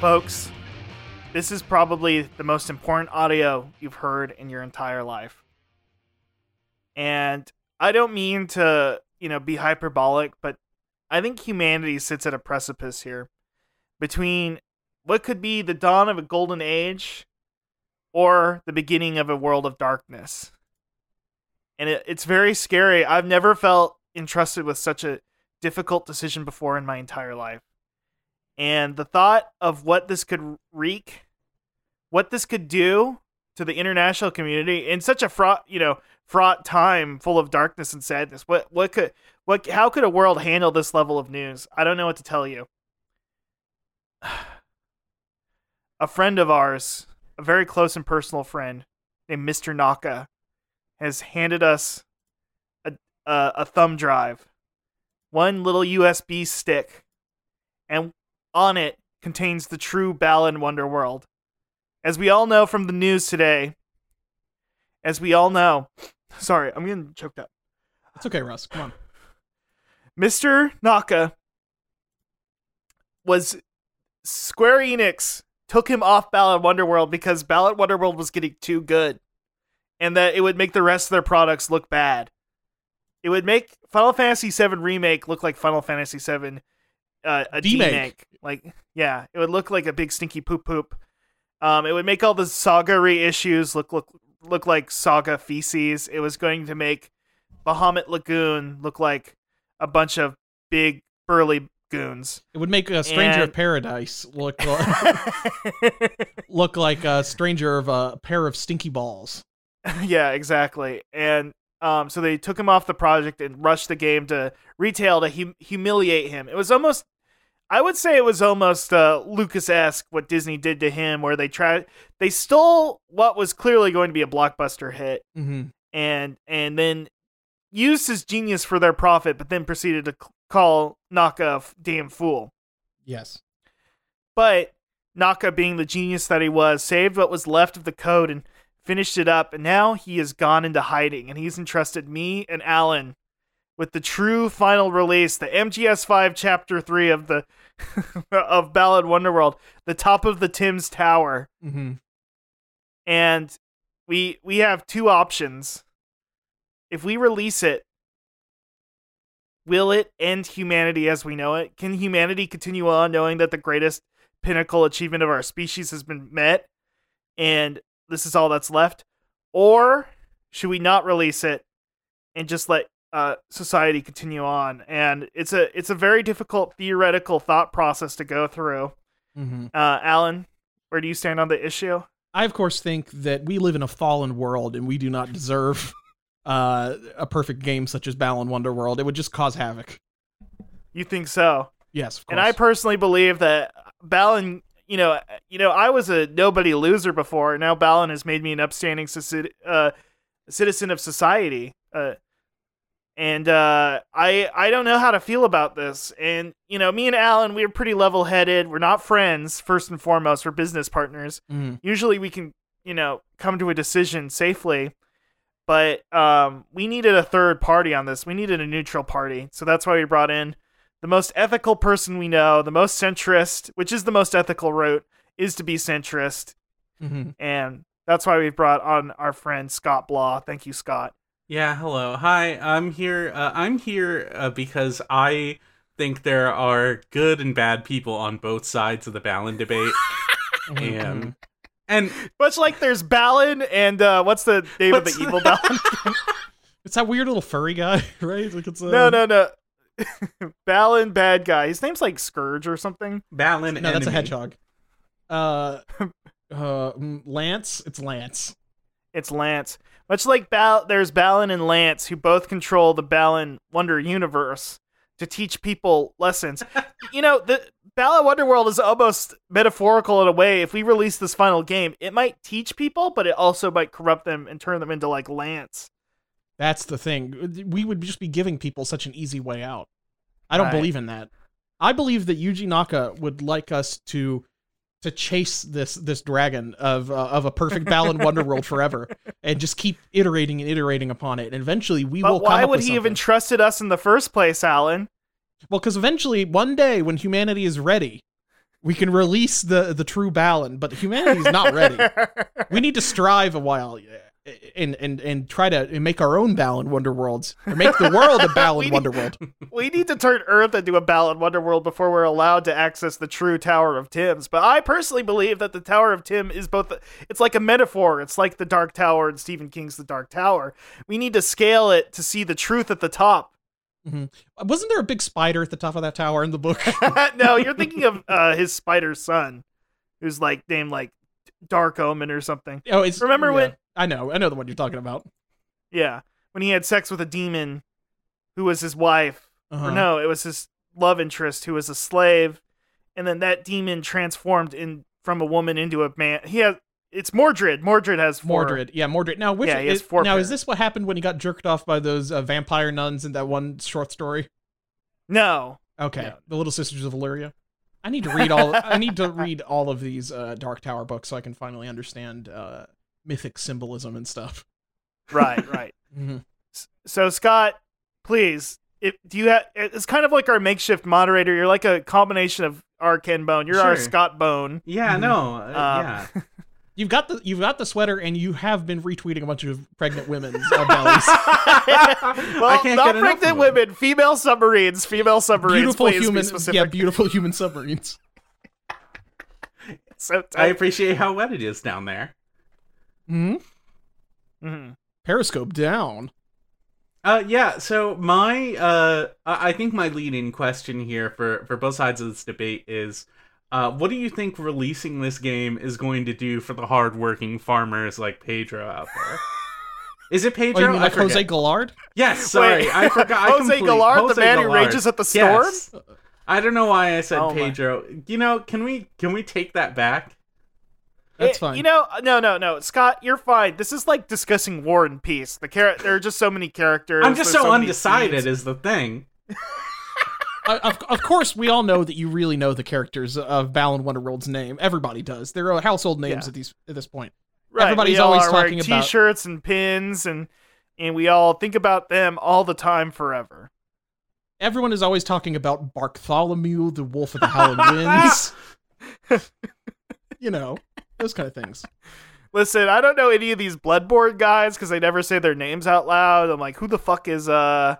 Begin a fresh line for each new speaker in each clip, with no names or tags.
Folks, this is probably the most important audio you've heard in your entire life. And I don't mean to, you know, be hyperbolic, but I think humanity sits at a precipice here between what could be the dawn of a golden age or the beginning of a world of darkness. And it, it's very scary. I've never felt entrusted with such a difficult decision before in my entire life. And the thought of what this could wreak, what this could do to the international community in such a fraught, you know, fraught time full of darkness and sadness. What what could what how could a world handle this level of news? I don't know what to tell you. A friend of ours, a very close and personal friend named Mr. Naka has handed us a a, a thumb drive, one little USB stick, and on it contains the true Balan Wonder World. As we all know from the news today, as we all know, sorry, I'm getting choked up.
It's okay, Russ. Come on.
Mr. Naka was Square Enix took him off Ballot Wonderworld because Ballot Wonderworld was getting too good and that it would make the rest of their products look bad. It would make Final Fantasy VII Remake look like Final Fantasy VII uh, a
Demake.
D-make. Like, yeah, it would look like a big stinky poop poop. Um, it would make all the Saga reissues look look look like Saga feces. It was going to make Bahamut Lagoon look like a bunch of big burly goons.
It would make a Stranger
And-
of Paradise look li- look like a Stranger of a pair of stinky balls.
yeah, exactly. And um, so they took him off the project and rushed the game to retail to hum- humiliate him. It was almost, I would say, it was almost uh, Lucas-esque what Disney did to him, where they tried they stole what was clearly going to be a blockbuster hit
Mm-hmm.
and and then used his genius for their profit, but then proceeded to c- call Naka a f- damn fool.
Yes.
But Naka, being the genius that he was, saved what was left of the code and finished it up. And now he has gone into hiding, and he's entrusted me and Alan with the true final release, the MGS5 Chapter Three of the of Ballad Wonderworld, the top of the Tim's Tower.
Mm-hmm.
And we we have two options. If we release it, will it end humanity as we know it? Can humanity continue on knowing that the greatest pinnacle achievement of our species has been met and this is all that's left? Or should we not release it and just let uh, society continue on? And it's a it's a very difficult theoretical thought process to go through.
Mm-hmm.
Uh, Alan, where do you stand on the issue?
I of course think that we live in a fallen world and we do not deserve uh, a perfect game such as Balan Wonderworld. It would just cause havoc.
You think so?
Yes, of course.
And I personally believe that Balin, you know, you know, I was a nobody loser before. and Now Balin has made me an upstanding cici- uh, citizen of society. Uh, and uh, I, I don't know how to feel about this. And you know, me and Alan, we're pretty level-headed. We're not friends, first and foremost. We're business partners.
Mhm.
Usually, we can, you know, come to a decision safely. But um, we needed a third party on this. We needed a neutral party. So that's why we brought in the most ethical person we know, the most centrist, which is the most ethical route, is to be centrist.
Mhm.
And that's why we brought on our friend Scott Blaw. Thank you, Scott.
Yeah, hello. Hi, I'm here. Uh, I'm here uh, because I think there are good and bad people on both sides of the Ballon debate.
Mhm.
and and
Much like there's Balin and uh, what's the name
What's
of the
the-
evil Balin?
It's that weird little furry guy, right? It's Like it's a,
no, no, no. Balin, bad guy. His name's like Scourge or something.
Ballon
no, that's a
enemy.
hedgehog. Uh, uh, mm, Lance. It's Lance.
It's Lance. Much like Bal- there's Balin and Lance, who both control the Balin Wonder Universe to teach people lessons. you know, the Balin Wonderworld is almost metaphorical in a way. If we release this final game, it might teach people, but it also might corrupt them and turn them into like Lance.
That's the thing. We would just be giving people such an easy way out. I don't
Right.
believe in that. I believe that Yuji Naka would like us to to chase this this dragon of uh, of a perfect Balan Wonderworld forever and just keep iterating and iterating upon it. And eventually we will
But
come
why
up
would
with
he have
something.
entrusted us in the first place, Alan?
Well, because eventually, one day when humanity is ready, we can release the the true Balin, but humanity's not ready. we need to strive a while uh, and and and try to and make our own Balin Wonder Worlds or make the world a
We
Balin
need-
Wonder World.
we need to turn Earth into a Balin Wonderworld before we're allowed to access the true Tower of Tims. But I personally believe that the Tower of Tim is both. It's like a metaphor. It's like the Dark Tower and Stephen King's The Dark Tower. We need to scale it to see the truth at the top.
Wasn't there a big spider at the top of that tower in the book?
no, you're thinking of uh, his spider son, who's like named like Dark Omen or something.
Oh, it's
Remember when-
I know, I know the one you're talking about.
Yeah, when he had sex with a demon, who was his wife.
Uh-huh.
Or no, it was his love interest who was a slave, and then that demon transformed in from a woman into a man. He has it's Mordred. Mordred has four.
Mordred, yeah, Mordred. Now, which
Yeah, he has
is,
four
now is
parents.
this what happened when he got jerked off by those uh, vampire nuns in that one short story?
No,
Okay,
No.
the Little Sisters of Illyria. I need to read all. I need to read all of these uh, Dark Tower books so I can finally understand uh, mythic symbolism and stuff.
right, right.
Mhm.
S- So Scott, please, if do you have? It's kind of like our makeshift moderator. You're like a combination of our Ken Bone. You're our
Sure.
Scott Bone.
Yeah,
Mhm.
no, uh,
Um,
yeah.
You've got the you've got the sweater, and you have been retweeting a bunch of pregnant women's uh, bellies.
well,
I can't
not
get enough of
pregnant
them.
women, female submarines, female submarines.
beautiful
please be
human,
specific.
yeah, beautiful human submarines.
So
I
tight.
appreciate how wet it is down there.
hmm
Mm-hmm. Mhm.
Periscope down.
Uh, yeah. So my uh, I I think my leading question here for for both sides of this debate is, uh, what do you think releasing this game is going to do for the hardworking farmers like Pedro out there? Is it
Oh, you
Pedro?
mean
I
like Jose
forget.
Gallard?
Yes, sorry,
Wait.
I forgot. I
Jose
complete-
Gallard, the
Jose
man who
Gallard.
rages at the storm.
Yes. I don't know why I said
Oh my.
Pedro. You know, can we can we take that back?
That's
It-
fine.
You know, no, no, no, Scott, you're fine. This is like discussing War and Peace. The char- there are just so many characters.
I'm just
there's
so,
many
undecided
seeds.
is the thing.
Uh, of, of course, we all know that you really know the characters of Balin Wonderworld's name. Everybody does. They're household names
Yeah.
at these at this point.
Right,
everybody's
we all
always
are wearing
talking about-
t-shirts and pins, and and we all think about them all the time, forever.
Everyone is always talking about Bartholomew, the Wolf of the Howling Winds. you know those kind of things.
Listen, I don't know any of these Bloodborne guys because they never say their names out loud. I'm like, who the fuck is uh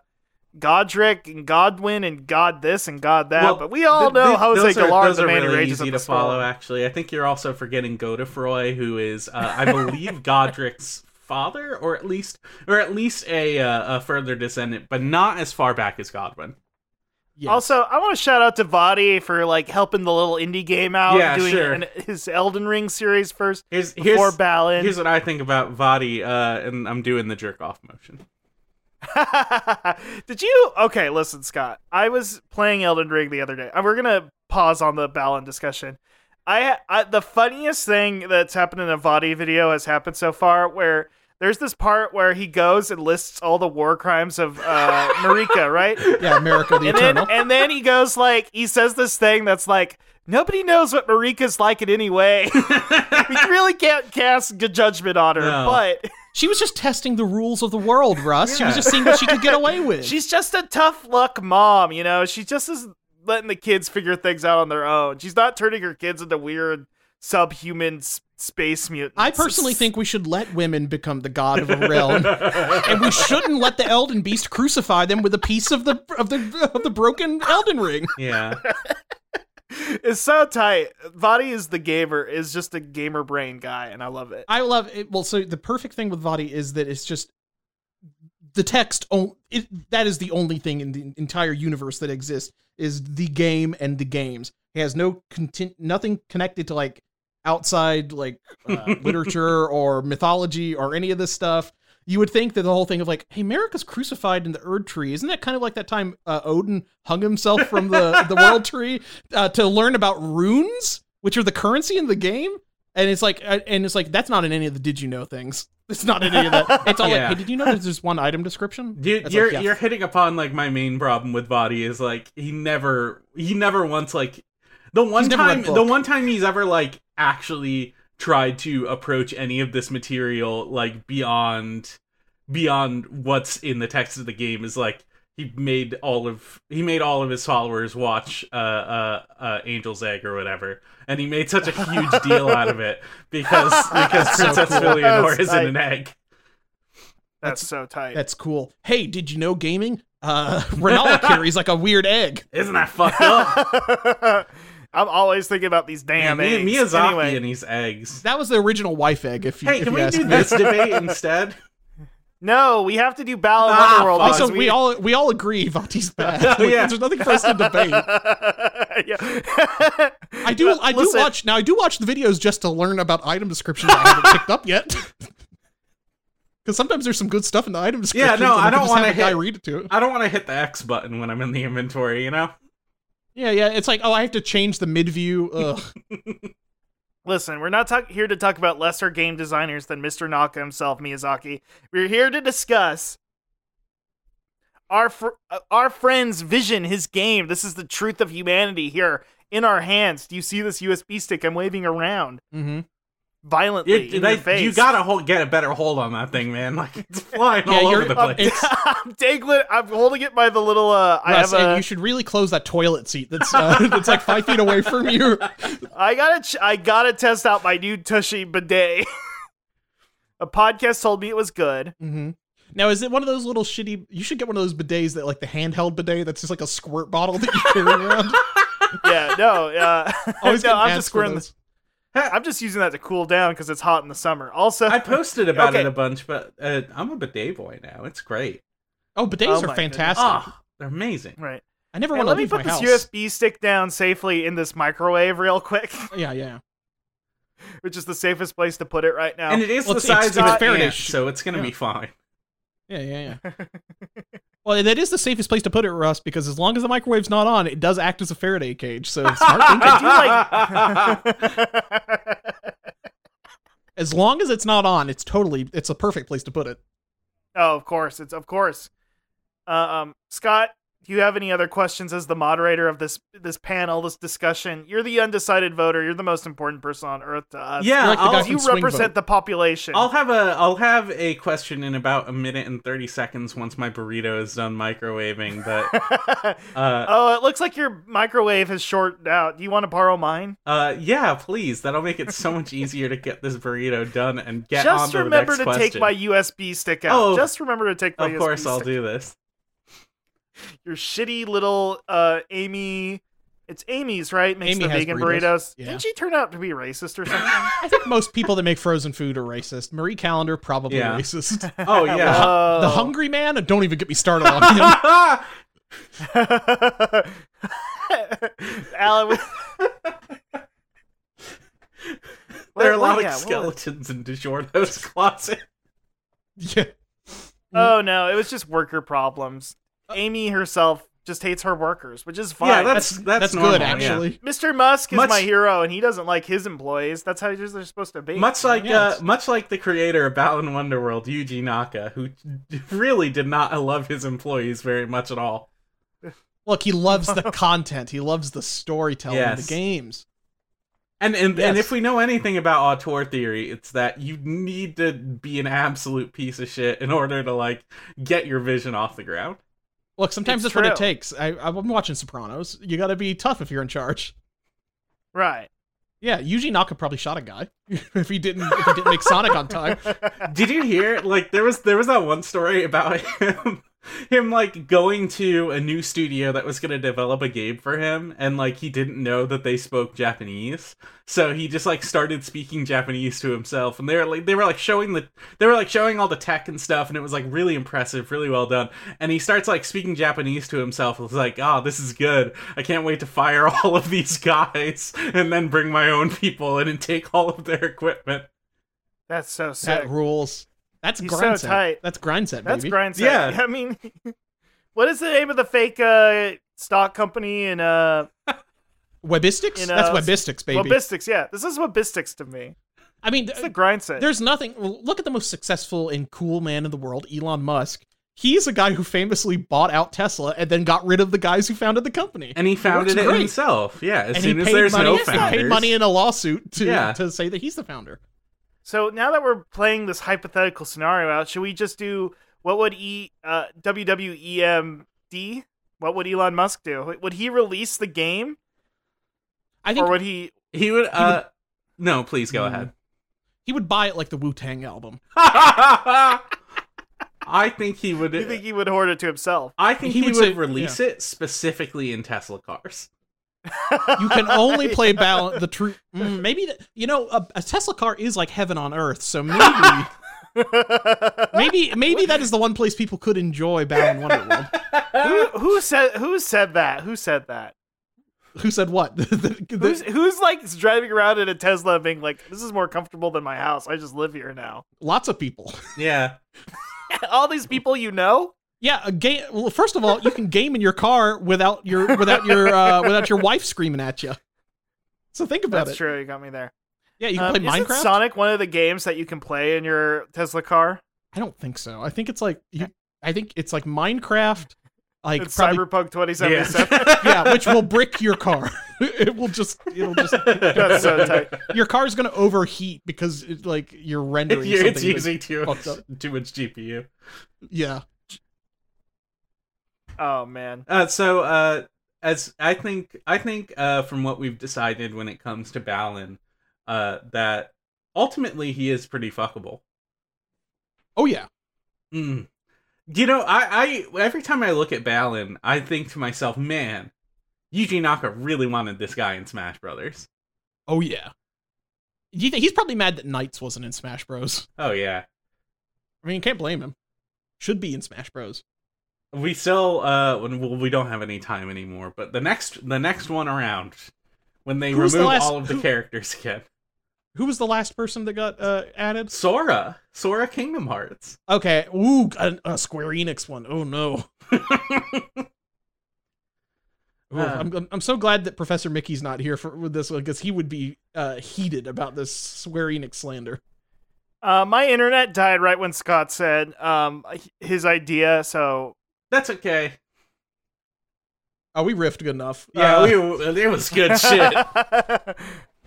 Godric and Godwin and God this and God that?
Well,
but we all
th-
know
th-
Jose
those are-
Gallard,
those
the
are
man who
really
rages
easy
at the
to follow.
storm.
Actually, I think you're also forgetting Godefroy, who is, uh, I believe, Godric's father, or at least, or at least a, uh, a further descendant, but not as far back as Godwin.
Yes.
Also, I want to shout out to Vadi for like helping the little indie game out,
Yeah,
doing
sure.
an, his Elden Ring series first
Here's here's
before Balin.
here's what I think about Vadi, uh, and I'm doing the jerk off motion.
Did you? Okay, listen, Scott. I was playing Elden Ring the other day. and We're gonna pause on the Balin discussion. I, I the funniest thing that's happened in a Vadi video has happened so far, where there's this part where he goes and lists all the war crimes of uh, Marika, right?
yeah, America the
and then,
Eternal.
and then he goes like he says this thing that's like nobody knows what Marika's like in any way. we really can't cast good judgment on her,
No.
but
She was just testing the rules of the world, Russ. She was
Yeah.
just seeing what she could get away with.
she's just a tough luck mom. You know, she just is letting the kids figure things out on their own. She's not turning her kids into weird subhuman s- space mutants.
I personally think we should let women become the god of a realm, and we shouldn't let the Elden Beast crucify them with a piece of the of the of the broken Elden Ring.
Yeah,
it's so tight. Vadi is the gamer, is just a gamer brain guy, and I love it.
I love it. Well, so the perfect thing with Vadi is that it's just the text. On, it, that is the only thing in the entire universe that exists is the game and the games. It has no content, nothing connected to like outside like uh, literature or mythology or any of this stuff. You would think that the whole thing of like, hey, America's crucified in the Erd tree, isn't that kind of like that time uh, Odin hung himself from the the world tree uh, to learn about runes, which are the currency in the game? And it's like, uh, and it's like that's not in any of the did you know things. It's not in any of that. It's all
Yeah.
like, hey, did you know there's just one item description?
you,
It's like,
you're
yeah.
you're hitting upon like my main problem with Vadi is like he never he never once like the one
He's never
time
read
the
book.
one time he's ever like actually tried to approach any of this material like beyond beyond what's in the text of the game is like he made all of he made all of his followers watch uh, uh, uh, Angel's Egg or whatever, and he made such a huge deal out of it because because
That's
so
Princess
cool.
Eleanor
That's
isn't
tight.
an egg.
That's,
That's-
so tight.
That's cool. Hey, did you know gaming? Uh, Renala carries like a weird egg.
Isn't that fucked up?
I'm always thinking about these damn
Mi-
eggs.
Miyazaki
Anyway,
and his eggs.
That was the original wife egg. If you,
Hey,
if
can
you
we
ask
do
me.
this debate instead?
no, we have to do Battle of
Ah,
Wonderworld.
fuck.
because
Also, we, all we all agree Vati's bad.
Oh,
Like,
yeah.
There's nothing for us to debate.
yeah.
I do I do
Listen,
watch now I do watch the videos just to learn about item descriptions I haven't picked up yet. Because sometimes there's some good stuff in the item descriptions.
no,
and
I
we
don't
just
wanna
have a guy
hit-
read it to. it.
I don't want to hit the X button when I'm in the inventory, you know?
Yeah, yeah. It's like oh, I have to change the mid view. Ugh.
Listen, we're not talk- here to talk about lesser game designers than Mr. Naka himself, Miyazaki. We're here to discuss our fr- uh, our friend's vision, his game. This is the truth of humanity here in our hands. Do you see this USB stick I'm waving around
hmm
violently
It,
in
they-
your face?
you gotta hold, get a better hold on that thing, man. Like, it's flying
Yeah,
all
you're-
over the
I'm,
place.
I'm dangling. I'm holding it by the little. Uh, I have
Russ, and
a.
you should really close that toilet seat. That's uh, that's like five feet away from you.
I gotta. Ch- I gotta test out my new Tushy bidet. a podcast told me it was good.
hmm Now, is it one of those little shitty? You should get one of those bidets that like the handheld bidet that's just like a squirt bottle that you carry around.
Yeah. No. Uh,
Always
no.
getting
I'm
asked
just
for
squirting.
those.
I'm just using that to cool down because it's hot in the summer. Also,
I posted about
Okay.
it a bunch, but uh, I'm a bidet boy now. It's great.
Oh,
Oh
bidets
my
are
goodness.
fantastic.
Ah, they're amazing.
right.
I never
Hey,
want to
let me
leave
put this
my house.
USB stick down safely in this microwave real quick,
Oh, Yeah, yeah.
which is the safest place to put it right now.
And it is
Well,
the
it's- it's-
size of
it's
an
fair-ish.
ant, so it's gonna
Yeah.
be fine.
Yeah, yeah, yeah. well, that is the safest place to put it, Russ, because as long as the microwave's not on, it does act as a Faraday cage. So smart thinking.
I do like.
as long as it's not on, it's totally it's a perfect place to put it.
oh, of course. It's of course. Uh, um, Scott, do you have any other questions as the moderator of this this panel, this discussion? You're the undecided voter. You're the most important person on earth to us.
yeah,
You're like the
I'll,
guy
You
Swing
represent
vote.
the population.
I'll have a I'll have a question in about a minute and thirty seconds once my burrito is done microwaving. But uh,
oh, it looks like your microwave has shorted out. Do you want to borrow mine?
uh, yeah, please. That'll make it so much easier to get this burrito done and get on
Just
to
remember
the next
to
question.
take my USB stick out.
Oh,
Just remember to take my
Of
USB
course, I'll
stick.
do this.
Your shitty little uh, Amy. It's Amy's, right? Makes
Amy
the
has
vegan burritos.
burritos. Yeah.
Didn't she turn out to be racist or something?
I think most people that make frozen food are racist. Marie Callender probably
Yeah.
racist.
Oh yeah.
Whoa.
The Hungry Man, don't even get me started on him.
Alan. was-
there are
Well,
a
yeah,
lot of
well-
skeletons in DiGiorno's closet.
yeah.
Oh no, it was just worker problems. Amy herself just hates her workers, which is fine.
Yeah, that's that's,
That's,
normal,
good
yeah.
actually.
Mr. Musk is
Much-
my hero, and he doesn't like his employees. That's how they're supposed to be.
Much like
Yeah,
uh,
it's-
much like the creator of Balan Wonderworld, Yuji Naka, who really did not love his employees very much at all.
Look, he loves the content. He loves the storytelling, of
Yes.
the games.
And and, and
Yes.
if we know anything about auteur theory, it's that you need to be an absolute piece of shit in order to like get your vision off the ground.
Look, sometimes
It's
that's what it
true.
takes. I, I'm watching Sopranos. You got to be tough if you're in charge.
right?
Yeah, Yuji Naka probably shot a guy if he didn't if he didn't make Sonic on time.
Did you hear? Like there was there was that one story about him him like going to a new studio that was going to develop a game for him and like he didn't know that they spoke Japanese. So he just like started speaking Japanese to himself and they were like they were like showing the they were like showing all the tech and stuff and it was like really impressive, really well done. And he starts like speaking Japanese to himself. It's like, "Ah, this is good. I can't wait to fire all of these guys and then bring my own people in and take all of their equipment."
That's so sick.
That rules. That's
He's
grind
so
set.
tight.
That's grind set,
That's
baby.
grind set.
Yeah.
I mean, what is the name of the fake uh, stock company in uh,
Webistics.
You
that's
know,
Webistics, baby.
Webistics? Yeah, this is Webistics to me.
I mean,
It's the grind set.
there's nothing. Look at the most successful and cool man in the world, Elon Musk. He's a guy who famously bought out Tesla and then got rid of the guys who founded the company.
And he founded
works
it
great.
himself. Yeah, as
And
soon
he
as
paid
there's
money,
no
he
founders.
paid money in a lawsuit to
Yeah.
to say that he's the founder.
So now that we're playing this hypothetical scenario out, should we just do what would e uh, WWEM D, what would Elon Musk do? Would he release the game,
I
or
think
would he?
He would. Uh, no, please go
Mm.
ahead.
he would buy it like the Wu Tang album.
I think he would.
You think he would hoard it to himself?
I think
He
he,
would
would,
say-
release it specifically in Tesla cars.
You can only play balance the true. Mm, maybe th- you know a, a Tesla car is like heaven on earth. So maybe maybe maybe that is the one place people could enjoy Balan Wonderworld.
who, who said who said that? Who said that?
Who said what? The- the-
Who's who's like driving around in a Tesla and being like, "This is more comfortable than my house. I just live here now."
lots of people.
yeah.
All these people you know.
Yeah, a game. Well, first of all, you can game in your car without your without your uh, without your wife screaming at you. So think about
That's
it.
true. You got me there.
Yeah, you can
Um,
play
isn't
Minecraft.
Sonic one of the games that you can play in your Tesla car?
I don't think so. I think it's like you, I think it's like Minecraft, like
it's
probably
Cyberpunk 2077.
yeah, which will brick your car. it will just it'll just
That's so tight.
your car's gonna overheat because it, like you're rendering
You're-
something.
it's
that's-
using too
fucked up.
too much GPU.
yeah,
Oh man.
Uh, so uh, as I think, I think uh, from what we've decided when it comes to Balin, uh, that ultimately he is pretty fuckable.
oh yeah,
Mm. You know, I, I every time I look at Balin, I think to myself, man, Yuji Naka really wanted this guy in Smash Brothers.
oh yeah. You think he's probably mad that Knights wasn't in Smash Bros.
Oh yeah,
I mean, you can't blame him. Should be in Smash Bros.
we still uh, when- well, we don't have any time anymore. But the next, the next one around, when they
Who's the
remove
last-
all of the
who-
characters again,
Who was the last person that got uh, added?
Sora, Sora Kingdom Hearts.
Okay, ooh, a, a Square Enix one. Oh no. Ooh,
Uh,
I'm, I'm- I'm so glad that Professor Mickey's not here for with this one because he would be uh, heated about this Square Enix slander.
Uh, my internet died right when Scott said um, his idea. So
That's okay.
Oh, we riffed good enough.
Yeah,
Uh,
we, it was good shit.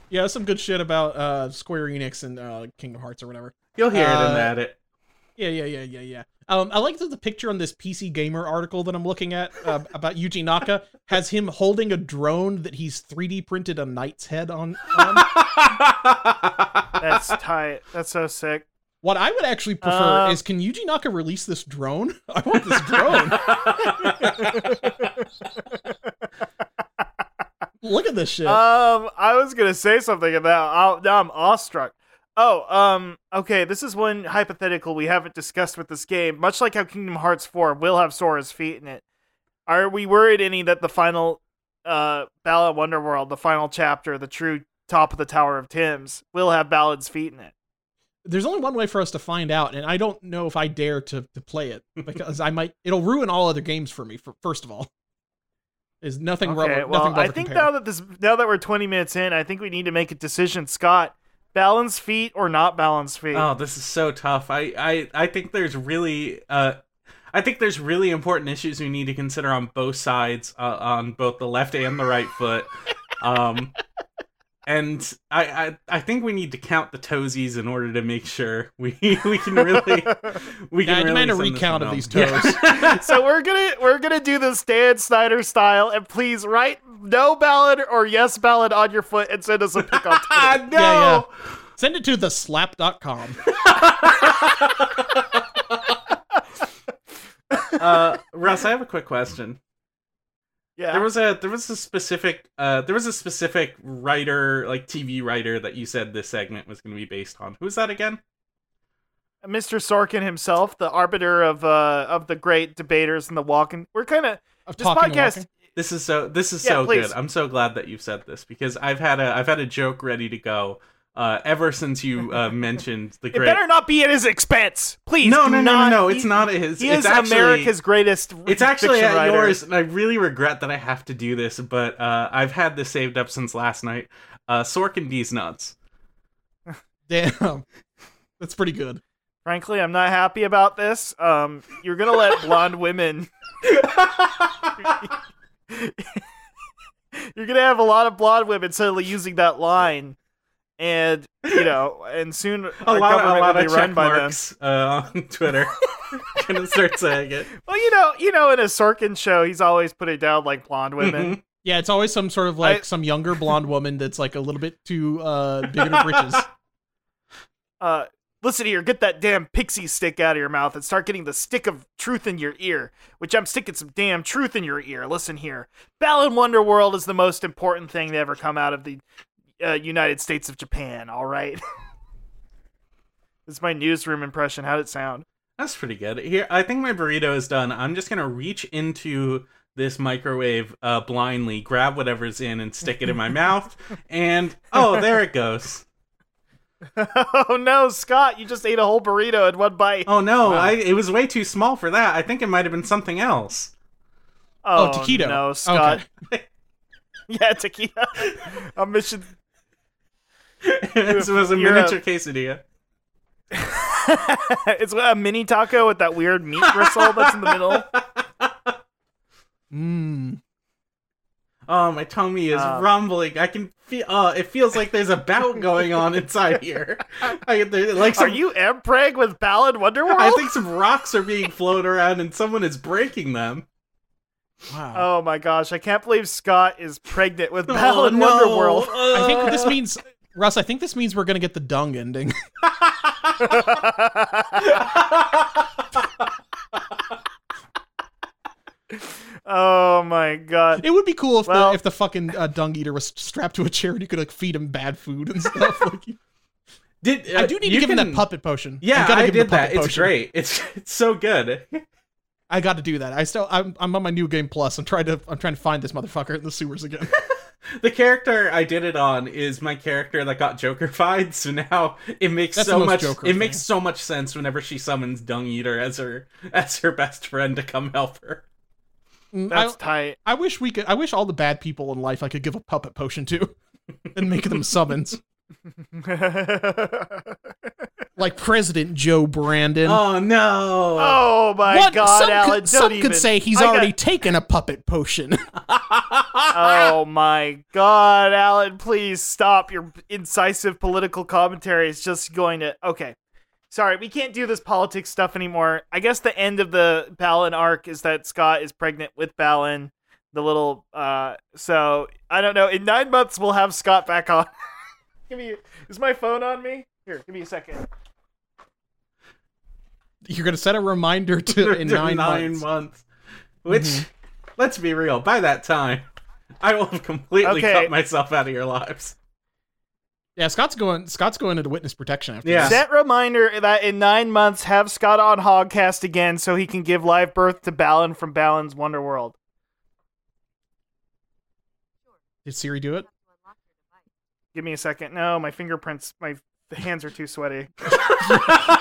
yeah, some good shit about uh, Square Enix and uh, Kingdom Hearts or whatever.
You'll hear it
Uh,
in that. It.
Yeah, yeah, yeah, yeah, yeah. Um, I like that the picture on this PC Gamer article that I'm looking at uh, about Yuji Naka has him holding a drone that he's 3D printed a knight's head on. on.
that's tight. That's so sick.
What I would actually prefer
Um,
is can Yuji Naka release this drone? I want this drone.
Uh,
Look at this shit.
Um, I was gonna say something and now, I'll, now I'm awestruck. Oh, um, okay. This is one hypothetical we haven't discussed with this game. Much like how Kingdom Hearts Four will have Sora's feet in it, are we worried any that the final, uh, Ballad Wonderworld, the final chapter, the true top of the Tower of Tims, will have Ballad's feet in it?
there's only one way for us to find out, and I don't know if I dare to to play it because I might it'll ruin all other games for me. For, first of all, is nothing
Okay,
rubber,
well,
nothing rubber
I think
compare.
now that this, now that we're 20 minutes in, I think we need to make a decision, Scott. Balance feet or not balance feet?
oh, this is so tough. I, I, I think there's really, uh, I think there's really important issues we need to consider on both sides, uh, on both the left and the right foot. Um, and I, I, I think we need to count the toesies in order to make sure we, we can really, we
Yeah, I
can really
demand a
send this
recount
one
of
home.
these
Yeah.
toes.
so we're gonna we're gonna do the Stan Snyder style, and please write no ballad or yes ballad on your foot and send us a pic on Twitter.
Ah, no.
Yeah, Send it to the slap.com.
uh, Russ, I have a quick question.
yeah,
There was a there was a specific uh, there was a specific writer like TV writer that you said this segment was going to be based on. Who's that again?
Mr. Sorkin himself, the arbiter of uh of the great debaters and the walking. We're kind of
Of
this
talking and
podcast.
walking.
This is so this is
Yeah,
so
please.
good. I'm so glad that you've said this because I've had a I've had a joke ready to go uh, ever since you uh, mentioned the
It
great.
better not be at his expense, please.
no,
do
no, no, no,
not-
no, It's
he-
not his.
He
it's
is
actually,
America's greatest.
It's actually
fiction
at
writer.
yours, and I really regret that I have to do this, but uh, I've had this saved up since last night. Uh, Sorkin D's nuts.
Damn. That's pretty good.
Frankly, I'm not happy about this. Um, you're gonna let blonde women. you're gonna have a lot of blonde women suddenly using that line, and you know, and soon
a
our
lot, a
government
lot
will
of
be
check
run by them.
marks uh, on Twitter. gonna start saying it.
Well, you know, you know, in a Sorkin show, he's always put it down like blonde women.
Mhm.
Yeah, it's always some sort of like
I-
some younger blonde woman that's like a little bit too uh big in her britches.
uh, listen here, get that damn pixie stick out of your mouth and start getting the stick of truth in your ear, which I'm sticking some damn truth in your ear. Listen here, Ballad Wonder World is the most important thing to ever come out of the uh, United States of Japan. All right. It's my newsroom impression. How'd it sound?
That's pretty good. Here, I think my burrito is done. I'm just gonna reach into this microwave uh, blindly, grab whatever's in, and stick it in my mouth. And oh, there it goes.
oh no, Scott, you just ate a whole burrito in one bite.
Oh no,
Wow.
I, it was way too small for that. I think it might have been something else.
Oh, taquito.
No, Scott.
Okay.
yeah, taquito. A mission.
this was a
You're a-
miniature quesadilla.
it's a mini taco with that weird meat bristle that's in the middle.
Mm.
Oh, my tummy is
Um,
rumbling. I can feel. Oh, it feels like there's a bout going on inside here. I, there, like
Are
Um,
some,
you Empreg with Ballad Wonderworld?
I think some rocks are being flown around, and someone is breaking them.
Wow.
Oh my gosh, I can't believe Scott is pregnant with
Oh,
Ballad
no.
Wonderworld.
I think this
Uh,
means Russ, I think this means we're gonna get the dung ending.
oh my god.
It would be cool if
Well-
the if the fucking uh, dung eater was strapped to a chair and you could like feed him bad food and stuff. Like,
Did,
I
uh,
do need to
you
give him
can-
that puppet potion.
Yeah,
I, gotta
I
give him
did
the puppet
that. It's
potion.
great. It's it's so good.
I got to do that. I still I'm I'm on my new game plus. I'm trying to I'm trying to find this motherfucker in the sewers again.
The character I did it on is my character that got Jokerfied, so now it makes
That's the
so
most
much
Joker
it
thing.
makes so much sense whenever she summons Dung Eater as her as her best friend to come help her.
Mm, I,
That's tight.
I wish we could. I wish all the bad people in life I could give a puppet potion to, and make them summons Uh, like President Joe Brandon.
Oh no!
oh my
What?
god,
some
Alan.
could,
don't
some
even.
could say he's
I got-
already taken a puppet potion.
Oh my god, Alan, please stop. Your incisive political commentary is just going to. Okay. Sorry, we can't do this politics stuff anymore. I guess the end of the Balin arc is that Scott is pregnant with Balin, the little. uh So, I don't know. In nine months, we'll have Scott back on. give me. Is my phone on me? Here, give me a second.
You're gonna set a reminder to in nine, months. Mm-hmm.
Which, let's be real, by that time, I will have completely
Okay.
cut myself out of your lives.
Yeah, Scott's going. Scott's going into witness protection after.
Yeah.
This.
Set reminder that in nine months, have Scott on Hogcast again so he can give live birth to Balin from Balin's Wonderworld.
Did Siri do it?
Give me a second. No, my fingerprints, my hands are too sweaty.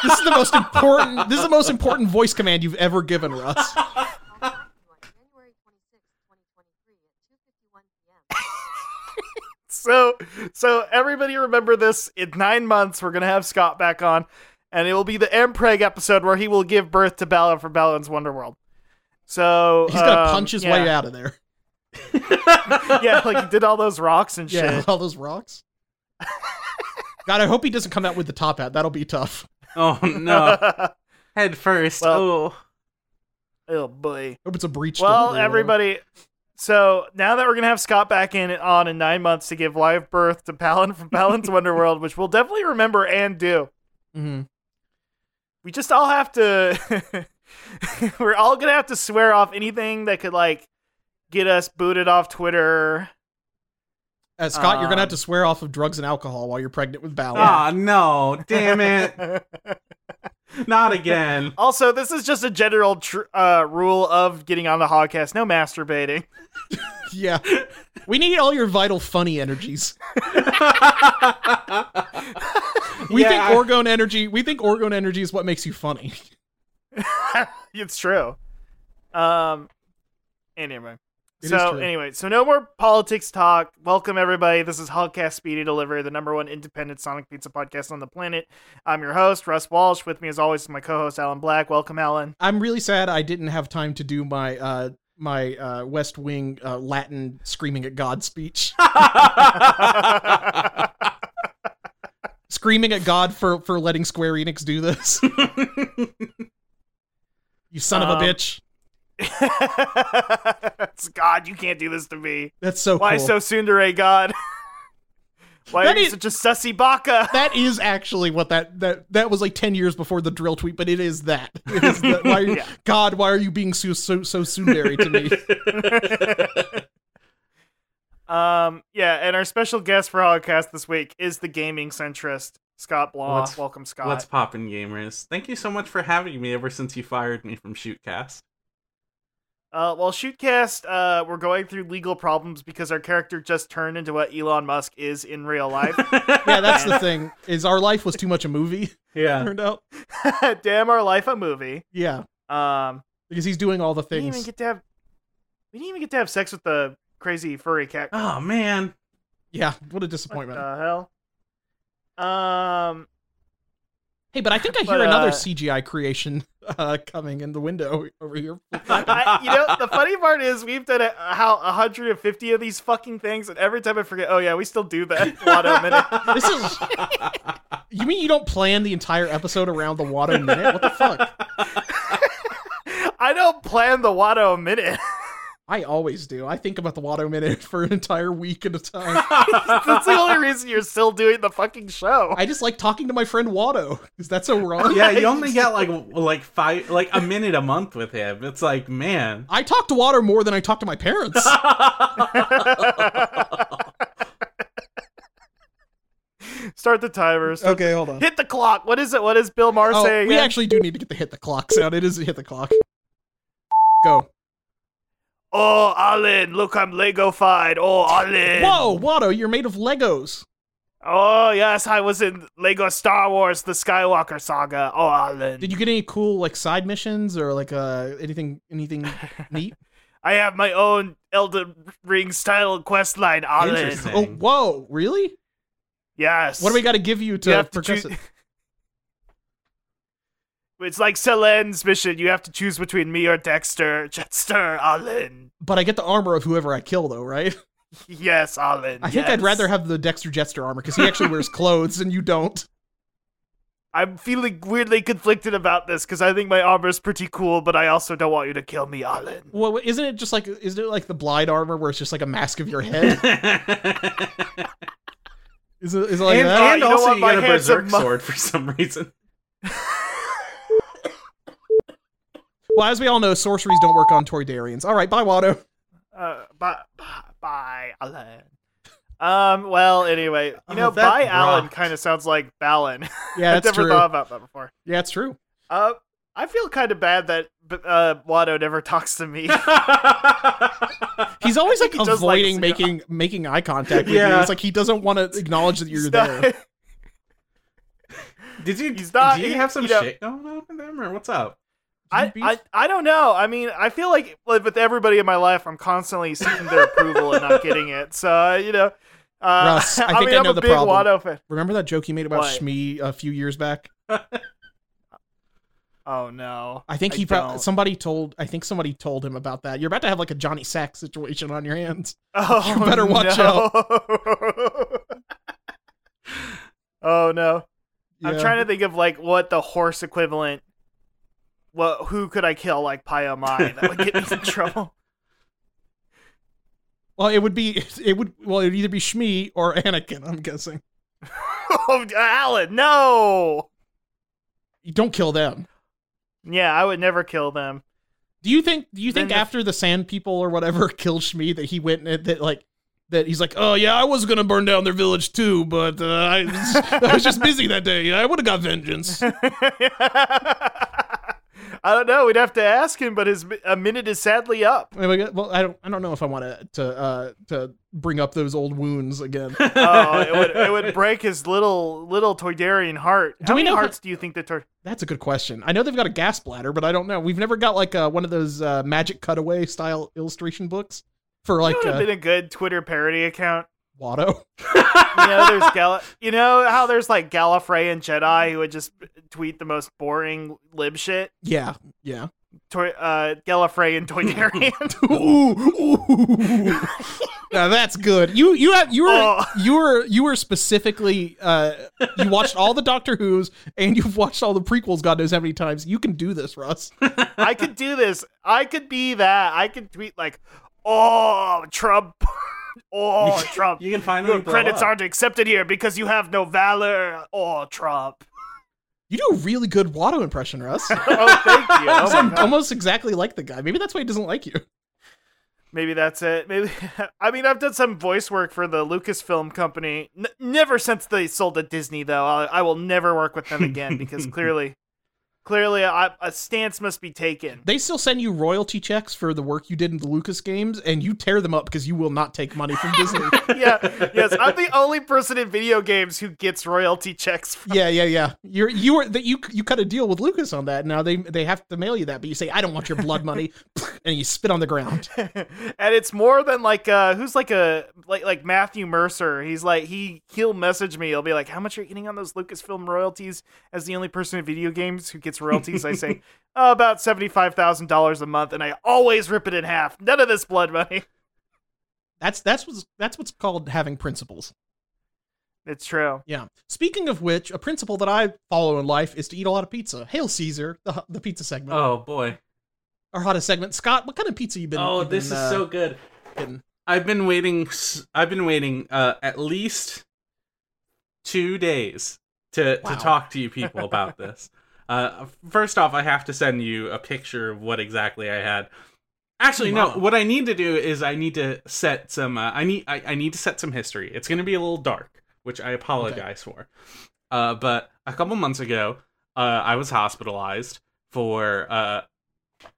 This is the most important. This is the most important voice command you've ever given, Russ.
January 26, 2023 at 2:51 p.m.
So, so everybody remember this. In nine months, we're gonna have Scott back on, and it will be the Mpreg episode where he will give birth to Bella from Bella's Wonderworld. So
He's gonna
um,
punch his
yeah.
way out of there.
yeah, like he did all those rocks and shit.
Yeah, all those rocks. God, I hope he doesn't come out with the top hat. That'll be tough.
Oh no! Head first.
Well-
oh.
oh boy.
Hope it's a breach.
Well,
delivery or whatever.
everybody. So now that we're gonna have Scott back in on in nine months to give live birth to Balin from Balin's Wonderworld, which we'll definitely remember and do.
Mhm.
we just all have to we're all gonna have to swear off anything that could like get us booted off twitter
Uh, Scott, you're gonna have
Um,
to swear off of drugs and alcohol while you're pregnant with Ballard.
Ah no! Damn it! Not again.
also this is just a general tr- uh, rule of getting on the podcast no masturbating
Yeah, we need all your vital funny energies. We
Yeah.
think orgone energy. We think orgone energy is what makes you funny.
it's true um anyway
It is
so
true.
anyway so no more politics talk welcome everybody this is hogcast speedy delivery the number one independent sonic pizza podcast on the planet i'm your host russ walsh with me as always is my co-host alan black welcome alan
I'm really sad I didn't have time to do my uh, my uh, West Wing uh, Latin screaming at God speech. screaming at God for for letting Square Enix do this. You son of a
Um,
bitch.
It's, God, you can't do this to me.
That's so
Why
cool.
so tsundere, God? Why
That
are you
is-
such a sussy baka?
that is actually what that that that was like 10 years before the drill tweet but it is that, it is that why are you-
Yeah.
god why are you being so so so tsundere to me
Um, yeah, and our special guest for Holocaust this week is the gaming centrist Scott Blah.
What's-
Welcome, Scott.
What's poppin', gamers? Thank you so much for having me ever since you fired me from Shootcast.
Uh, well, Shootcast, uh, we're going through legal problems because our character just turned into what Elon Musk is in real life.
yeah that's the thing is our life was too much a movie
Uh.
Yeah.
turned out
Damn our life, a movie.
yeah
Um,
because he's doing all the
we didn't even
things
get to have we didn't even get to have sex with the crazy furry cat.
Oh man.
yeah what a
What
disappointment
the hell? Um,
hey but i think i hear
But,
another
uh,
cgi creation uh coming in the window over here
I, you know, the funny part is we've done a, how 150 of these fucking things, and every time I forget. Oh yeah, we still do that. Watto minute.
this is you mean you don't plan the entire episode around the Watto minute what the fuck
I don't plan the Watto minute.
i always do i think about the Watto minute for an entire week at a time
That's the only reason you're still doing the fucking show.
I just like talking to my friend Watto. Is that so wrong?
yeah, you only get like like five like a minute a month with him. It's like, man.
I talk to Watto more than I talk to my parents.
Start the timer. Start-
okay, hold on.
Hit the clock. What is it? What is Bill Maher
Oh,
saying?
we
again?
actually do need to get the hit the clock sound. It is a hit the clock. Go.
oh, Alan, look, I'm Lego fied. Oh, Alan.
Whoa, Watto, you're made of Legos.
Oh, yes, I was in Lego Star Wars, the Skywalker saga. Oh, Alan.
Did you get any cool like side missions or like uh anything anything neat?
I have my own Elden Ring style quest line, Alan.
Interesting.
oh, whoa, really?
Yes.
What do we got to give you to
You have to
progress
choo-
it?
It's like Selen's mission. You have to choose between me or Dexter, Jetster, Alan.
But I get the armor of whoever I kill though, right?
Yes, Alan.
I think I'd
yes.
rather have the Dexter Jetster armor cuz he actually wears clothes and you don't.
I'm feeling weirdly conflicted about this because I think my armor's pretty cool, but I also don't want you to kill me, Alan.
Well, isn't it just like isn't it like the blind armor where it's just like a mask of your head? Is it, is it like
and
that?
uh,
and
you know
also
what?
you
My
got a
handsome
berserk
mo-
sword for some reason.
well, as we all know, sorceries don't work on Toydarians. All right, bye, Watto.
Uh, bye, bye, bye, Alan. Um. Well, anyway, you
Oh,
know,
that
bye, Alan
rocked.
kind of sounds like Balin.
Yeah,
I've
that's
never
true.
thought about that before.
Yeah, it's true.
Uh, I feel kind of bad that b- uh, Watto never talks to me.
He's always like
He does like
avoiding
to-
making making eye contact with you.
Yeah.
It's like he doesn't want to acknowledge that you're
He's
there.
not-
Did you
He's not- e-
do
he-
you have some
you know-
shit going on with him or what's up?
I,
Beef?
I, I don't know. I mean, I feel like like, with everybody in my life, I'm constantly seeking their approval and not getting it. So uh, you know, uh,
Russ, I think
mean,
I
am
know
a
the
big
problem.
Watto fan.
Remember that joke he made about
What?
Shmi a few years back?
Oh no!
I think he pro-
don't.
somebody told I think somebody told him about that. You're about to have like a Johnny Sack situation on your hands.
Oh,
You better watch
no. oh no! I'm
Yeah.
trying to think of like what the horse equivalent. What? Who could I kill like Pio Mai that would get me in trouble?
Well, it would be it would well it would either be Shmi or Anakin. I'm guessing.
oh, Alan, no!
You don't kill them.
Yeah, I would never kill them.
Do you think? Do you
Then
think
the-
after the sand people or whatever killed Shmi that he went and that like that he's like, oh yeah, I was gonna burn down their village too, but uh, I, was- I was just busy that day. I would have got vengeance.
I don't know. We'd have to ask him, but his mi- a minute is sadly up.
Well, I got- well, I don't. I don't know if I want to to uh, to bring up those old wounds again.
Oh, it would it would break his little little Toydarian heart.
Do
How
we
many
know how-
hearts do you think the Toy?
That's a good question. I know they've got a gas bladder, but I don't know. We've never got like uh, one of those uh, magic cutaway style illustration books for
Like
like
would have
uh,
been a good Twitter parody account.
Watto.
You know, there's Gal- You know how there's like Gallifrey and Jedi who would just tweet the most boring lib shit.
Yeah, yeah.
Toy- uh, Gallifrey and Toydarian.
Ooh, ooh. Now that's good. You you have you were
Oh.
you were you were specifically uh you watched all the Doctor Who's and you've watched all the prequels God knows how many times. You can do this, Russ.
I could do this. I could be that. I could tweet like, "Oh, Trump! oh, Trump!
You can finally
Your
blow
credits
up.
aren't accepted here because you have no valor." Oh, Trump!
You do a really good Watto impression, Russ.
Oh, thank you. Oh, my
Sound
God.
almost exactly like the guy. Maybe that's why he doesn't like you.
Maybe that's it. Maybe I mean I've done some voice work for the Lucasfilm company. N- never since they sold to Disney though. I, I will never work with them again because clearly, clearly I, a stance must be taken.
They still send you royalty checks for the work you did in the Lucas games, and you tear them up because you will not take money from Disney.
yeah, yes. I'm the only person in video games who gets royalty checks. From-
yeah, yeah, yeah. You're you were that you you cut a deal with Lucas on that. Now they they have to mail you that, but you say I don't want your blood money, and you spit on the ground.
and it's more than like uh who's like a like like Matthew Mercer. He's like he he'll message me. He'll be like, "How much are you getting on those Lucasfilm royalties?" As the only person in video games who gets royalties, I say oh, about seventy five thousand dollars a month, and I always rip it in half. None of this blood money.
That's that's what's that's what's called having principles.
It's true.
Yeah. Speaking of which, a principle that I follow in life is to eat a lot of pizza. Hail Caesar, the the pizza segment,
Oh boy.
our hottest segment. Scott, what kind of pizza you been?
oh,
you
this is
been, uh,
so good.
getting?
I've been waiting. s- I've been waiting uh, at least two days to
Wow.
to talk to you people about this. Uh, first off, I have to send you a picture of what exactly I had. Actually,
Wow.
no. What I need to do is I need to set some. Uh, I need. I, I need to set some history. It's going to be a little dark, which I apologize for. Uh, but a couple months ago, uh, I was hospitalized for uh,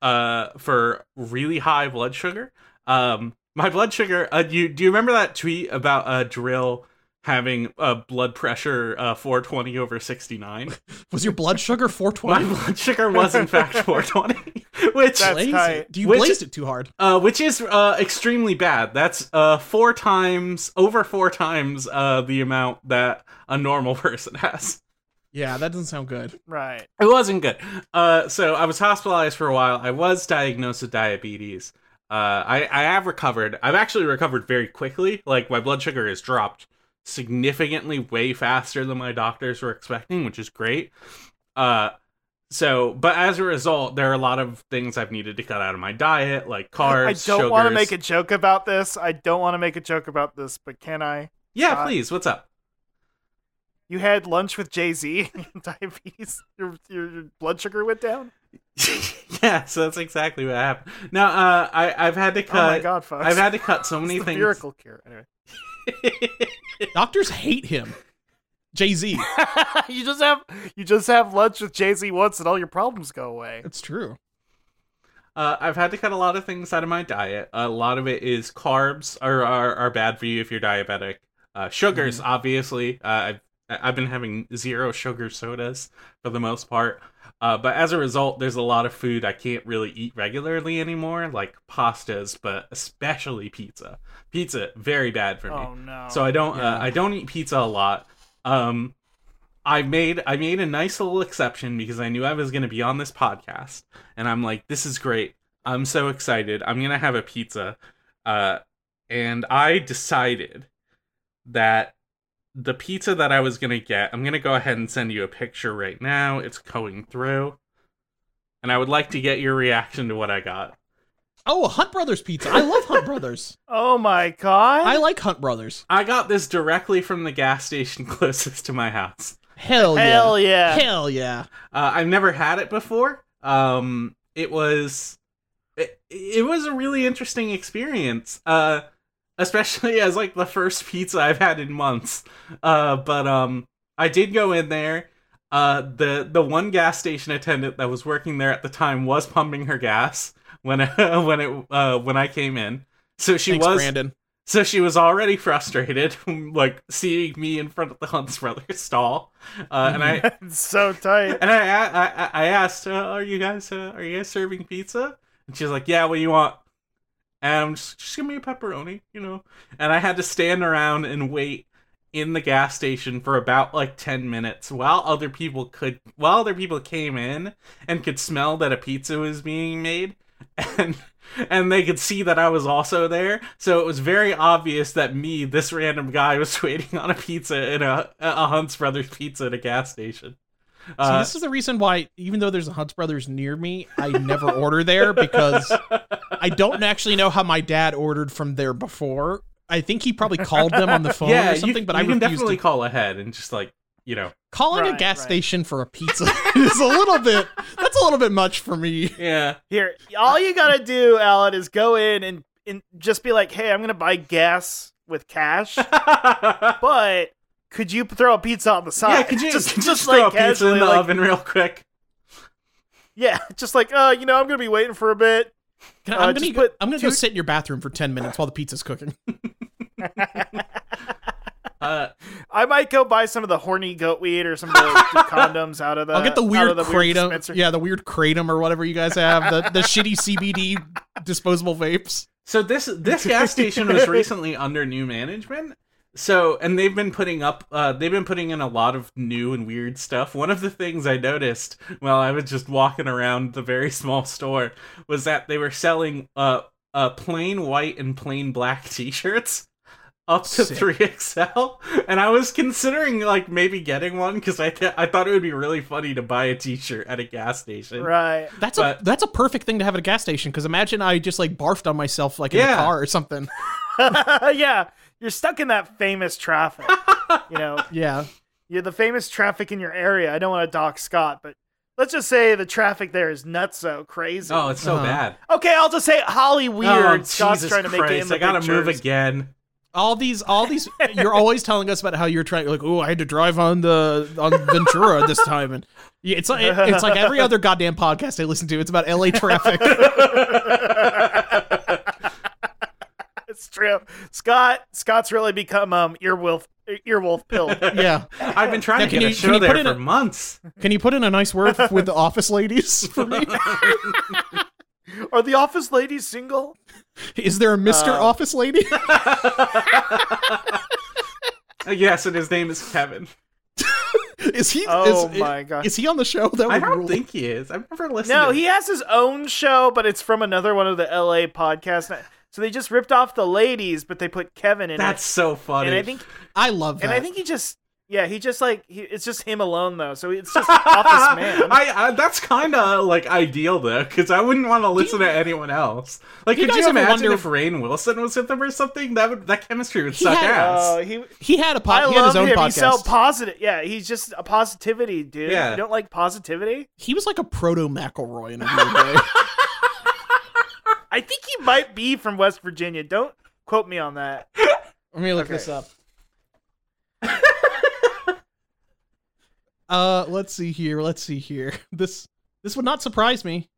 uh, for really high blood sugar. Um, my blood sugar. Uh, do you do you remember that tweet about uh, drill having uh, blood pressure uh, 420 over 69?
Was your blood sugar
my
420?
blood sugar was in fact 420, which
That's
Blaze
tight.
it. Do you
Which-
blazed it too hard?
uh, which is uh, extremely bad. That's uh, four times over four times uh, the amount that a normal person has.
Yeah, that doesn't sound good.
Right.
It wasn't good. Uh, so I was hospitalized for a while. I was diagnosed with diabetes. Uh, I, I have recovered. I've actually recovered very quickly. Like my blood sugar has dropped significantly, way faster than my doctors were expecting, which is great. Uh, so, but as a result, there are a lot of things I've needed to cut out of my diet, like carbs.
I don't want to
sugars.
make a joke about this. I don't want to make a joke about this, but can I?
Yeah, please. What's up?
You had lunch with Jay Z. Diabetes. Your, your your blood sugar went down.
yeah, so that's exactly what happened. Now, uh, I I've had to cut.
oh my god, folks!
I've had to cut so many
It's the
things.
Miracle cure. Anyway.
Doctors hate him. Jay Z.
you just have you just have lunch with Jay Z once, and all your problems go away.
That's true.
Uh, I've had to cut a lot of things out of my diet. A lot of it is carbs are are, are bad for you if you're diabetic. Uh, sugars, obviously. Uh, I've I've been having zero sugar sodas for the most part. Uh, but as a result, there's a lot of food I can't really eat regularly anymore, like pastas, but especially pizza. Pizza, very bad for me
Oh no!
so I don't uh,
Yeah.
I don't eat pizza a lot. Um, I made I made a nice little exception because I knew I was going to be on this podcast, and I'm like, this is great. I'm so excited. I'm gonna have a pizza, uh, and I decided that the pizza that I was gonna get, I'm gonna go ahead and send you a picture right now. It's going through, and I would like to get your reaction to what I got.
Oh, a Hunt Brothers pizza. I love Hunt Brothers.
oh my god!
I like Hunt Brothers.
I got this directly from the gas station closest to my house.
Hell yeah.
Hell yeah!
Hell yeah.
Uh, I've never had it before. Um, it was it, it was a really interesting experience. Uh, especially as like the first pizza I've had in months. Uh, but um, I did go in there. Uh, the the one gas station attendant that was working there at the time was pumping her gas when when it uh, when I came in. So she
Thanks,
was
Brandon.
so she was already frustrated, like seeing me in front of the Hunts Brothers stall, uh, and I
It's so tight.
and I, a- I, I asked, uh, "Are you guys uh, are you guys serving pizza?" And she's like, "Yeah, what do you want?" And I'm just, just give me a pepperoni, you know. And I had to stand around and wait in the gas station for about like ten minutes while other people could while other people came in and could smell that a pizza was being made, and and they could see that I was also there. So it was very obvious that me, this random guy, was waiting on a pizza in a, a Hunt's Brothers pizza at a gas station.
So
Uh,
this is the reason why, even though there's a Hunt's Brothers near me, I never order there because I don't actually know how my dad ordered from there before. I think he probably called them on the phone
yeah,
or something,
you,
but
you
I
can
refused
definitely
to.
call ahead and just like you know,
Calling a
Right,
gas
right.
station for a pizza is a little bit. That's a little bit much for me.
yeah,
Here, all you gotta do, Alan, is go in and, and just be like, "Hey, I'm gonna buy gas with cash, but could you throw a pizza on the side?"
yeah. Could you
just,
just,
just,
throw
like
a pizza in
casually,
the
like,
oven real quick?
yeah, just like, uh, you know, I'm gonna be waiting for a bit.
Can I-
Uh,
I'm
just
gonna,
put
I'm gonna
two-
go sit in your bathroom for ten minutes while the pizza's cooking.
Uh,
I might go buy some of the horny goat weed or some of the, the condoms out of the.
I'll get the
Uh, out
weird
of the
kratom,
dispenser.
yeah, the weird kratom or whatever you guys have, the the shitty CBD disposable vapes.
So this this gas station was recently under new management. So and they've been putting up uh, they've been putting in a lot of new and weird stuff. One of the things I noticed while I was just walking around the very small store was that they were selling uh, uh plain white and plain black t-shirts up to
Sick.
3XL and I was considering like maybe getting one cuz I th- I thought it would be really funny to buy a t-shirt at a gas station.
Right.
That's a
But-
that's a perfect thing to have at a gas station because imagine I just like barfed on myself like in
Yeah.
a car or something.
yeah, you're stuck in that famous traffic. you know,
Yeah,
you're the famous traffic in your area. I don't want to dock Scott, but let's just say the traffic there is nuts so crazy.
Oh, it's so
Uh-huh.
bad.
okay, I'll just say Holly weird.
Oh,
Scott's
Jesus
trying to make it in
Christ,
the
I gotta move
pictures.
again.
all these all these you're always telling us about how you're trying like oh I had to drive on the on Ventura this time and yeah, it's like it- it's like every other goddamn podcast I listen to it's about LA traffic.
It's true. Scott Scott's really become um earwolf earwolf pill.
yeah,
I've been trying
Now,
to
can
get a
you-
show
can you put
there
in
for
a-
months.
can you put in a nice word with the office ladies for me?
Are the office ladies single?
Is there a Mister
Uh,
Office Lady?
yes, and his name is Kevin.
Is he?
Oh
is,
my gosh.
Is he on the show? That
I
would
don't
rule.
think he is. I've never listened.
No,
to
he has his own show, but it's from another one of the LA podcasts. So they just ripped off the ladies, but they put Kevin in
That's so
it.
funny.
And I think
I love that.
and I think he just yeah, he just like he, it's just him alone though. So it's just office man.
I, I that's kind of like ideal though, because I wouldn't want to listen to anyone else. Like,
Do you
could
guys
you
ever
imagine
wonder-
if Rain Wilson was with them or something? That would that chemistry would
He
suck
had- uh,
ass.
Oh, he
he had
I
a pod, he had
love
his own
him.
podcast.
He's so positive. Yeah, he's just a positivity dude.
Yeah.
You don't like positivity?
he was like a proto McElroy in a weird way.
I think he might be from West Virginia. Don't quote me on that.
Let me look
Okay.
this up. uh, let's see here. Let's see here. This this would not surprise me.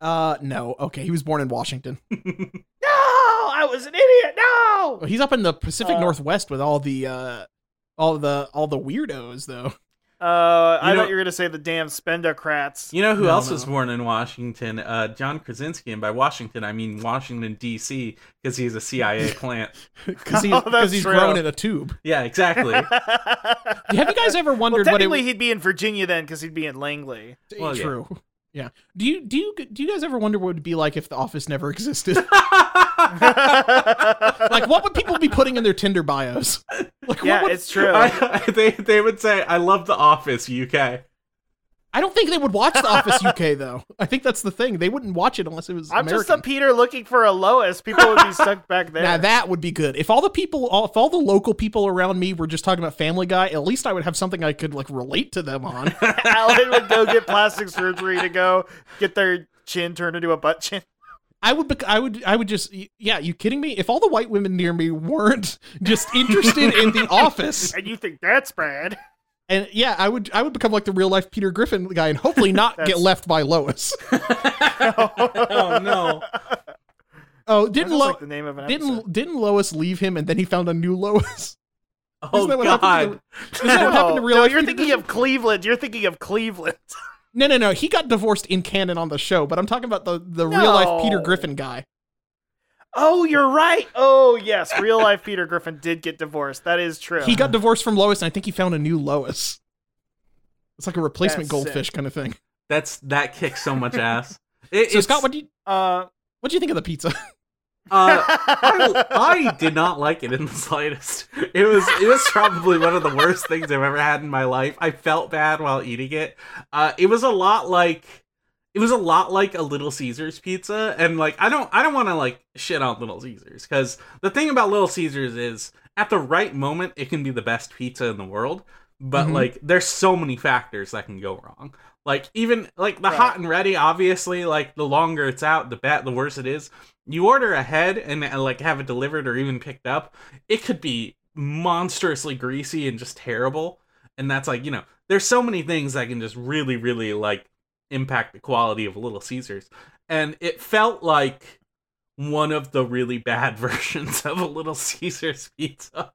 Uh, no. Okay, he was born in Washington.
No, I was an idiot. No.
He's up in the Pacific
Uh,
Northwest with all the uh, all the all the weirdos though.
Uh, I
You know-
thought you were gonna say the damn spendocrats.
You know who
No,
else
no.
was born in Washington? Uh, John Krasinski, and by Washington I mean Washington D.C. because he's a CIA plant.
Because he,
Oh,
because
that's
he's
true.
grown in a tube.
Yeah, exactly.
Have you guys ever
well,
wondered what it
technically, he'd be in Virginia then, because he'd be in Langley.
Well, yeah.
True. Yeah. Do you do you do you guys ever wonder what it would be like if the office never existed? like what would people be putting in their Tinder bios? Like what
yeah,
would,
it's true.
I, they they would say, "I love The Office UK."
I don't think they would watch The Office UK though. I think that's the thing. They wouldn't watch it unless it was
I'm
American.
just a Peter looking for a Lois. People would be stuck back there.
now that would be good. If all the people, all, if all the local people around me were just talking about Family Guy, at least I would have something I could like relate to them on.
Alan would go get plastic surgery to go get their chin turned into a butt chin.
I would, bec- I would, I would just, yeah. You kidding me? If all the white women near me weren't just interested in The Office,
And you think that's bad?
And yeah, I would I would become like the real life Peter Griffin guy and hopefully not
That's-
get left by Lois.
oh no!
Oh,
That's
didn't Lo-
like the name of an episode.
didn't didn't Lois leave him and then he found a new Lois?
Oh
that what
god!
happened Isn't that what happened to
No,
real
no,
life
you're
Peter
thinking of Cleveland. You're thinking of Cleveland.
No, no, no. He got divorced in canon on the show, but I'm talking about the the real life Peter
No.
Griffin guy.
Oh, you're right. Oh, yes. Real life Peter Griffin did get divorced. That is true.
He got divorced from Lois and I think he found a new Lois. It's like a replacement
That's
goldfish kind of thing.
That's that kicks so much ass. It,
So
it's-
Scott, what do you
uh,
What do you think of the pizza?
Uh,
oh,
I, I did not like it in the slightest. It was it was probably one of the worst things I've ever had in my life. I felt bad while eating it. Uh, it was a lot like it was a lot like a Little Caesars pizza, and like I don't I don't want to like shit on Little Caesars because the thing about Little Caesars is at the right moment it can be the best pizza in the world, but
Mhm.
like there's so many factors that can go wrong. Like even like the
Right.
hot and ready, obviously, like the longer it's out, the bat the worse it is you order ahead and, uh, like have it delivered or even picked up, it could be monstrously greasy and just terrible. And that's like, you know, there's so many things that can just really, really like impact the quality of Little Caesars. And it felt like one of the really bad versions of a Little Caesars pizza.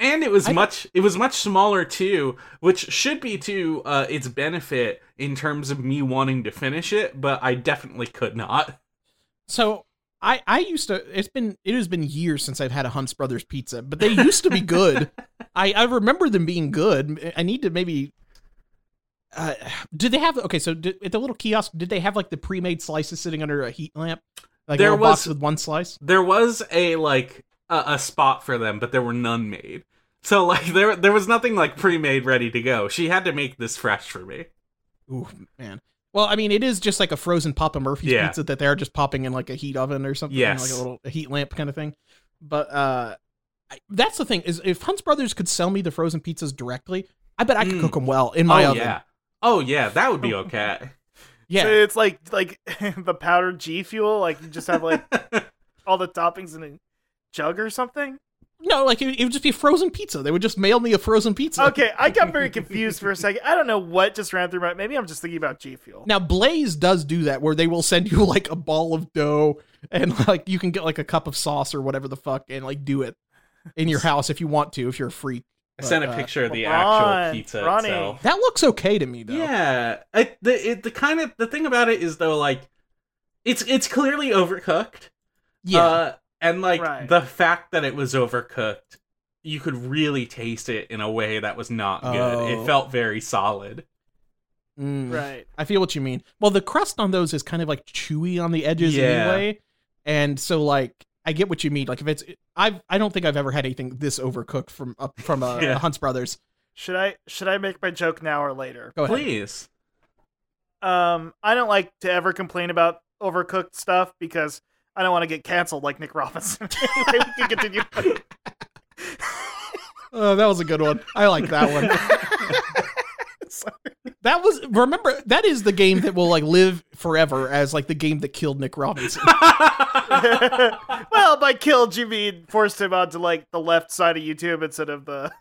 And it was
I-
much it was much smaller too, which should be to uh, its benefit in terms of me wanting to finish it, but I definitely could not.
So I I used to it's been it has been years since I've had a Hunt's Brothers pizza, but they used to be good. I I remember them being good. I need to maybe uh did they have okay, so did, at the little kiosk did they have like the pre-made slices sitting under a heat lamp? Like
There
a little box
was-
with one slice?
there was a like a, a spot for them, but there were none made. So like there there was nothing like pre-made ready to go. She had to make this fresh for me.
Ooh, man. Well, I mean, it is just like a frozen Papa Murphy's
Yeah.
pizza that they are just popping in like a heat oven or something,
Yes.
like a little a heat lamp kind of thing. But uh, I, that's the thing is, if Hunt's Brothers could sell me the frozen pizzas directly, I bet I could
Mm.
cook them well in my
oh
oven.
yeah. Oh yeah, that would be okay.
Yeah.
So it's like like the powdered G fuel. Like you just have like all the toppings in a jug or something.
No, like it, it would just be frozen pizza. They would just mail me a frozen pizza.
Okay, I got very confused for a second. I don't know what just ran through my. Maybe I'm just thinking about G fuel.
Now Blaze does do that where they will send you like a ball of dough and like you can get like a cup of sauce or whatever the fuck and like do it in your house if you want to if you're a freak.
I sent a
But, uh,
picture of the
Ron,
actual pizza
Ronnie.
itself.
That looks okay to me though.
Yeah, I, the it, the kind of the thing about it is though like it's it's clearly overcooked.
Yeah.
Uh, and like
Right.
the fact that it was overcooked, you could really taste it in a way that was not good.
Oh.
It felt very solid.
Mm.
Right.
I feel what you mean. Well, the crust on those is kind of like chewy on the edges
Yeah.
anyway, and so like I get what you mean. Like if it's I've I don't think I've ever had anything this overcooked from a, from a,
Yeah.
a Hunt's Brothers.
Should I should I make my joke now or later?
Go ahead.
Please.
Um, I don't like to ever complain about overcooked stuff because I don't want to get canceled like Nick Robinson. Anyway, we can continue.
Oh, that was a good one. I like that one. That was remember that is the game that will like live forever as like the game that killed Nick Robinson.
well, by killed you mean forced him onto like the left side of YouTube instead of the.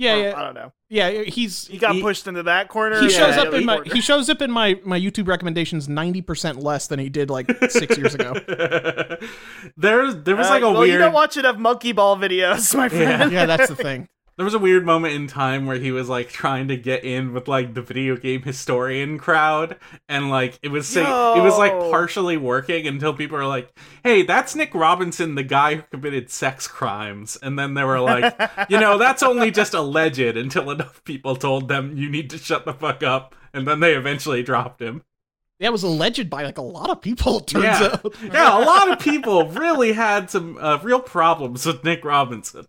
Yeah,
or,
yeah,
I don't know.
yeah. He's
He got
He-
pushed into that corner.
he
and
shows
the
up
other
in my
corner.
he shows up in my my YouTube recommendations ninety percent less than he did like six years ago.
there, there was
Uh,
like a
well, You
weird,
don't watch enough monkey ball videos, my friend.
Yeah, that's the thing.
there was a weird moment in time where he was like trying to get in with like the video game historian crowd, and like it was sing- it was like
Yo.
partially working until people were like, "Hey, that's Nick Robinson, the guy who committed sex crimes," and then they were like, "You know, that's only just alleged." Until enough people told them, "You need to shut the fuck up," and then they eventually dropped him.
That was alleged by like a lot of people. It turns
Yeah.
out.
yeah, a lot of people really had some uh, real problems with Nick Robinson.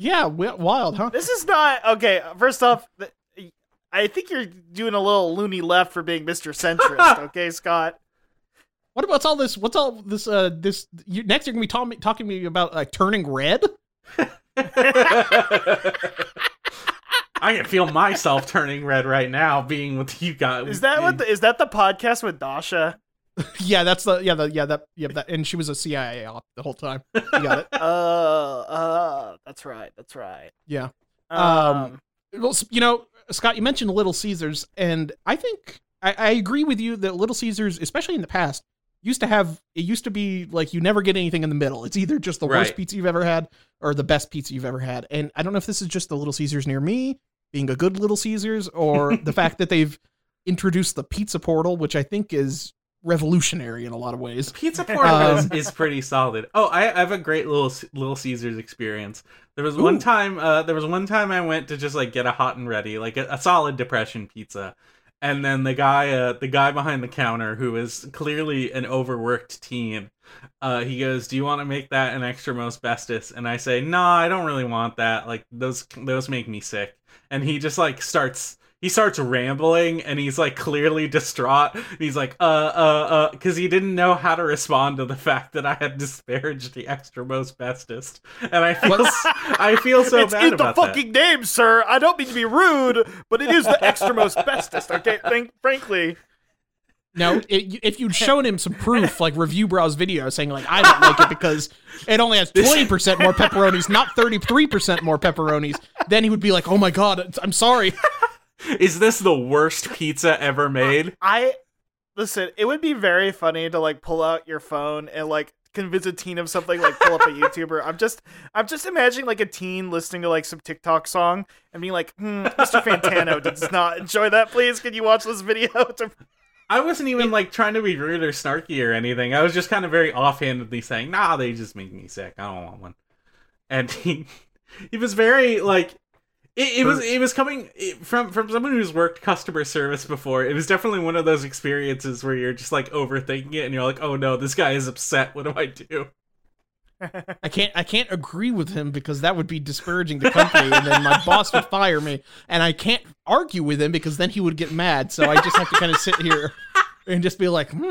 Yeah, wi- wild, huh?
This is not okay. First off, th- I think you're doing a little loony left for being Mr. Centrist. okay, Scott.
What about all this? What's all this? Uh, this you, next you're gonna be talking talking to me about like turning red.
I can feel myself turning red right now, being with you guys.
Is that what? The, is that the podcast with Dasha?
yeah, that's the yeah the yeah that yeah that and she was a CIA op the whole time. You got it.
Oh, uh, that's right. That's right.
Yeah.
Um,
Um, Well, s- you know, Scott, you mentioned Little Caesars, and I think I, I agree with you that Little Caesars, especially in the past, used to have it used to be like you never get anything in the middle. It's either just the worst
Right.
pizza you've ever had or the best pizza you've ever had. And I don't know if this is just the Little Caesars near me being a good Little Caesars or the fact that they've introduced the pizza portal, which I think is revolutionary in a lot of ways.
Pizza Portal
Um,
is, is pretty solid. Oh, I, I have a great little C- little Caesars experience. There was one
Ooh.
time, uh, there was one time I went to just like get a hot and ready, like a, a solid depression pizza, and then the guy uh, the guy behind the counter who is clearly an overworked teen uh, he goes do you want to make that an extra most bestest and i say nah i don't really want that like those those make me sick and he just like starts he starts rambling and he's like clearly distraught and he's like uh uh uh because he didn't know how to respond to the fact that i had disparaged the extra most bestest and i feel s- i feel so
it's
bad
in the
about that.
fucking name, sir. I don't mean to be rude, but it is the extramost bestest. Okay, Think, frankly,
No, it, if you'd shown him some proof, like Review Brow's video saying like I don't like it because it only has twenty percent more pepperonis, not thirty three percent more pepperonis, then he would be like, "Oh my god, I'm sorry."
Is this the worst pizza ever made?
I listen. It would be very funny to like pull out your phone and like convince a teen of something like pull up a YouTuber. I'm just I'm just imagining like a teen listening to like some TikTok song and being like, hmm, Mr. Fantano does not enjoy that. Please, can you watch this video? To...
I wasn't even like trying to be rude or snarky or anything. I was just kind of very offhandedly saying, "Nah, they just make me sick. I don't want one." And he, he was very like, it, it was it was coming it- from from someone who's worked customer service before. It was definitely one of those experiences where you're just like overthinking it and you're like, "Oh no, this guy is upset. What do I do?"
I can't I can't agree with him because that would be disparaging the company and then my boss would fire me and I can't argue with him because then he would get mad. So I just have to kind of sit here and just be like, "Hmm,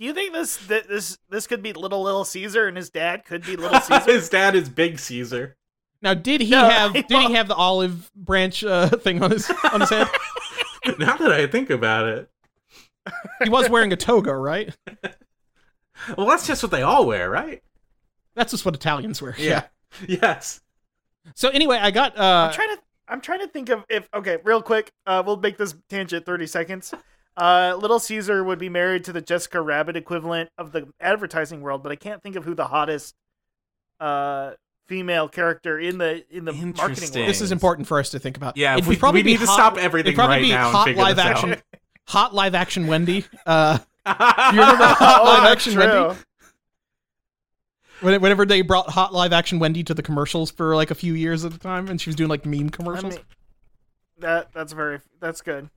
Do you think this th- this this could be Little Little Caesar and his dad could be Little Oh, Caesar?
His dad is Big Caesar.
now did he
No,
have
I
did he have the olive branch uh, thing on his on his head?
now that I think about it,
He was wearing a toga, right?
well, that's just what they all wear, right?
That's just what Italians wear.
Yes.
So anyway, I got uh
I'm trying to I'm trying to think of if okay, real quick. Uh, we'll make this tangent 30 seconds. Uh, Little Caesar would be married to the Jessica Rabbit equivalent of the advertising world, but I can't think of who the hottest uh female character in the in the marketing
Interesting.
world.
this is important for us to think about.
Yeah,
It'd
we,
probably
we
be
need to
hot-
stop
it'd
everything
probably
right
be
now and
hot
figure
live
this
action hot live action Wendy. Uh
out.
Do you remember Hot
Oh,
Live
that's
Action
true.
Wendy? When- Whenever they brought Hot Live Action Wendy to the commercials for like a few years at a time, and she was doing like meme
I
commercials.
mean, that that's very that's good.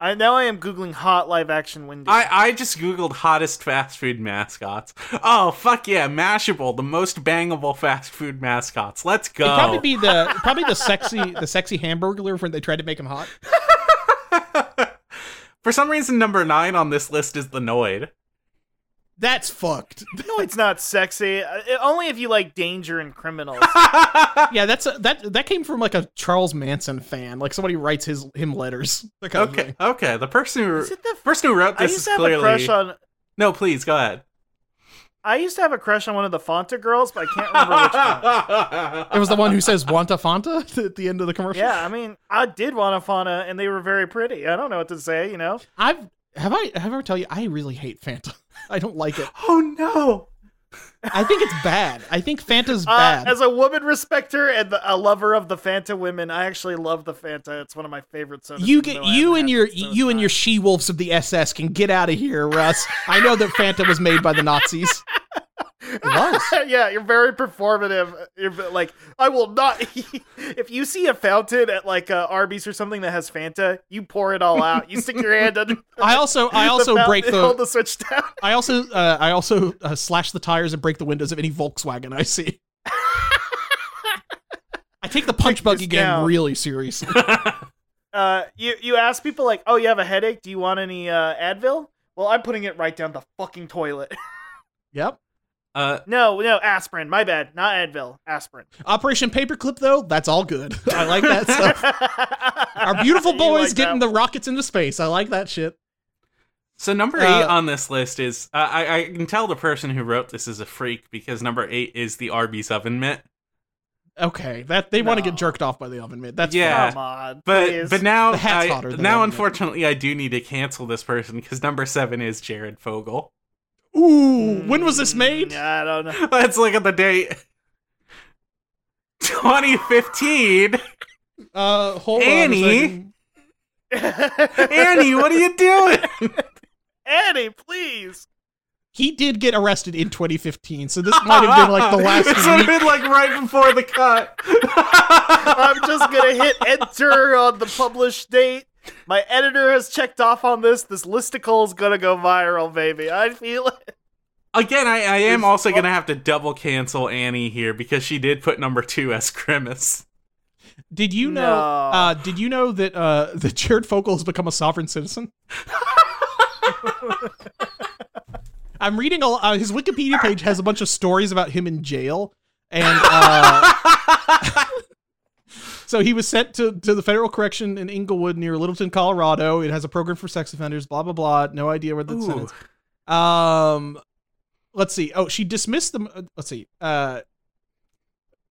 I now I am googling hot live action Wendy.
I, I just googled hottest fast food mascots. Oh fuck yeah, Mashable, the most bangable fast food mascots. Let's go.
It'd probably be the probably the sexy the sexy hamburglar when they tried to make him hot.
For some reason, number nine on this list is the Noid.
That's fucked.
no, it's not sexy. Uh, only if you like danger and criminals.
Yeah, that's a, that that came from like a Charles Manson fan. Like somebody writes his him letters. That kind of
Okay,
thing.
okay. The person who
Is it the
person who wrote
I
this
used
is
to have
clearly
a crush on
no. Please go ahead.
I used to have a crush on one of the Fonta girls, but I can't remember which one.
It was the one who says "Wanta Fanta" at the end of the commercial.
Yeah, I mean, I did want a Fonda, and they were very pretty. I don't know what to say, you know.
I've have I have I ever tell you I really hate Fanta. I don't like it.
oh no!
I think it's bad. I think Fanta's
Uh,
bad.
as a woman respecter and the, a lover of the Fanta women, I actually love the Fanta. It's one of my favorite sodas.
you
even
get
though I
you
haven't
and
had
your
it, so it's
you and
fine.
your she wolves of the SS can get out of here, Russ. I know that Fanta was made by the Nazis. It was.
yeah, you're very performative. You're ve- like, I will not. if you see a fountain at like uh, Arby's or something that has Fanta, you pour it all out. You stick your hand under.
I also I
the
also
fountain
break
and hold
the
the switch down.
I also uh, I also uh, slash the tires and break the windows of any Volkswagen I see. I take the punch buggy
this
game
down.
really seriously.
uh, you you ask people like, "Oh, you have a headache? Do you want any uh, Advil?" Well, I'm putting it right down the fucking toilet.
Yep.
Uh,
no, no, aspirin. My bad, not Advil. Aspirin.
Operation Paperclip though, that's all good. I like that stuff. Our beautiful
You
boys
like
getting
that
the rockets into space. I like that shit.
So number
Uh,
eight on this list is uh, I, I can tell the person who wrote this is a freak because number eight is the Arby's oven mitt.
Okay, that they want to
No.
get jerked off by the oven mitt. That's
Yeah.
Come on,
But
please.
but now
The hat's
I,
hotter than
now
oven mitt.
unfortunately I do need to cancel this person because number seven is Jared Fogle.
Ooh, when was this made?
Mm, I don't know.
Let's look at the date. 2015.
Uh, hold
Annie?
on. a second.
Annie, what are you doing?
Annie, please.
He did get arrested in 2015, so this might have been like the
This would have
last week.
been like right before the cut.
I'm just gonna hit enter on the published date. My editor has checked off on this. This listicle is gonna go viral, baby. I feel it.
Again, I, I am
Is-
also going to have to double cancel Annie here because she did put number two as Grimace.
Did you know?
No.
Uh, did you know that uh, that Jared Fogle has become a sovereign citizen? I'm reading a, uh, his Wikipedia page has a bunch of stories about him in jail, and uh, so he was sent to to the federal correction in Inglewood near Littleton, Colorado. It has a program for sex offenders. Blah blah blah. No idea where the
Ooh.
sentence. Um, let's see. Oh, she dismissed the. uh, Let's see. Uh,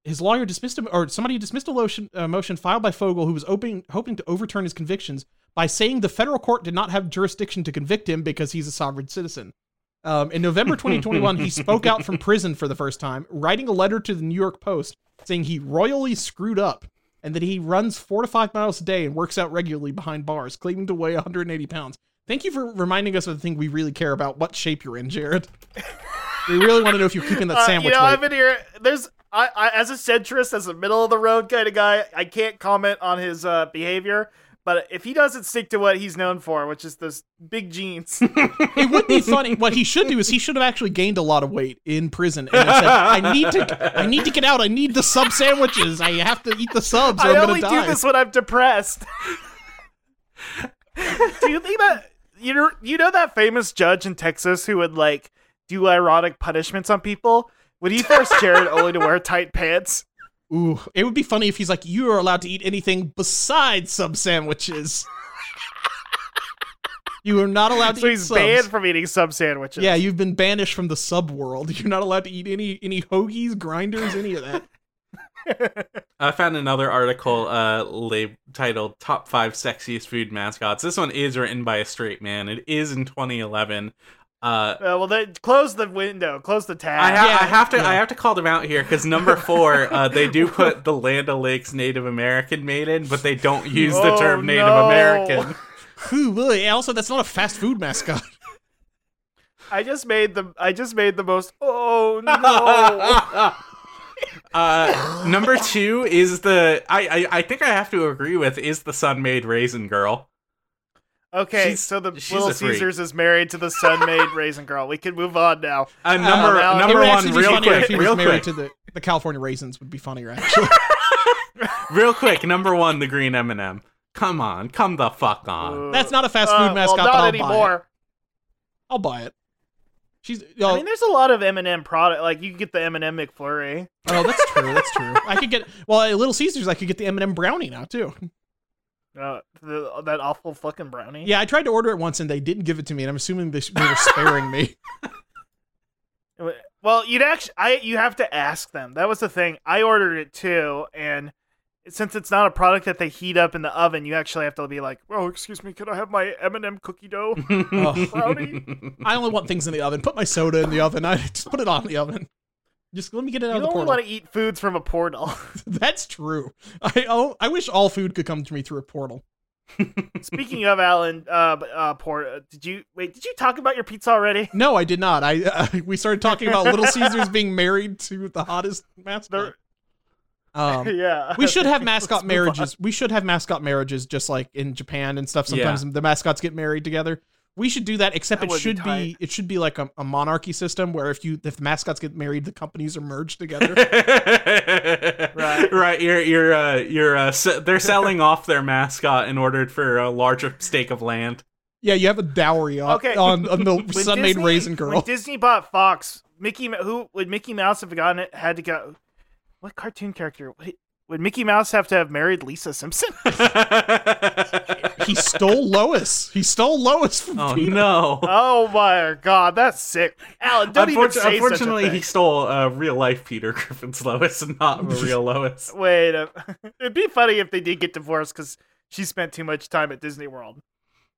his lawyer dismissed him, or somebody dismissed a motion, a motion filed by Fogel, who was open, hoping to overturn his convictions by saying the federal court did not have jurisdiction to convict him because he's a sovereign citizen. Um, in November 2021, he spoke out from prison for the first time, writing a letter to the New York Post saying he royally screwed up and that he runs four to five miles a day and works out regularly behind bars, claiming to weigh 180 pounds. Thank you for reminding us of the thing we really care about: what shape you're in, Jared. we really want to know if you're keeping that
Uh,
sandwich
you know,
weight.
I've been here. There's I, I as a centrist, as a middle of the road kind of guy, I can't comment on his uh, behavior. But if he doesn't stick to what he's known for, which is those big jeans,
it would be funny. What he should do is he should have actually gained a lot of weight in prison and have said, "I need to, I need to get out. I need the sub sandwiches. I have to eat the subs. Or
I
I'm
only
gonna die."
do this when I'm depressed. do you think that you know you know that famous judge in Texas who would like do ironic punishments on people? Would he force Jared only to wear tight pants?
Ooh, it would be funny if he's like, "You are allowed to eat anything besides sub sandwiches. you are not allowed to
So
eat
he's
subs.
banned from eating sub sandwiches.
Yeah, you've been banished from the sub world. You're not allowed to eat any any hoagies, grinders, any of that."
I found another article uh, lab- titled Top 5 Sexiest Food Mascots. This one is written by a straight man. It is in 2011. Uh,
Uh, well, then close the window. Close the tab.
I, ha-
Yeah,
I have to
yeah.
I have to call them out here because number four uh, they do put the Land O'Lakes Native American maiden, but they don't use the
Oh,
term Native
no.
American.
Ooh, really? And Also, that's not a fast food mascot.
I just made the I just made the most oh no
Oh.
Uh, number two is the I, I I think I have to agree with is the sun made raisin girl.
Okay,
She's-
so the
she's
Little
a freak.
Caesars is married to the sun maid raisin girl. We can move on now.
Uh, number
now-
number
Oh, It would
one,
actually be
real
funnier
quick,
if he was
real
married
quick,
to the the California raisins would be funnier actually.
real quick. Number one, the green M and m Come on, come the fuck on.
Uh,
That's not a fast
uh,
food mascot,
Well,
but
not
I'll buy it.
anymore.
I'll buy it. She's
I
oh,
mean, there's a lot of M&M product. Like you can get the M&M McFlurry.
oh, that's true. That's true. I could get well at Little Caesars. I could get the M and m brownie now too.
Uh, the, that awful fucking brownie.
Yeah, I tried to order it once and they didn't give it to me, and I'm assuming they, sh- they were sparing me.
Well, you'd actually, I you have to ask them. That was the thing. I ordered it too, and since it's not a product that they heat up in the oven, you actually have to be like, "Oh, excuse me, can I have my M&M cookie dough brownie?"
I only want things in the oven. Put my soda in the oven. I just put it on the oven. Just let me get it
you
out of
only
the portal.
want to eat foods from a portal.
That's true. I oh, I wish all food could come to me through a portal.
Speaking of Alan, uh, b- uh, port, uh, did you wait? Did you talk about your pizza already?
No, I did not. I uh, we started talking about Little Caesars being married to the hottest mascot. Um,
yeah,
we should have mascot
Let's move
marriages. We should have mascot marriages, just like in Japan and stuff. Sometimes the mascots get married together. We should do that, except
That
it
would be
should be,
tight.
it should be like a, a monarchy system where if you if the mascots get married, the companies are merged together.
right,
Right.
right. You're you're uh, you're uh, se- they're selling off their mascot in order for a larger stake of land.
yeah, you have a dowry on
Okay.
on, on the
When
sun made
Disney-
raisin girl.
When Disney bought Fox, Mickey Mou- who would Mickey Mouse have gotten it? Had to go. What cartoon character would, would Mickey Mouse have to have married Lisa Simpson?
he stole Lois. He stole Lois from
oh
Peter.
no!
oh my god, that's sick, Alan. Don't even
Unfortu-
say
unfortunately,
such a
he
thing.
stole uh, real life Peter Griffin's Lois and not a real Lois.
Wait, a- it'd be funny if they did get divorced because she spent too much time at Disney World.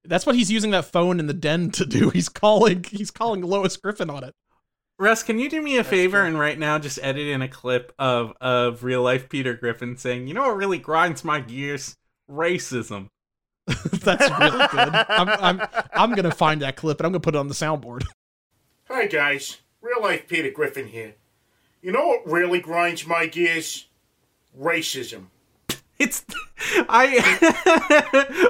That's what he's using that phone in the den to do. He's calling. He's calling Lois Griffin on it.
Russ, can you do me a favor and right now just edit in a clip of of real life Peter Griffin saying, "You know what really grinds my gears? Racism."
That's really good. I'm, I'm I'm gonna find that clip and I'm gonna put it on the soundboard.
Hi, guys. Real life Peter Griffin here. You know what really grinds my gears? Racism.
It's I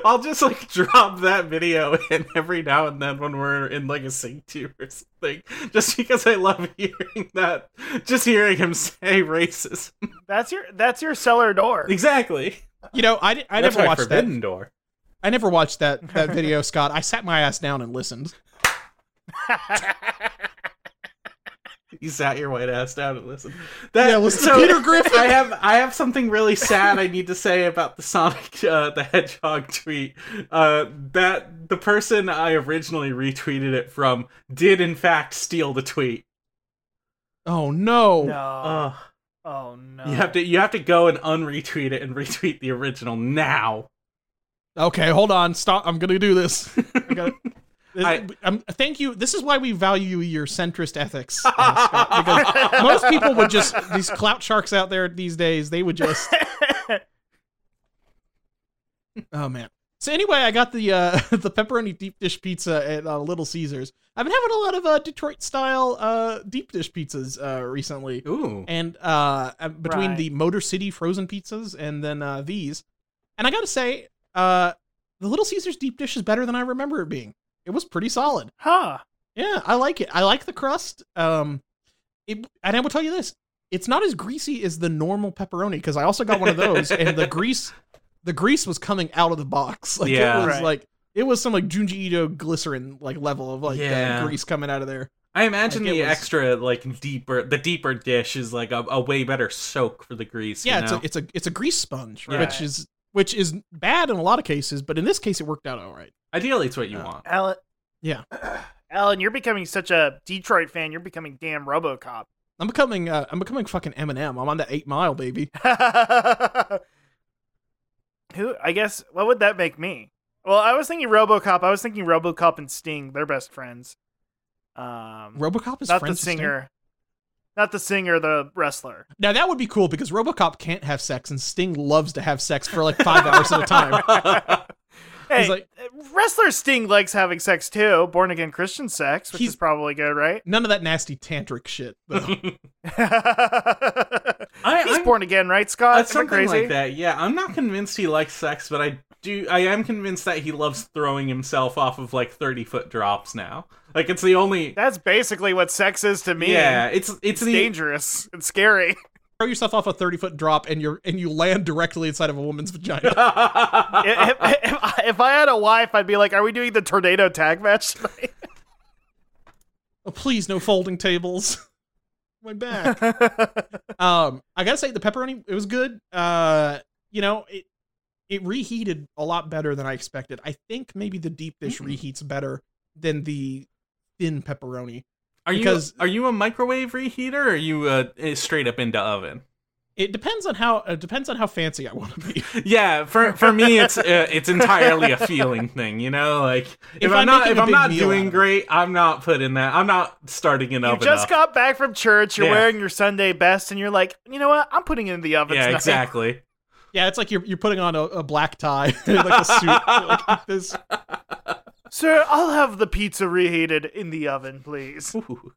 I'll just like drop that video in every now and then when we're in like a sync to or something. Just because I love hearing that just hearing him say racism.
That's your that's your cellar door.
Exactly.
You know, I, di- I never watched
Forbidden
that.
Door.
I never watched that that video, Scott. I sat my ass down and listened.
You sat your white ass down and listened. That,
Yeah, listen to Peter Griffin.
I have I have something really sad I need to say about the Sonic uh, the Hedgehog tweet. Uh, that the person I originally retweeted it from did in fact steal the tweet.
Oh no.
no.
uh,
Ugh.
oh no.
You have to you have to go and unretweet it and retweet the original now.
Okay, hold on. Stop. I'm gonna do this. I gotta,
I-
um, thank you. This is why we value your centrist ethics, uh, Scott, because most people would just these clout sharks out there these days. They would just. Oh man. So anyway, I got the uh, the pepperoni deep dish pizza at uh, Little Caesars. I've been having a lot of uh, Detroit style uh, deep dish pizzas uh, recently.
Ooh.
and uh, uh, between
Right.
the Motor City frozen pizzas and then uh, these. And I gotta say, uh, the Little Caesars deep dish is better than I remember it being. It was pretty solid.
huh.
Yeah, I like it. I like the crust. Um, it, and I will tell you this: it's not as greasy as the normal pepperoni because I also got one of those, and the grease, the grease was coming out of the box. Like it
Yeah.
was
Right.
like it was some like Junji Ito glycerin like level of like uh,
Yeah.
grease coming out of there.
I imagine
Like, it
the
was-
extra like deeper the deeper dish is like a, a way better soak for the grease. you
yeah,
know?
it's a it's a it's a grease sponge,
Yeah.
which is which is bad in a lot of cases, but in this case it worked out all right.
ideally it's what you
Uh,
want.
Alan.
Yeah.
Alan, you're becoming such a Detroit fan. You're becoming damn RoboCop.
I'm becoming uh, I'm becoming fucking Eminem. I'm on that eight mile baby.
Who? I guess. What would that make me? Well, I was thinking RoboCop. I was thinking RoboCop and Sting. They're best friends. Um,
RoboCop is
not the
friends with Sting?
singer. Not the singer. The wrestler.
Now that would be cool because RoboCop can't have sex and Sting loves to have sex for like five hours at a time.
Hey, uh,
like-
wrestler Sting likes having sex too. Born again Christian sex, which
He's-
is probably good, right?
None of that nasty tantric shit. Though.
I,
He's
I'm-
born again, right, Scott?
uh,
Am I
something
crazy?
like that. Yeah, I'm not convinced he likes sex, but I do. I am convinced that he loves throwing himself off of like 30 foot drops now. Like it's the only.
That's basically what sex is to me.
yeah, it's
it's
it's the
dangerous. It's scary.
Throw yourself off a thirty foot drop and you're and you land directly inside of a woman's vagina.
if, if, if I- if I had a wife, I'd be like, "Are we doing the tornado tag match?" tonight?"
Oh, please, no folding tables. My back. um i gotta say the pepperoni it was good uh you know it it reheated a lot better than i expected i think maybe the deep dish
Mm.
reheats better than the thin pepperoni
are
because-
you are you a microwave reheater? or Are you uh, eh, straight up into oven?
it depends on how it depends on how fancy i want to be
Yeah, for for me, it's uh, it's entirely a feeling thing. You know, like if,
If
I'm,
I'm
not
making
if
a
I'm
big
not
meal out of
doing
it.
great, I'm not putting that. I'm not starting an
you
oven.
just
up.
got back from church. You're
Yeah.
wearing your Sunday best, and you're like, "You know what? I'm putting it in the oven."
yeah,
tonight."
exactly.
yeah it's like you're, you're putting on a, a black tie like a suit like this
Sir, I'll have the pizza reheated in the oven, please.
Ooh.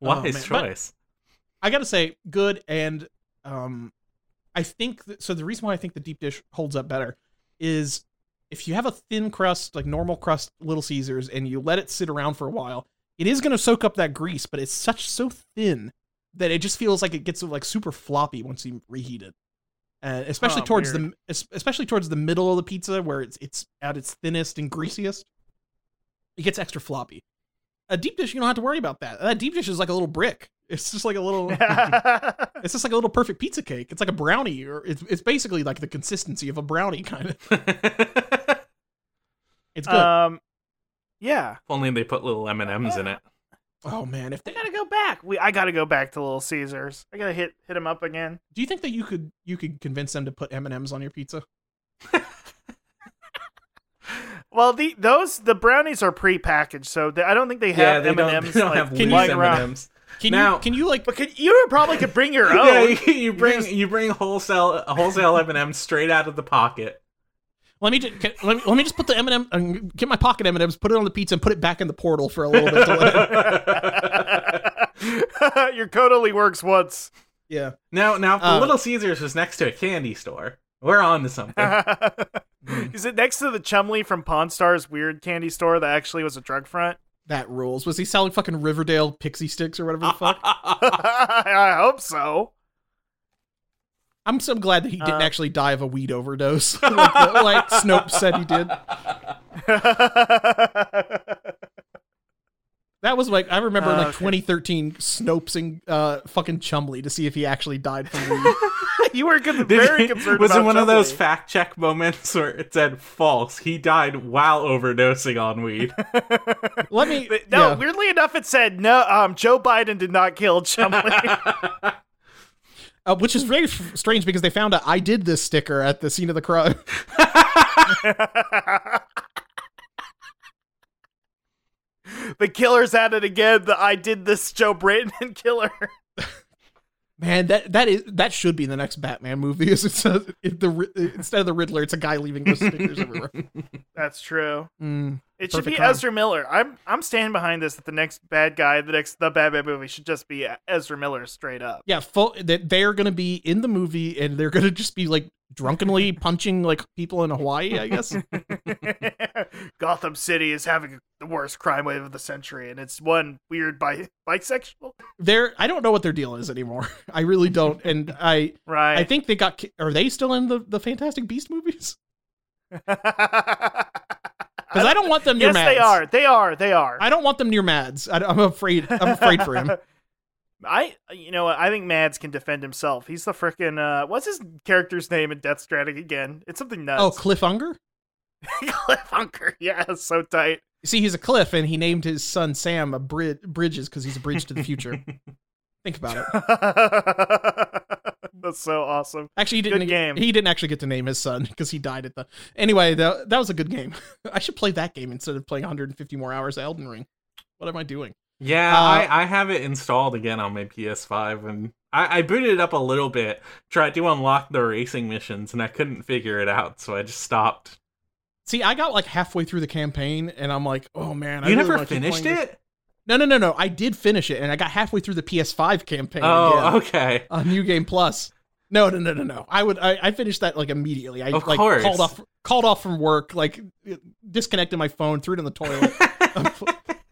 Wise
man. But-
choice.
I gotta say, good and um, I think that, so. The reason why I think the deep dish holds up better is if you have a thin crust, like normal crust, Little Caesars, and you let it sit around for a while, it is gonna soak up that grease, but it's such so thin that it just feels like it gets like super floppy once you reheat it. Uh, especially
Huh,
towards the es- especially towards the middle of the pizza where it's it's at its thinnest and greasiest, it gets extra floppy. A deep dish, you don't have to worry about that. That deep dish is like a little brick. It's just like a little it's just like a little perfect pizza cake. It's like a brownie, or it's it's basically like the consistency of a brownie kind of.
if
It's good.
um, yeah,
only they put little M and M's in it.
oh man, if
I
they,
gotta go back. We, I gotta go back to Little Caesars. I gotta hit hit him up again.
do you think that you could you could convince them to put M and M's on your pizza?
Well, the those the brownies are pre-packaged, so they, I don't think they have M and
don't,
M's.
they don't have
Can
loose
you-
M
lying
and
around.
M's.
Can
Now-
you can you like
But could, you probably could bring your
Yeah,
own.
you, you bring
Oh, just-
you bring wholesale wholesale M and M's straight out of the pocket.
let me just can, let, me, let me just put the M and M get my pocket M and M's, put it on the pizza, and put it back in the portal for a little bit. To let it,
yeah,
Your code only works once.
Yeah.
Now, now, if the
Uh,
Little Caesars was next to a candy store. We're on to something. Hmm.
Is it next to the Chumley from Pawn Stars weird candy store that actually was a drug front?
That rules. Was he selling fucking Riverdale pixie sticks or whatever the fuck?
I hope so.
I'm so glad that he didn't
Uh.
actually die of a weed overdose, like, the- like Snope said he did. That was like I remember
Uh,
like
okay.
2013 Snopes and uh, fucking Chumley to see if he actually died from weed.
you were good,
Did
very
he-
concerned
was it
about
one of
Chumley.
those fact check moments where it said false? He died while overdosing on weed.
Let me.
But no,
yeah.
weirdly enough, it said no. Um, Joe Biden did not kill Chumley.
Uh, which is very f- strange because they found out I did this sticker at the scene of the crime.
the killer's at it again. The I did this Joe Brandon killer.
Man, that that is that should be the next Batman movie. Is it's a, it, the Ri- instead of the Riddler, it's a guy leaving those stickers everywhere.
That's true.
Mm.
It should
Perfect
be
crime.
Ezra Miller. I'm I'm standing behind this. That the next bad guy, the next the Batman movie, should just be Ezra Miller straight up.
Yeah, full, that they are going to be in the movie and they're going to just be like drunkenly punching like people in Hawaii. I guess.
Gotham City is having the worst crime wave of the century, and it's one weird bi- bisexual.
they're I don't know what their deal is anymore. I really don't, and I
Right.
I think they got. ki- Are they still in the the Fantastic Beast movies? Because I don't want them near
yes,
Mads.
they are. They are. They are.
I don't want them near Mads. I, am afraid. I'm afraid for him.
I, you know, what, I think Mads can defend himself. He's the frickin' uh, what's his character's name in Death Stranding again? It's something
Oh,
nuts.
Cliff Unger.
Cliffhanger. Yeah, it's so tight.
See, he's a cliff, and he named his son Sam a brid- Bridges because he's a bridge to the future. Think about it.
That's so awesome.
Actually, he didn't.
Good game.
He didn't actually get to name his son because he died at the. Anyway, that that was a good game. I should play that game instead of playing 150 more hours of Elden Ring. What am I doing?
Yeah,
Uh,
I, I have it installed again on my PS5, and I, I booted it up a little bit, tried to unlock the racing missions, and I couldn't figure it out, so I just stopped.
See, I got like halfway through the campaign, and I'm like, oh man, I
you
really
never
wanna keep
finished
playing this.
it?
No, no, no, no. I did finish it, and I got halfway through the PS5 campaign.
Oh,
again
okay.
on New Game Plus. No, no, no, no, no. I would. I, I finished that like immediately. I
Of
like
course.
called off, called off from work. Like disconnected my phone, threw it in the toilet. I'm,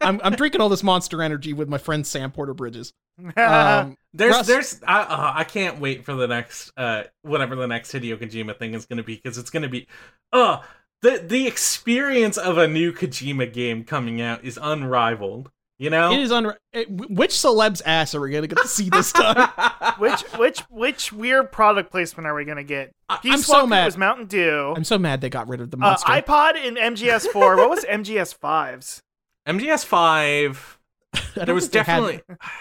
I'm, I'm drinking all this Monster Energy with my friend Sam Porter Bridges.
Uh-huh.
Um,
There's,
Russ-
there's, I, uh, I can't wait for the next, uh, whatever the next Hideo Kojima thing is going to be, because it's going to be, uh, the the experience of a new Kojima game coming out is unrivaled. You know,
it is on. Which celeb's ass are we gonna get to see this time?
which which which weird product placement are we gonna get?
I-
Peace
I'm so
Walker
mad.
was Mountain Dew.
I'm so mad they got rid of the
Uh,
monster.
iPod and MGS4. what was MGS5's?
MGS Five.
I don't
There was
think they had-
definitely.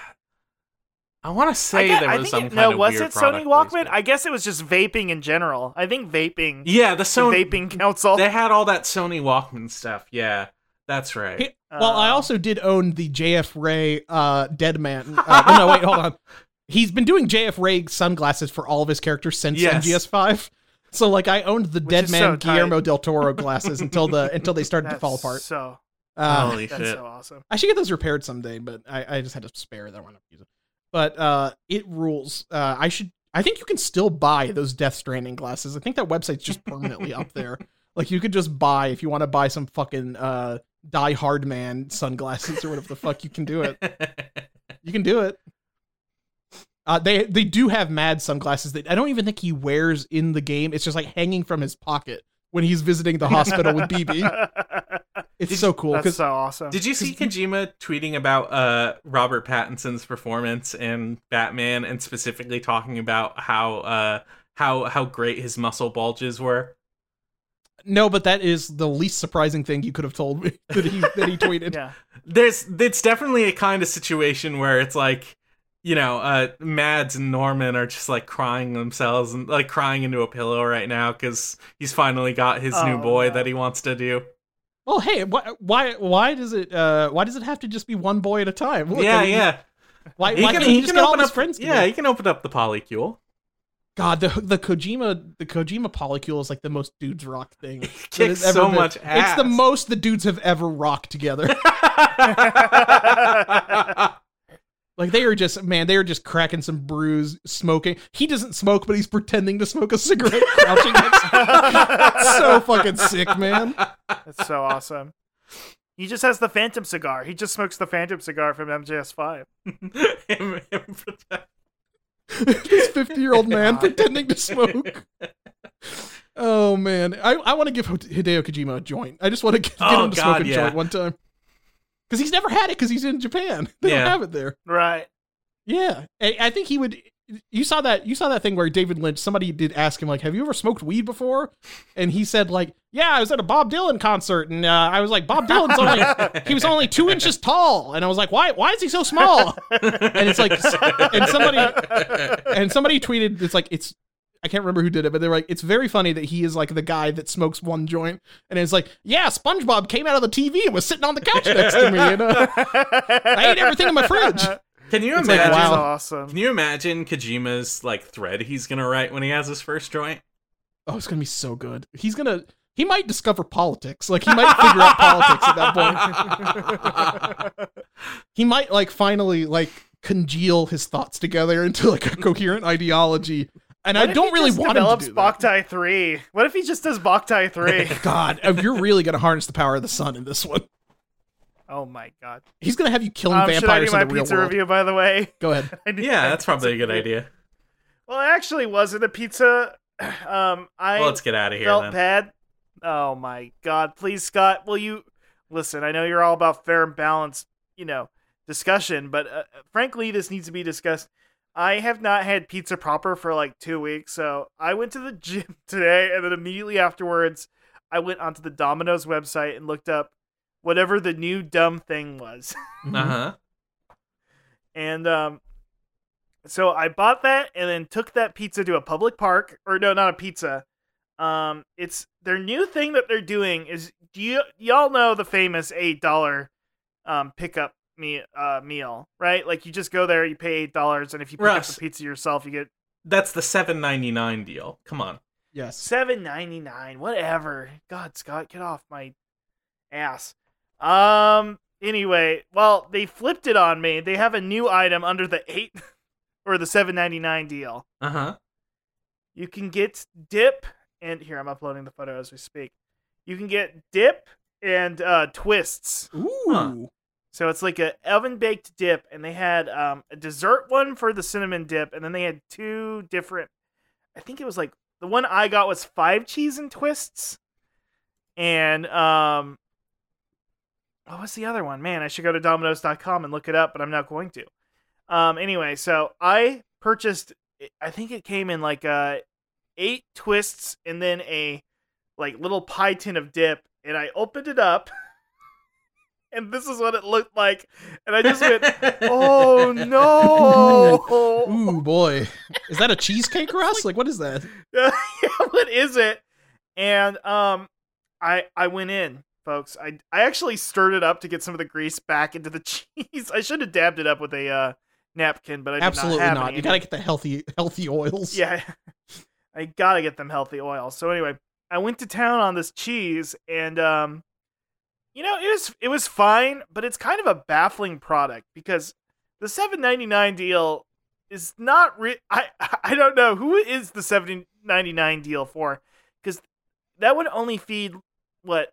I want to
I
say
get-
there
I
was
think
some
it-
kind
no,
of
was
weird
it Sony
product
Walkman?
placement.
I guess it was just vaping in general. I think vaping.
Yeah, the
the
Sony.
vaping council.
They had all that Sony Walkman stuff. Yeah, that's right.
Hey, well, I
Uh,
also did own the JF Ray uh, Dead Man. Uh, well, no, wait, hold on. He's been doing JF Ray sunglasses for all of his characters since
Yes.
MGS5. So like I owned the Dead
is
Man
so tight.
Guillermo del Toro glasses until the until they started to
that's
fall apart.
So
Uh,
Holy
that's
shit!
so awesome.
I should get those repaired someday, but I, I just had to spare that one up. Use it. But uh, it rules. Uh, I should. I think you can still buy those Death Stranding glasses. I think that website's just permanently up there. Like you could just buy if you want to buy some fucking uh, Die Hard Man sunglasses or whatever the fuck. You can do it. You can do it. Uh, they they do have mad sunglasses that I don't even think he wears in the game. It's just like hanging from his pocket when he's visiting the hospital with BB. It's
Did-
so cool
that's
because
so awesome.
Did you see Kojima tweeting about uh, Robert Pattinson's performance in Batman, and specifically talking about how uh, how how great his muscle bulges were?
No, but that is the least surprising thing you could have told me that he that he tweeted.
yeah.
there's it's definitely a kind of situation where it's like you know uh mads and norman are just like crying themselves and like crying into a pillow right now because he's finally got his new
Oh,
boy
no.
that he wants to do
Well, hey, why why why does it uh why does it have to just be one boy at a time? Look,
yeah
I mean,
yeah
Why, why can't he just get all his
up
friends?
yeah
together?
he can open up the polycule
God, the the Kojima the Kojima polycule is like the most dudes rock thing. that has
kicks
ever
so
been.
much ass.
It's the most the dudes have ever rocked together. Like they are just man, they are just cracking some brews, smoking. He doesn't smoke, but he's pretending to smoke a cigarette, crouching. next to It's so fucking sick, man.
That's so awesome. He just has the Phantom cigar. He just smokes the Phantom cigar from MJS5.
Him- him protect-
this 50 year old man pretending to smoke. Oh man, I, I want to give Hideo Kojima a joint. I just want to get, get
Oh,
him to
God,
smoke a
yeah.
joint one time because he's never had it because he's in Japan. They
Yeah.
don't have it there.
Right.
Yeah, I, I think he would. You saw that you saw that thing where David Lynch. Somebody did ask him like, "Have you ever smoked weed before?" And he said like, "Yeah, I was at a Bob Dylan concert, and uh, I was like, Bob Dylan's only he was only two inches tall, and I was like, why why is he so small?" And it's like, and somebody and somebody tweeted it's like it's I can't remember who did it, but they were like, it's very funny that he is like the guy that smokes one joint, and it's like, yeah, SpongeBob came out of the TV and was sitting on the couch next to me, and uh, I ate everything in my fridge.
Can you
It's like,
imagine?
That is
wow.
awesome.
Can you imagine Kojima's like thread he's gonna write when he has his first joint?
Oh, it's gonna be so good. He's gonna he might discover politics, like he might figure out politics at that point. he might like finally like congeal his thoughts together into like a coherent ideology, and
What
I
if
don't
he
really
just
want him to
develops
do that.
Boktai 3. What if he just does Boktai 3?
God, uh, you're really gonna harness the power of the sun in this one.
oh my god.
He's gonna have you killing
Um, should I do
vampires in
my
the real
pizza
world.
review, by the way?
Go ahead.
I need-
Yeah, that's probably a good idea.
Well, it actually wasn't a pizza. Um, I
Well, let's get out of here
felt
then.
bad. Oh my god! Please, Scott, will you listen? I know you're all about fair and balanced, you know, discussion, but uh, frankly, this needs to be discussed. I have not had pizza proper for like two weeks, so I went to the gym today, and then immediately afterwards, I went onto the Domino's website and looked up whatever the new dumb thing was.
Uh huh.
And um, so I bought that and then took that pizza to a public park, or no, not a pizza. Um, it's their new thing that they're doing is do you y'all know the famous eight dollar um pickup me uh meal right? Like you just go there, you pay eight dollars, and if you pick up
Russ.
the pizza yourself, you get
That's the seven ninety nine deal. Come on.
Yes.
seven ninety nine, whatever. God, Scott, get off my ass. Um. Anyway, well, they flipped it on me. They have a new item under the eight or the seven ninety nine deal.
Uh huh.
You can get dip and here I'm uploading the photo as we speak. You can get dip and uh, twists.
Ooh.
Huh.
So it's like a oven baked dip, and they had um, a dessert one for the cinnamon dip, and then they had two different. I think it was like the one I got was five cheese and twists, and um, what was the other one? Man, I should go to Domino's.com and look it up, but I'm not going to. Um, anyway, so I purchased. I think it came in like uh, eight twists and then a like little pie tin of dip, and I opened it up. And this is what it looked like. And I just went, oh no.
Ooh boy. Is that a cheesecake, Russ? Like what is that?
what is it? And um I I went in, folks. I I actually stirred it up to get some of the grease back into the cheese. I should have dabbed it up with a uh napkin, but I did
Absolutely
not.
not.
Have any.
You gotta get the healthy healthy oils.
Yeah. I gotta get them healthy oils. So anyway, I went to town on this cheese and um you know, it was it was fine, but it's kind of a baffling product because the 7.99 deal is not re- I I don't know who is the 7.99 deal for cuz that would only feed what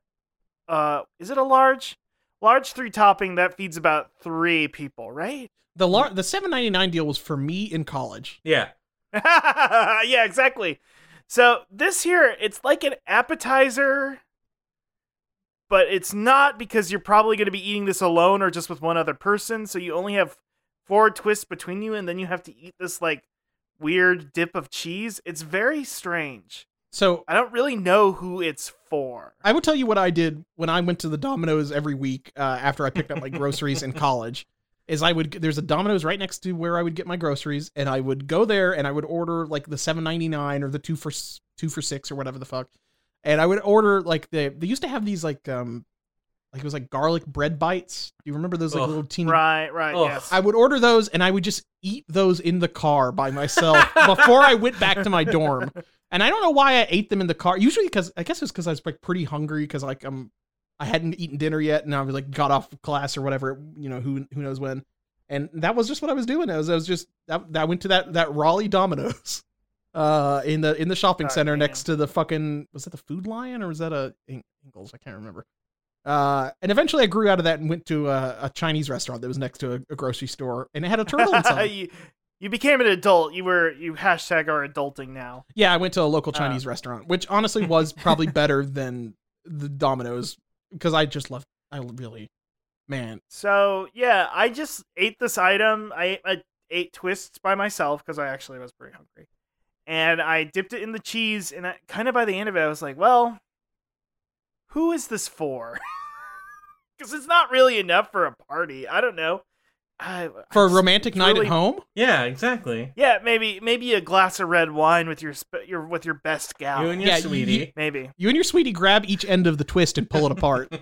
uh is it a large large 3 topping that feeds about 3 people, right?
The lar- the seven ninety nine deal was for me in college.
Yeah.
yeah, exactly. So this here, it's like an appetizer, but it's not because you're probably going to be eating this alone or just with one other person. So you only have four twists between you, and then you have to eat this like weird dip of cheese. It's very strange.
So
I don't really know who it's for.
I will tell you what I did when I went to the Domino's every week uh, after I picked up my groceries in college. Is I would there's a Domino's right next to where I would get my groceries, and I would go there and I would order like the seven ninety nine or the two for s- two for six or whatever the fuck, and I would order like they they used to have these like um like it was like garlic bread bites. Do you remember those like
Ugh.
little teeny?
Right, right,
Ugh.
yes.
I would order those and I would just eat those in the car by myself before I went back to my dorm. And I don't know why I ate them in the car. Usually because I guess it was because I was like pretty hungry because like I'm I hadn't eaten dinner yet and I was like got off of class or whatever, you know, who who knows when. and that was just what I was doing. I was I was just I, I went to that that Raleigh Domino's uh in the in the shopping
God
center
damn.
next to the fucking was that the Food Lion or was that a In- Ingles? I can't remember. Uh, and eventually I grew out of that and went to a, a Chinese restaurant that was next to a, a grocery store and it had a turtle inside.
you, you became an adult. You were you hashtag are adulting now.
yeah, I went to a local
Uh.
Chinese restaurant, which honestly was probably better than the Domino's because I just love I really man
So yeah, I just ate this item. I ate, I ate twists by myself because I actually was pretty hungry, and I dipped it in the cheese. And I, kind of by the end of it, I was like, "Well, who is this for?" Because it's not really enough for a party. I don't know. I, I
for a
just-
romantic
it's
night
really-
at home.
Yeah, exactly.
Yeah, maybe maybe a glass of red wine with your sp- your with your best gal.
You and your
Yeah, you-
sweetie.
maybe.
You and your sweetie grab each end of the twist and pull it apart.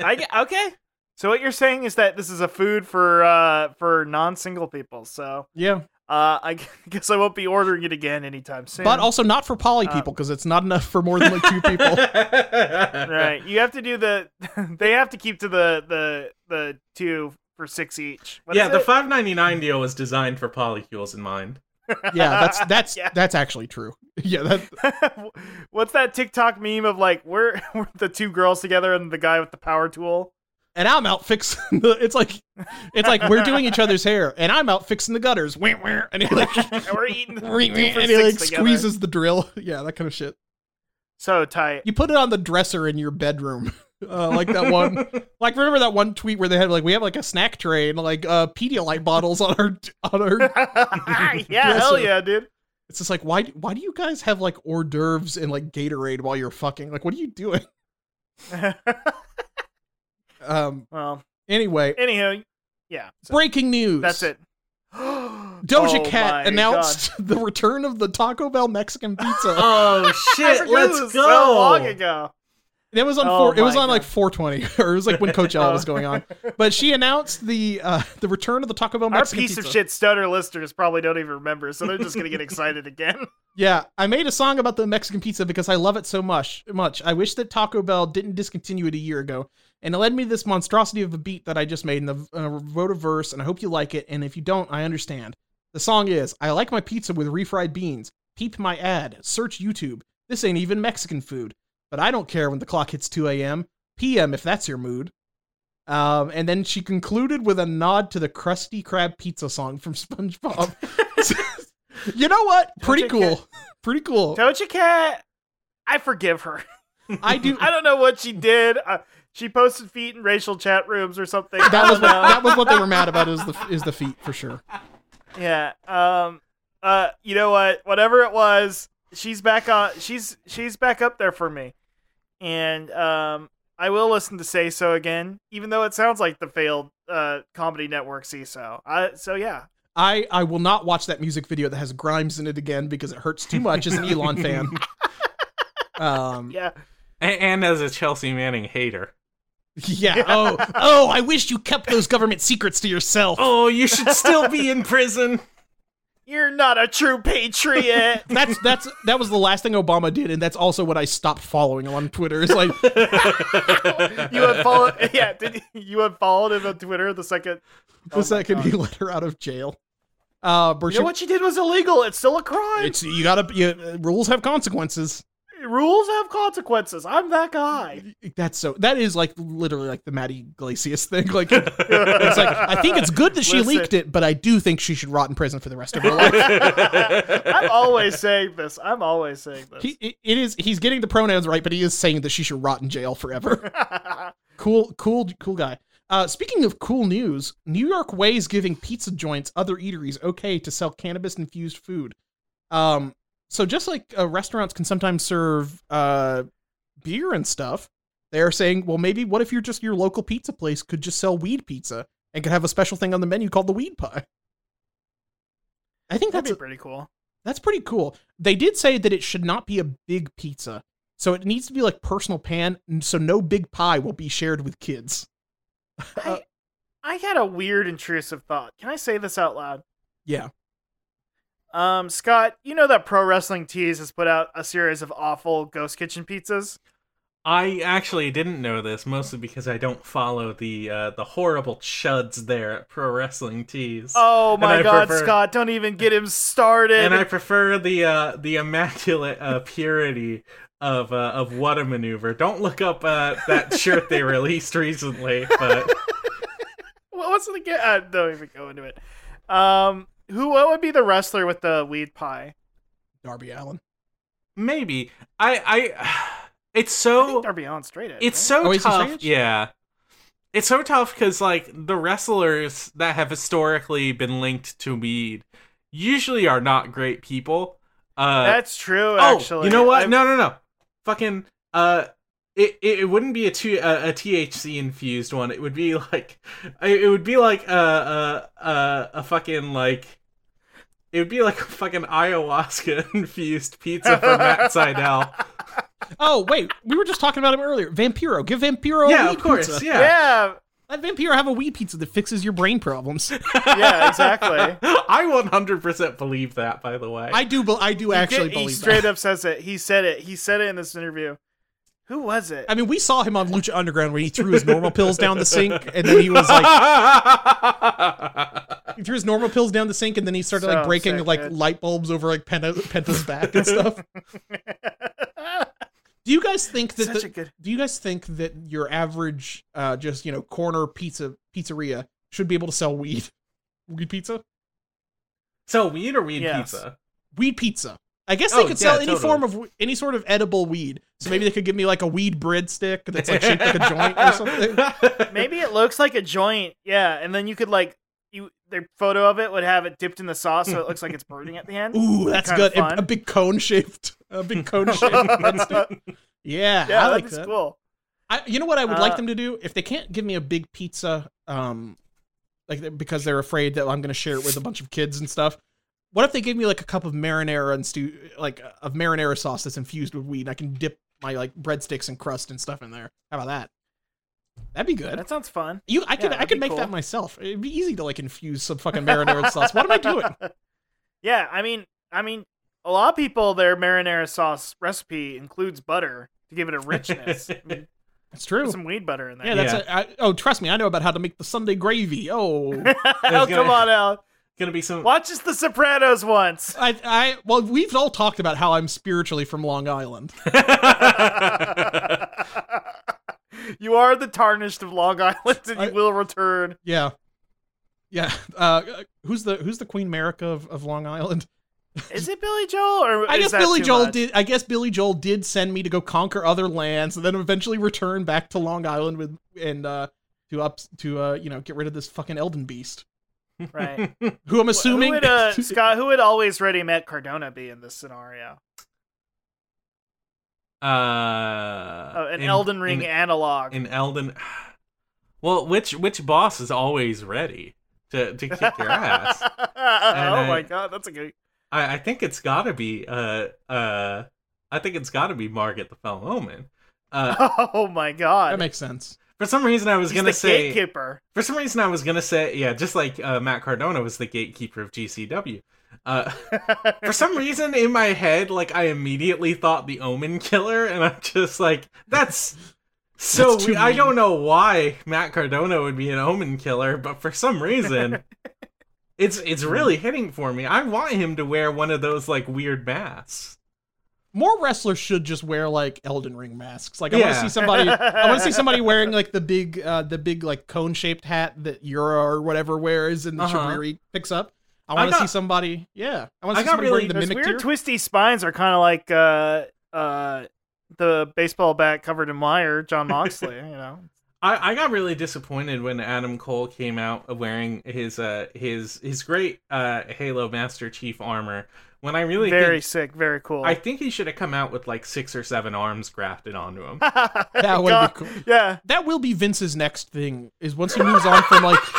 I get, okay. So what you're saying is that this is a food for uh for non-single people. So
yeah,
uh I g- guess I won't be ordering it again anytime soon.
but also not for poly
Uh,
people because it's not enough for more than like two people.
right, you have to do the they have to keep to the the the two for six each. What
yeah,
is
the
it?
five ninety nine deal was designed for polycules in mind.
Yeah, that's that's
Yeah.
that's actually true. Yeah, that
What's that TikTok meme of like we're, we're the two girls together and the guy with the power tool?
and I'm out fixing the. It's like it's like we're doing each other's hair, and I'm out fixing the gutters. Wah, wah, and he like
And we're eating the
and
two
he
for
like
six together.
squeezes the drill. Yeah, that kind of shit.
So tight.
You put it on the dresser in your bedroom. Uh, like that one, like remember that one tweet where they had like we have like a snack tray and like uh Pedialyte bottles on our on our
yeah, hell
Dresser.
yeah, dude.
It's just like why why do you guys have like hors d'oeuvres and like Gatorade while you're fucking? Like what are you doing? Um
well,
anyway,
anywho, yeah. so
breaking news.
that's it. Doja Oh
Doja Cat announced the return of the Taco Bell Mexican pizza.
Oh shit! Let's go.
So long ago.
It was on
Oh
four, it was
my
on like
God.
420 or it was like when Coachella
Oh.
was going on. But she announced the uh the return of the Taco Bell
Our
Mexican
piece
pizza.
of shit stutter listeners probably don't even remember, so they're just gonna get excited again.
Yeah, I made a song about the Mexican pizza because I love it so much. Much. I wish that Taco Bell didn't discontinue it a year ago, and it led me to this monstrosity of a beat that I just made in the uh, wrote a verse. And I hope you like it. And if you don't, I understand. The song is I like my pizza with refried beans. Peep my ad. Search YouTube. This ain't even Mexican food, but I don't care when the clock hits 2 a.m. p.m. if that's your mood. Um, and then she concluded with a nod to the Krusty Krab pizza song from SpongeBob. you know what? Pretty
Doja
cool. Pretty cool.
Doja Cat, I forgive her.
I do.
I don't know what she did. Uh, she posted feet in racial chat rooms or something. I
That was
don't
what,
know.
that was what they were mad about is the is the feet for sure.
Yeah. Um. Uh. You know what? Whatever it was, she's back on. She's she's back up there for me, and um, I will listen to "Say So" again, even though it sounds like the failed uh comedy network "So." I so yeah.
I I will not watch that music video that has Grimes in it again because it hurts too much as an Elon fan. Um.
Yeah.
A- And, as a Chelsea Manning hater.
Yeah. Oh. Oh. I wish you kept those government secrets to yourself.
Oh, you should still be in prison.
You're not a true patriot.
That's that's that was the last thing Obama did, and that's also what I stopped following on Twitter. It's like
you unfollowed. Yeah. Did you unfollowed him on Twitter the second?
the second he let her out of jail. Uh, Bershon,
Oh You know what she did was illegal. It's still a crime.
it's you gotta you, uh, rules have consequences.
Rules have consequences. I'm that guy.
That's so that is like literally like the Maddie Glacius thing. Like it's like I think it's good that she
Listen.
leaked it, but I do think she should rot in prison for the rest of her life.
I'm always saying this. I'm always saying this.
he, it- it is he's getting the pronouns right, but he is saying that she should rot in jail forever. cool, cool, cool guy. Uh, speaking of cool news, New York Way is giving pizza joints, other eateries, okay to sell cannabis infused food. Um, so just like uh, restaurants can sometimes serve uh, beer and stuff, they're saying, well, maybe what if you're just your local pizza place could just sell weed pizza and could have a special thing on the menu called the weed pie. I think
That'd
that's
be
a,
pretty cool.
that's pretty cool. They did say that it should not be a big pizza. So it needs to be like personal pan, and so no big pie will be shared with kids.
I, I had a weird intrusive thought. Can I say this out loud?
Yeah.
Um, Scott, you know that Pro Wrestling Tees has put out a series of awful Ghost Kitchen pizzas.
I actually didn't know this mostly because I don't follow the uh, the horrible chuds there at Pro Wrestling Tees.
Oh
And
my
I
God,
prefer-
Scott! Don't even get him started.
and I prefer the uh, the immaculate uh, purity of uh, of what a maneuver. Don't look up uh, that shirt they released recently, but
what was it again? Uh, don't even go into it. Um, who? What would be the wrestler with the weed pie?
Darby Allen.
maybe I I it's
I
so
think Darby Allen's straight edge.
it's
right?
so
Oh, is he straight
tough.
edge?
Yeah. It's so tough because like the wrestlers that have historically been linked to weed usually are not great people. Uh,
that's true. Actually,
you know what?
I'm-
No, no, no. Fucking uh, it it, it wouldn't be a t- a, a THC infused one. It would be like, it it would be like a a a, a fucking like. It would be like a fucking ayahuasca infused pizza from Matt Seidel.
Oh wait, we were just talking about him earlier. Vampiro, give Vampiro. a
yeah,
weed
of course.
Pizza.
Yeah.
yeah,
Let Vampiro have a weed pizza that fixes your brain problems.
yeah, exactly.
I 100% believe that, by the way.
I do. bel I do actually
he,
believe
straight
that.
up says it. He said it. He said it in this interview. Who was it?
I mean, we saw him on Lucha Underground when he threw his normal pills down the sink, and then he was like, he threw his normal pills down the sink, and then he started like
So
breaking
sick,
like
dude.
light bulbs over like Penta, Penta's back and stuff. Do you guys think that
Such
the,
a good.
do you guys think that your average uh just you know corner pizza pizzeria should be able to sell weed weed pizza
so, weed or weed
Yes.
pizza?
weed pizza i guess
Oh,
they could sell
yeah,
any
totally.
form of w- any sort of edible weed so maybe they could give me like a weed breadstick that's like shaped like a joint or something
Maybe it looks like a joint. Yeah, and then you could like you their photo of it would have it dipped in the sauce, so it looks like it's burning at the end.
ooh that's
Kinda
good A-
fun.
a, big cone shaped a big cone shaped breadstick yeah,
yeah,
i like
that's
that
cool.
I, you know what I would like
Uh,
them to do if they can't give me a big pizza, um, like th- because they're afraid that I'm going to share it with a bunch of kids and stuff. What if they gave me like a cup of marinara and stew, like uh, of marinara sauce that's infused with weed, and I can dip my like breadsticks and crust and stuff in there? How about that? That'd be good.
That sounds fun.
You, I could,
that'd
I could
be
make
cool.
that myself. It'd be easy to like infuse some fucking marinara sauce. What am I doing?
Yeah, I mean, I mean, a lot of people their marinara sauce recipe includes butter to give it a richness. I mean,
It's
put
true.
some weed butter in there.
Yeah, that's. A, I, oh, trust me, I know about how to make the Sunday gravy. Oh,
oh, come
gonna-
on, Al.
Gonna be some.
Watch us The Sopranos once.
I, I. Well, we've all talked about how I'm spiritually from Long Island.
Uh,
you are the tarnished of Long Island, and you
I-
will return.
Yeah. Yeah. Uh, who's the who's the Queen America of, of Long Island?
Is it Billy Joel? Or
I
is
guess
that
Billy
too
Joel
much?
did I guess Billy Joel did send me to go conquer other lands and then eventually return back to Long Island with and uh to up to uh you know get rid of this fucking Elden Beast.
Right.
Who I'm
Wh- who
assuming
would, uh, Scott, who would always ready Matt Cardona be in this scenario?
Uh,
Oh, an
in-
Elden Ring
in-
analog.
in Elden. Well, which which boss is always ready to to kick your ass?
oh
I-
my god, that's a good.
I, I think it's gotta be uh uh I think it's gotta be Margaret the Fell Omen. Uh,
Oh my
that
god,
makes sense.
for some reason, I was
he's
gonna
the
say
gatekeeper.
for some reason I was gonna say yeah, just like uh, Matt Cardona was the gatekeeper of GCW. Uh, for some reason in my head, like I immediately thought the Omen Killer, and I'm just like, that's so.
That's too
we- I
mean.
don't know why Matt Cardona would be an Omen Killer, but for some reason, it's it's
Hmm.
really hitting for me. I want him to wear one of those like weird masks.
More wrestlers should just wear like Elden Ring masks. Like I want
Yeah.
to see somebody I want to see somebody wearing like the big uh the big like cone shaped hat that Yura or whatever wears and the
Uh-huh.
Shibiri picks up. I
I
want to
got-
see somebody. Yeah, I want to
I
see
got
somebody
really-
wearing the
Those
mimic
weird
tier.
twisty spines are kind of like uh uh the baseball bat covered in wire, John Moxley. you know,
I, I got really disappointed when Adam Cole came out wearing his uh his his great uh Halo Master Chief armor. When I really
very
think,
sick, very cool.
I think he should have come out with like six or seven arms grafted onto him.
That would
God,
be cool.
Yeah,
that will be Vince's next thing is once he moves on from like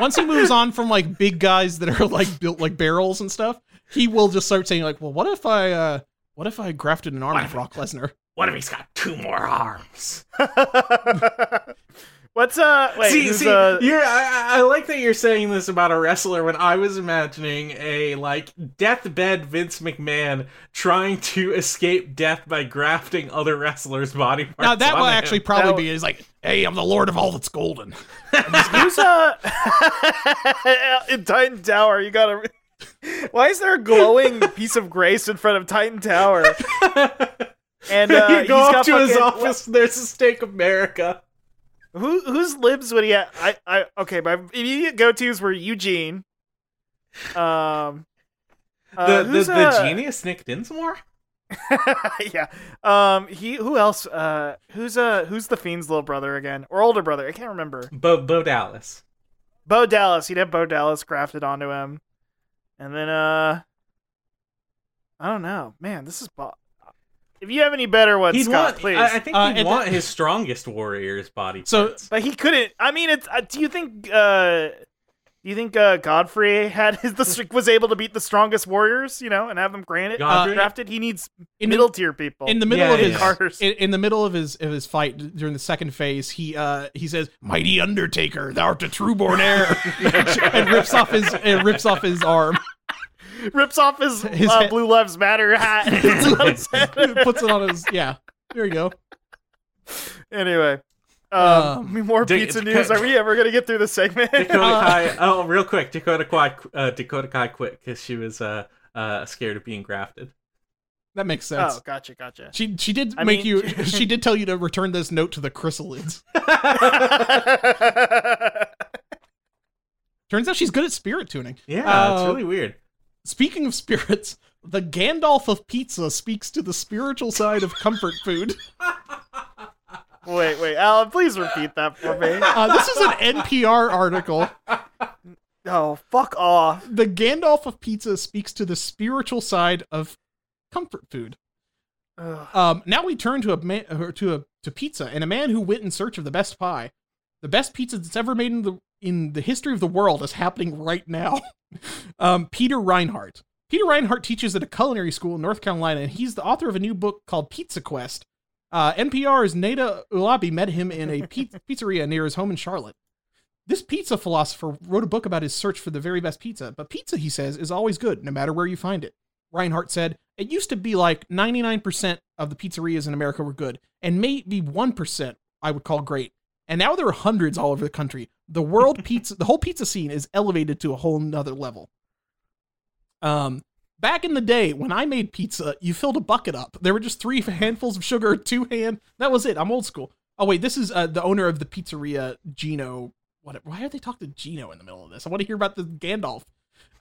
once he moves on from like big guys that are like built like barrels and stuff, he will just start saying like, "Well, what if I uh what if I grafted an arm
What
of
if-
Brock Lesnar?"
What if he's got two more arms?
What's uh? Wait,
see,
who's,
see,
uh,
you're, I, I I like that you're saying this about a wrestler when I was imagining a like deathbed Vince McMahon trying to escape death by grafting other wrestlers' body parts.
Now that
on
will
him.
actually probably
That
be is like, hey, I'm the lord of all that's golden.
who's uh? in Titan Tower, you gotta. Why is there a glowing piece of grace in front of Titan Tower? And uh,
you go
he's
up
got
to his
fucking-
office. There's a stake America.
Who whose libs would he? Have? I I okay. My immediate go tos were Eugene. Um, uh,
the the,
who's,
the
uh,
genius Nick Dinsmore.
yeah. Um, he who else? Uh, who's uh who's the fiend's little brother again or older brother? I can't remember.
Bo Bo Dallas.
Bo Dallas. He'd have Bo Dallas grafted onto him, and then uh, I don't know, man. This is bo- if you have any better ones,
He'd
Scott,
want.
please.
I, I think
Uh,
he'd
and
want
the-
his strongest warrior's body.
So
but he couldn't. I mean, it's. Uh, do you think? Uh, do you think uh, Godfrey had his the was able to beat the strongest warriors? You know, and have them granted uh,
Godric?
drafted. He needs
in
middle
the,
tier people.
in the middle
Yeah,
of his
yeah.
Carters.
in, in the middle of his of his fight during the second phase, he uh he says, "Mighty Undertaker, thou art a trueborn heir," and rips off his and rips off his arm,
rips off his,
His
uh,
head-
Blue Lives Matter hat. and puts it on his head.
puts it on his yeah. There you go.
anyway, um, more
Dick-
pizza news. Are we ever gonna get through the segment?
Dakota
Uh,
Kai. Oh, real quick, Dakota Kai. Uh, Dakota Kai quit because she was uh, uh, scared of being grafted.
That makes sense.
oh, gotcha, gotcha.
She she did
I
make
mean-
you. She did tell you to return this note to the chrysalids. Turns out she's good at spirit tuning.
Yeah,
Uh,
it's really weird.
Speaking of spirits, the Gandalf of pizza speaks to the spiritual side of comfort food.
wait, wait, Alan, please repeat that for me.
Uh, this is an NPR article.
Oh, fuck off.
The Gandalf of pizza speaks to the spiritual side of comfort food.
Ugh.
Um, now we turn to a man, or to a to pizza and a man who went in search of the best pie. The best pizza that's ever made in the in the history of the world is happening right now. um, Peter Reinhardt. Peter Reinhardt teaches at a culinary school in North Carolina, and he's the author of a new book called Pizza Quest. Uh, NPR's Nada Ulabi met him in a pi- pizzeria near his home in Charlotte. This pizza philosopher wrote a book about his search for the very best pizza, but pizza, he says, is always good, no matter where you find it. Reinhardt said, it used to be like 99% of the pizzerias in America were good, and maybe 1% I would call great. And now there are hundreds all over the country. The world pizza, the whole pizza scene is elevated to a whole nother level. Um, back in the day when I made pizza, you filled a bucket up. There were just three handfuls of sugar, two hand. That was it. I'm old school. Oh wait, this is uh, the owner of the pizzeria, Gino. What? Why are they talking to Gino in the middle of this? I want to hear about the Gandalf.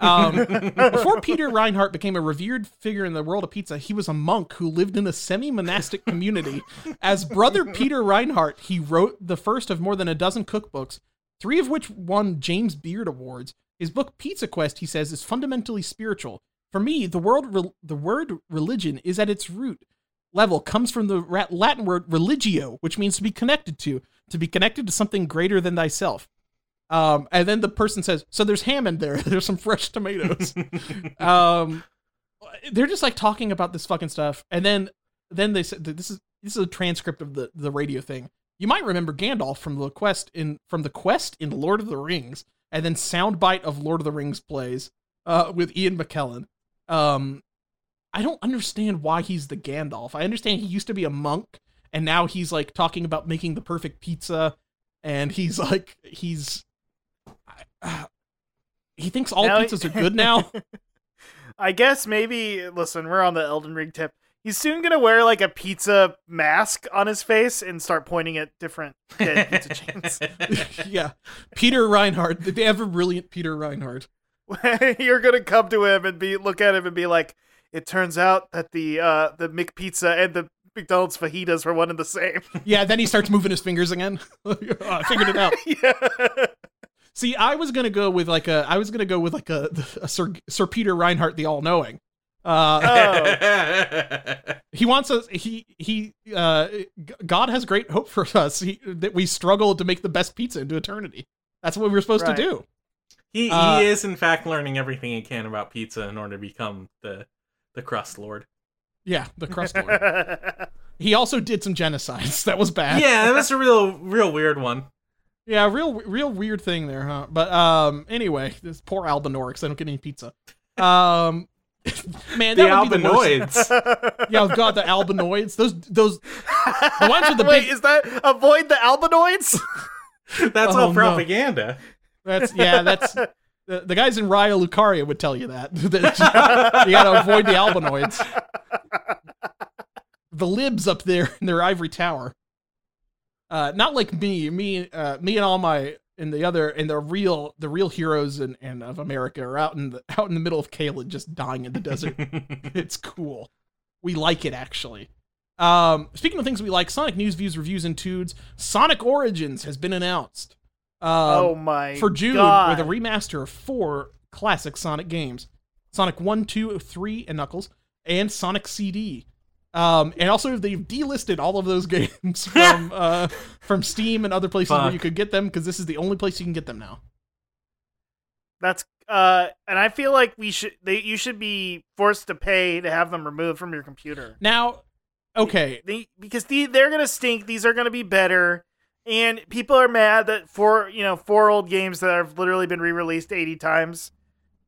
Um, before Peter Reinhardt became a revered figure in the world of pizza, he was a monk who lived in a semi monastic community. As Brother Peter Reinhardt, he wrote the first of more than a dozen cookbooks, three of which won James Beard Awards. His book Pizza Quest, he says, is fundamentally spiritual. For me, the world rel- the word religion is at its root level comes from the ra- Latin word religio, which means to be connected to, to be connected to something greater than thyself. Um, and then the person says, "So there's ham in there. There's some fresh tomatoes." um, they're just like talking about this fucking stuff, and then then they said that this is this is a transcript of the the radio thing. You might remember Gandalf from the quest in from the quest in Lord of the Rings, and then soundbite of Lord of the Rings plays uh, with Ian McKellen. Um, I don't understand why he's the Gandalf. I understand he used to be a monk, and now he's like talking about making the perfect pizza, and he's like he's. I- uh, he thinks all
Now he-
pizzas are good now.
I guess maybe listen, we're on the Elden Ring tip. He's soon gonna wear like a pizza mask on his face and start pointing at different dead pizza chains.
yeah, Peter Reinhardt, the ever brilliant Peter Reinhardt.
You're gonna come to him and be look at him and be like, "It turns out that the uh the McPizza and the McDonald's fajitas were one and the same."
Yeah, then he starts moving his fingers again. Oh, I figured it out.
yeah.
See, I was gonna go with like a, I was gonna go with like a, a Sir Sir Peter Reinhardt, the all knowing. Uh,
Oh.
Oh.
he wants us he he uh g- god has great hope for us he, that we struggle to make the best pizza into eternity that's what we were supposed
Right.
to do
he
Uh,
he is in fact learning everything he can about pizza in order to become the the crust lord.
yeah the crust lord he also did some genocides that was bad
Yeah, that was a real real weird one.
Yeah, real real weird thing there, huh? But um anyway, this poor Albinorix, I don't get any pizza. Um man,
The
that would be the worst.
albinoids.
Yeah, oh god, the albinoids. Those those the ones with the
Wait,
big
is that avoid the albinoids?
That's
Oh,
all
no.
propaganda.
that's yeah, that's the, the guys in Raya Lucaria would tell you that. That you gotta avoid the albinoids. The libs up there in their ivory tower. Uh not like me. Me uh me and all my and the other and the real the real heroes and, and of America are out in the out in the middle of Kalen just dying in the desert. it's cool. We like it actually. Um, speaking of things we like, Sonic news, views, reviews, and tudes. Sonic Origins has been announced um,
oh my
for June
God.
with a remaster of four classic Sonic games: Sonic One, Two, Three, and Knuckles, and Sonic CD. Um, and also, they've delisted all of those games from uh, from Steam and other places where
Fuck.
you could get them because this is the only place you can get them now.
That's uh, and I feel like we should they you should be forced to pay to have them removed from your computer.
Now, okay,
They because the, they're gonna stink. These are gonna be better, and people are mad that four you know four old games that have literally been re released eighty times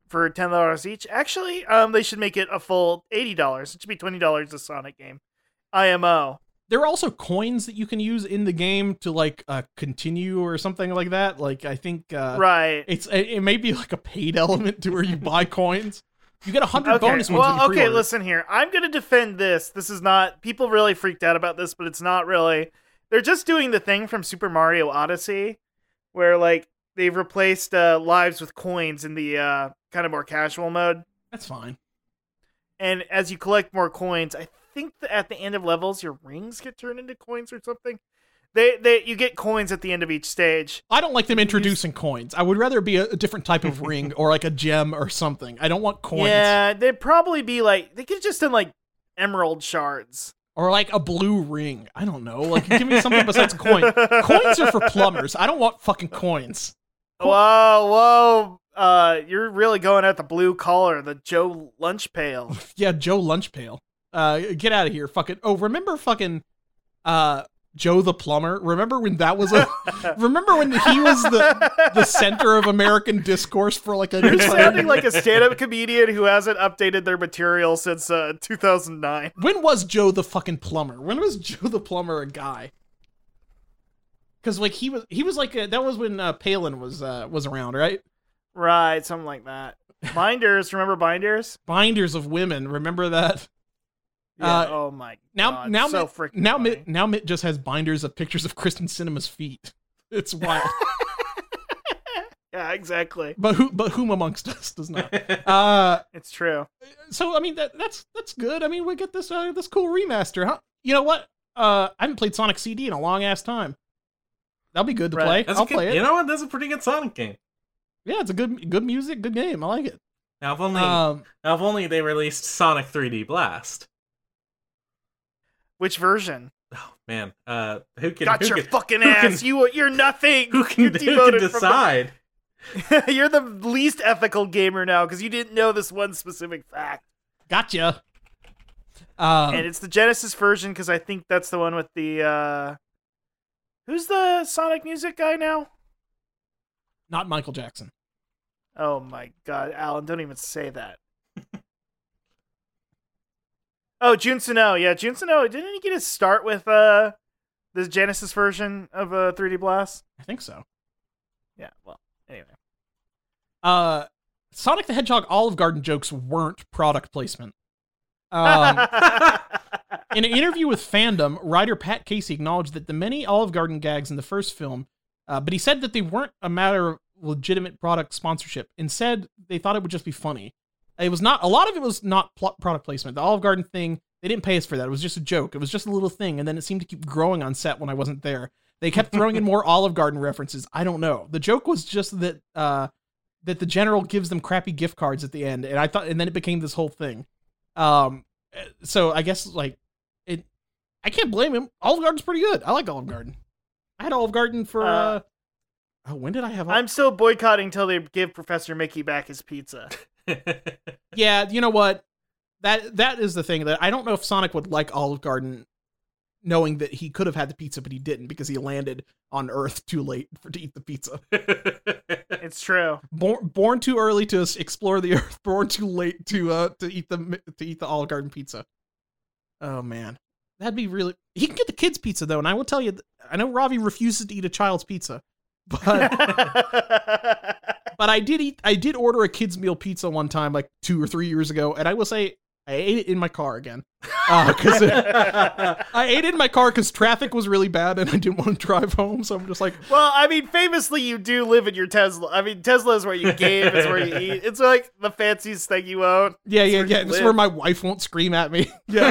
for ten dollars each. Actually, um, they should make it a full eighty dollars. It should be twenty dollars a Sonic game, IMO.
there are also coins that you can use in the game to like uh, continue or something like that. Like I think uh,
right.
it's it, it may be like a paid element to where you buy coins. You get a hundred
Okay.
bonus ones.
well,
when you
okay.
pre-order.
Listen here. I'm gonna defend this. This is not. People really freaked out about this, but it's not really. They're just doing the thing from Super Mario Odyssey, where like they've replaced uh, lives with coins in the uh, kind of more casual mode.
That's fine.
And as you collect more coins, I think that at the end of levels, your rings get turned into coins or something. They they you get coins at the end of each stage.
I don't like them introducing coins. I would rather it be a, a different type of ring or like a gem or something. I don't want coins
Yeah, they'd probably be like they could have just done like emerald shards.
or like a blue ring. I don't know. Like give me something besides coin. Coins are for plumbers. I don't want fucking coins.
Whoa, whoa. Uh, you're really going at the blue collar, the Joe lunch pail.
Yeah, Joe Lunchpail. Uh, get out of here, fucking. Oh, remember fucking, uh, Joe the plumber. Remember when that was a. remember when he was the the center of American discourse for like a.
You're sounding like a stand-up comedian who hasn't updated their material since uh, 2009.
when was Joe the fucking plumber? When was Joe the plumber a guy? Because like he was, he was like a, that was when uh, Palin was uh, was around, right?
Right, something like that. Binders, remember binders?
Binders of women. Remember that? Uh,
oh my
Now,
god.
now,
so
Mitt,
freaking
now,
funny.
Mitt, now, Mitt just has binders of pictures of Kristen Cinema's feet. It's wild.
Yeah, exactly.
but who but whom amongst us does not uh
It's true.
so i mean that that's that's good i mean we get this uh, this cool remaster huh you know what uh i haven't played sonic cd in a long ass time that'll be good to
Right.
play
That's a
i'll
good-
play it
You know what? That's a pretty good Sonic game.
yeah it's a good good music good game i like it
Now if only,
um
now if only they released Sonic 3D Blast.
Which version?
Oh man, uh, who can
Got
who
your
can,
fucking
who
ass.
can-
you you're nothing.
who can,
you're
who can
demoted from the-
decide?
you're the least ethical gamer now because you didn't know this one specific fact.
gotcha um
and it's the Genesis version because I think that's the one with the uh who's the Sonic music guy now?
not michael jackson
Oh my god, Alan, don't even say that. oh, Jun Suno, yeah, Jun Suno, didn't he get his start with uh the Genesis version of uh 3D Blast?
i think so
Yeah, well, anyway.
uh sonic the hedgehog olive garden jokes weren't product placement um In an interview with Fandom, writer Pat Casey acknowledged that the many Olive Garden gags in the first film, uh, but he said that they weren't a matter of legitimate product sponsorship. Instead, they thought it would just be funny. It was not a lot of it was not pl- product placement. The Olive Garden thing, they didn't pay us for that. It was just a joke. It was just a little thing, and then it seemed to keep growing on set when I wasn't there. They kept throwing in more Olive Garden references. I don't know. The joke was just that uh, that the general gives them crappy gift cards at the end, and I thought, and then it became this whole thing. Um, eh, so I guess like it, I can't blame him. Olive Garden's pretty good. I like Olive Garden. I had Olive Garden for uh,
Uh,
oh, when did I have? Olive-
I'm still boycotting till they give Professor Mickey back his pizza.
yeah, you know what? That that is the thing that I don't know if Sonic would like Olive Garden knowing that he could have had the pizza, but he didn't because he landed on Earth too late for to eat the pizza.
It's true.
Born, born too early to s- explore the Earth, born too late to uh to eat the mi- to eat the Olive Garden pizza. Oh man, that'd be really. He can get the kids pizza though, and I will tell you, th- I know Ravi refuses to eat a child's pizza, but. but I did eat. I did order a kids meal pizza one time, like two or three years ago, and I will say I ate it in my car again. Uh 'cause I ate it in my car because traffic was really bad and I didn't want to drive home. So I'm just like,
well, I mean, famously, you do live in your Tesla. I mean, Tesla is where you game, it's where you eat. It's like the fanciest thing you own.
yeah, yeah,
where
yeah.
you
This is
live.
where my wife won't scream at me. Yeah,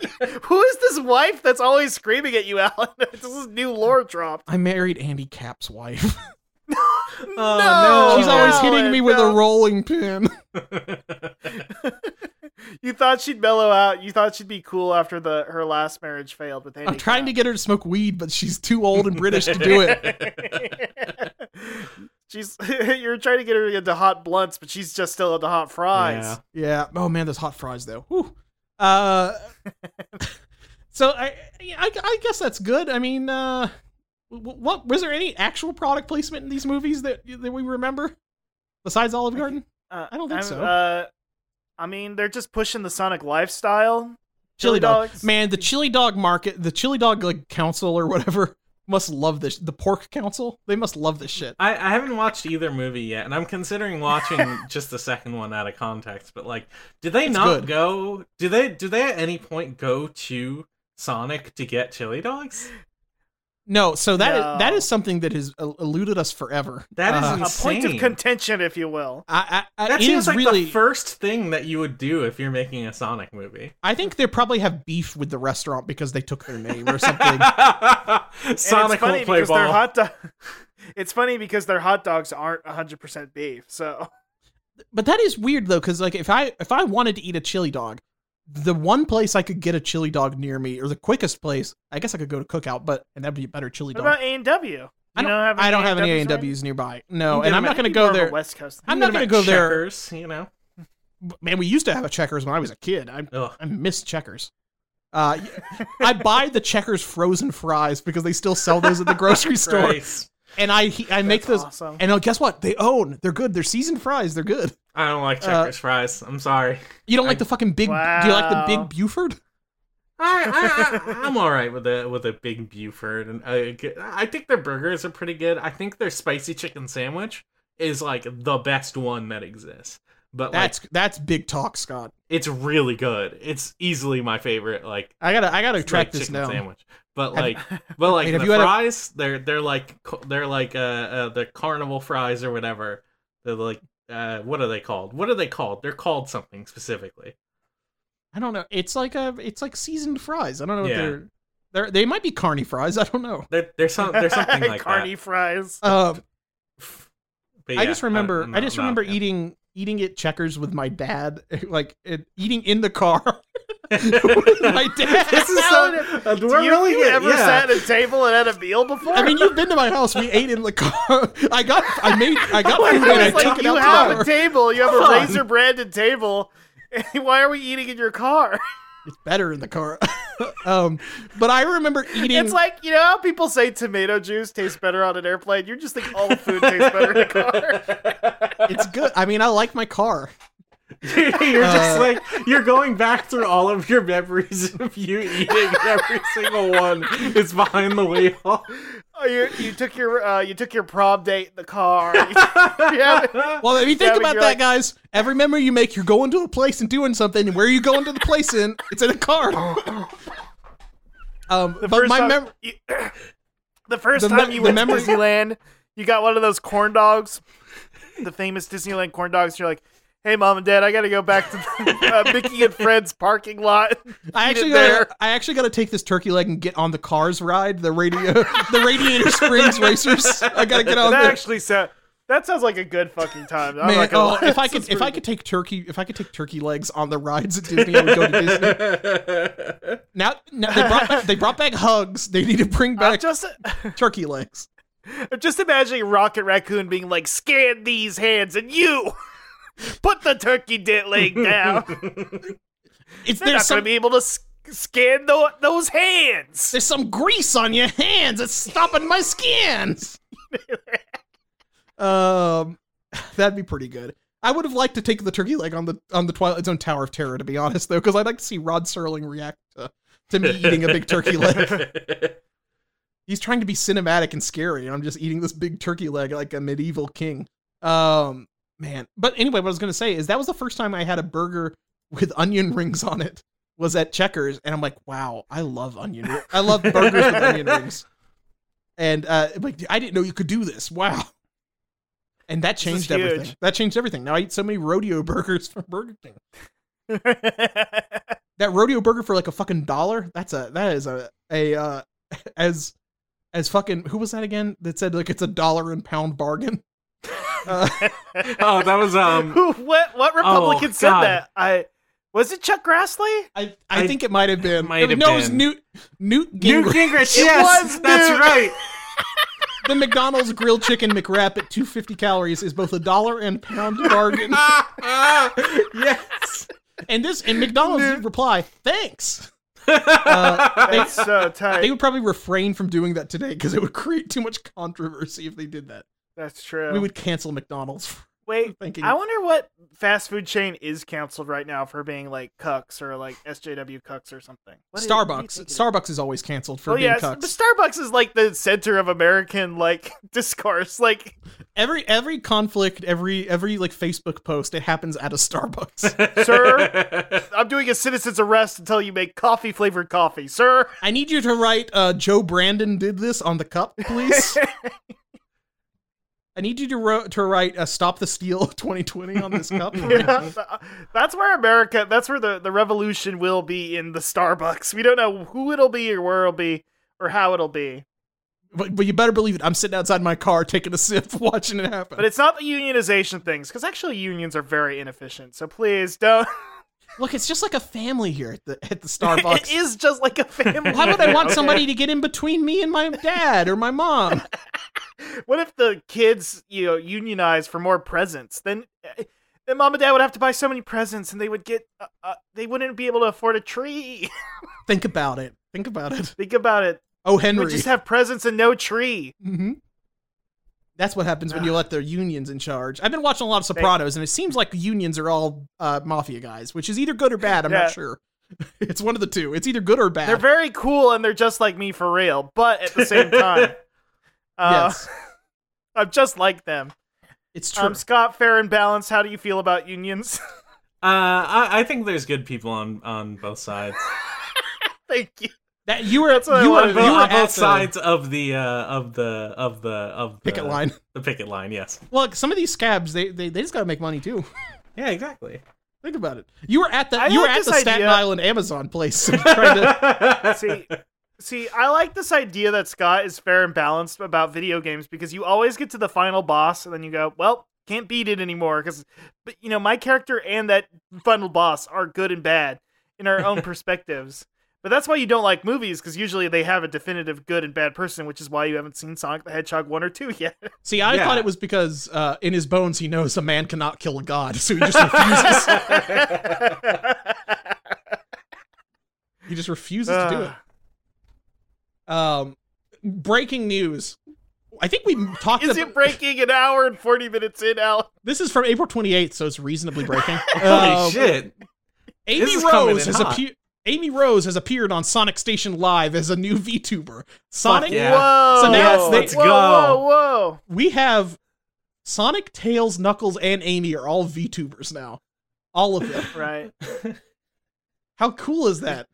Who is this wife that's always screaming at you, Alan? this is new lore dropped.
I married Andy Cap's wife.
no.
Oh, She's always hitting
Alan,
me with
no.
a rolling pin.
You thought she'd mellow out. You thought she'd be cool after the her last marriage failed with Andy.
I'm trying to get her to smoke weed, but she's too old and British to do it.
Kraft. she's you're trying to get her into hot blunts, but she's just still into hot fries.
Yeah.
Yeah. Oh man, those hot fries though. Whew. Uh, so I, I, I guess that's good. I mean, uh, wh- what was there any actual product placement in these movies that that we remember besides Olive Garden?
Uh,
I don't think
I'm-
so.
Uh, I mean, they're just pushing the Sonic lifestyle. Chili
Chili dog.
dogs.
Man, the chili dog market, the chili dog like council or whatever must love this. The pork council, they must love this shit.
I, I haven't watched either movie yet, and I'm considering watching just the second one out of context. But like, did they
It's
not
good.
go? Do they? Do they at any point go to Sonic to get chili dogs?
No, so that is- that
No.
is something that has el- eluded us forever.
That is
Uh,
ins-
A point of
Insane.
contention, if you will.
I, I, I,
That
it
seems
is
like
really.
the first thing that you would do if you're making a Sonic movie.
I think they probably have beef with the restaurant because they took their name or something.
And
Sonic
it's funny
won't play
because their
ball.
hot dog. it's funny because their hot dogs aren't 100% beef. So
but that is weird though, because like if I if I wanted to eat a chili dog, the one place I could get a chili dog near me, or the quickest place, I guess I could go to Cookout, but and that'd be a better chili
what
dog.
about A&W?
I
You
don't,
know,
I don't have any A
A&Ws
and
around?
W's nearby.
You can
No, and
get
I'm
them
not
at-
going to
you
go
more of a
there.
West Coast.
I'm not going to go there.
Checkers, you know.
Man, we used to have a Checkers when I was a kid. I
Ugh.
I miss Checkers. Uh, I buy the Checkers frozen fries because they still sell those at the grocery store,
Christ.
and I he, I make
That's
those.
awesome.
And uh, guess what? They own. They're good. They're seasoned fries. They're good.
I don't like
Uh,
checkers fries. I'm sorry.
You don't like the fucking big? Do you like the
Wow.
big Buford?
I, I, I I'm all right with a with a big Buford, and I, get- I think their burgers are pretty good. I think their spicy chicken sandwich is like the best one that exists. But like,
That's that's big talk, Scott.
it's really good. It's easily my favorite. Like
I gotta I gotta track
like,
this
chicken
down.
sandwich. But
Have-
like, but like
Wait, have
the
you had a-
fries, they're they're like co- they're like uh, uh the carnival fries or whatever. They're like uh what are they called? What are they called? They're called something specifically.
I don't know. It's like a it's like seasoned fries. I don't know
Yeah.
what they're they're they might be carny fries. I don't know.
They're they're some they're something like
Carney
that.
fries.
Uh, I
But yeah,
just remember I,
I'm not-
just
not a
remember
fan.
eating eating at Checkers with my dad, like it, eating in the car. my dad.
This is so.
Alan,
uh,
Do
we're
you,
really
you ever
yeah.
sat at a table and had a meal before?
I mean, you've been to my house. We ate in the car. I got I made I got
I
food and I
was like,
took it
you
out
have
the
a
car.
table. You have
Come
a
on.
razor branded table. Why are we eating in your car?
It's better in the car. um, but I remember eating.
It's like you know how people say tomato juice tastes better on an airplane. You just think all food tastes better in a car.
it's good. I mean, I like my car.
you're just
Uh,
like you're going back through all of your memories of you eating every single one. It's behind the wheel.
Oh, you you took your uh, you took your prom date in the car. yeah,
Well, if you think
Yeah, but
about that,
you're like-
guys, every memory you make, you're going to a place and doing something, and where are you going to the place in? It's in a car. Um, but
first
my
time-
mem-
you- the first
The me-
time you
the
went
memory-
to Disneyland, you got one of those corn dogs, the famous Disneyland corn dogs. You're like, hey, mom and dad, I got to go back to the, uh, Mickey and Fred's parking lot.
I
Eat it
actually
there.
gotta, I actually got to take this turkey leg and get on the cars ride, the radio, the Radiator Springs racers. I gotta get on
that
there.
actually sound, that sounds like a good fucking time. I'm
Man,
not gonna
oh,
lie.
if I
This
could,
is
if I
pretty-
could take turkey, if I could take turkey legs on the rides at Disney, I would go to Disney. Now, now they brought, back- they brought back hugs. They need to bring
I'm
back
just,
turkey legs.
I'm just imagining Rocket Raccoon being like, scan these hands, and you put the turkey dit leg down.
It's
They're not
there's some
gonna be able to s- scan tho- those hands.
There's some grease on your hands. It's stopping my scans. um, that'd be pretty good. I would have liked to take the turkey leg on the on the Twilight Zone Tower of Terror, to be honest, though, because I'd like to see Rod Serling react to, to me eating a big turkey leg. He's trying to be cinematic and scary, and I'm just eating this big turkey leg like a medieval king. Um, man. But anyway, what I was gonna say is that was the first time I had a burger with onion rings on it. Was at Checkers, and I'm like, wow, I love onion. ri- I love burgers with onion rings. And uh, like, I didn't know you could do this. Wow. And that
This is
changed
huge.
everything. That changed everything. Now I eat so many rodeo burgers from Burger King. That rodeo burger for like a fucking dollar. That's a that is a a uh, as as fucking who was that again? That said like it's a dollar and pound bargain. Uh,
oh, that was um.
Who? What?
Oh,
What Republican said
God.
that? I was it Chuck Grassley?
I, I
I-
think it might have been.
might have
no, it was
been.
Newt Newt
Newt
Gingrich.
Gingrich,
It
yes,
was
that's
Newt.
right.
the McDonald's grilled chicken McWrap at 250 calories is both a dollar and pound bargain.
Ah, ah, yes.
and this and McDonald's did reply, "Thanks." Uh, they-
That's so tight.
They would probably refrain from doing that today because it would create too much controversy if they did that.
That's true.
We would cancel McDonald's for
Wait,
thinking.
I wonder what fast food chain is canceled right now for being like cucks or like SJW cucks or something. What is- what do you
Starbucks.
think it is?
Starbucks is always canceled for
oh
being
yeah,
cucks.
but Starbucks is like the center of American like discourse. Like
every every conflict, every every like Facebook post, it happens at a Starbucks.
Sir? I'm doing a citizen's arrest until you make coffee flavored coffee, sir.
I need you to write uh, Joe Brandon did this on the cup, please. I need you to, ro- to write uh, Stop the Steal 2020 on this cup. for me.
Yeah, uh, that's where America. That's where the the revolution will be in the Starbucks. We don't know who it'll be or where it'll be or how it'll be.
But, but you better believe it. I'm sitting outside my car taking a sip, watching it happen.
But it's not the unionization things because actually unions are very inefficient. So please don't.
Look, it's just like a family here at the, at the
it
Starbucks.
is just like a family.
Why would I want
Okay.
somebody to get in between me and my dad or my mom?
What if the kids, you know, unionize for more presents? Then, eh, then mom and dad would have to buy so many presents, and they would get, uh, uh, they wouldn't be able to afford a tree.
Think about it. Think about it.
Think about it.
Oh,
We
Henry.
would just have presents and no tree.
hmm That's what happens when you let the unions in charge. I've been watching a lot of
They-
Sopranos, and it seems like unions are all uh, mafia guys, which is either good or bad. I'm
Yeah.
not sure. It's one of the two. It's either good or bad.
They're very cool, and they're just like me for real. But at the same time, uh,
yes,
I'm just like them.
it's true.
Um, Scott, fair and balanced. How do you feel about unions?
Uh, I, I think there's good people on on both sides,
Thank you.
that you were
that's what I
you were,
wanted to
you were
know.
on
at
both
the
sides of the uh, of the of the of the
picket line.
The picket line, yes.
Look, some of these scabs, they they, they just gotta make money too.
Yeah, exactly.
Think about it. You were at the
I
you were
like
at the
this
Staten
idea.
Island Amazon place trying to
See, see, I like this idea that Scott is fair and balanced about video games because you always get to the final boss and then you go, well, can't beat it anymore because, but you know, my character and that final boss are good and bad in our own perspectives. But that's why you don't like movies because usually they have a definitive good and bad person, which is why you haven't seen Sonic the Hedgehog one or two yet.
See, I
Yeah.
thought it was because uh, in his bones he knows a man cannot kill a god, so he just refuses. he just refuses to do it. Um, breaking news. I think we talked.
Is
about,
it breaking an hour and forty minutes in, Al?
This is from April 28th, so it's reasonably breaking.
Holy
Um,
shit!
Amy
This is coming
Rose
in
has
hot.
appeared. Amy Rose has appeared on Sonic Station Live as a new VTuber. Sonic,
yeah.
Whoa!
So now it's-
let's
whoa,
go.
Whoa! Whoa!
we have Sonic, Tails, Knuckles, and Amy are all VTubers now. All of them.
Right.
How cool is that?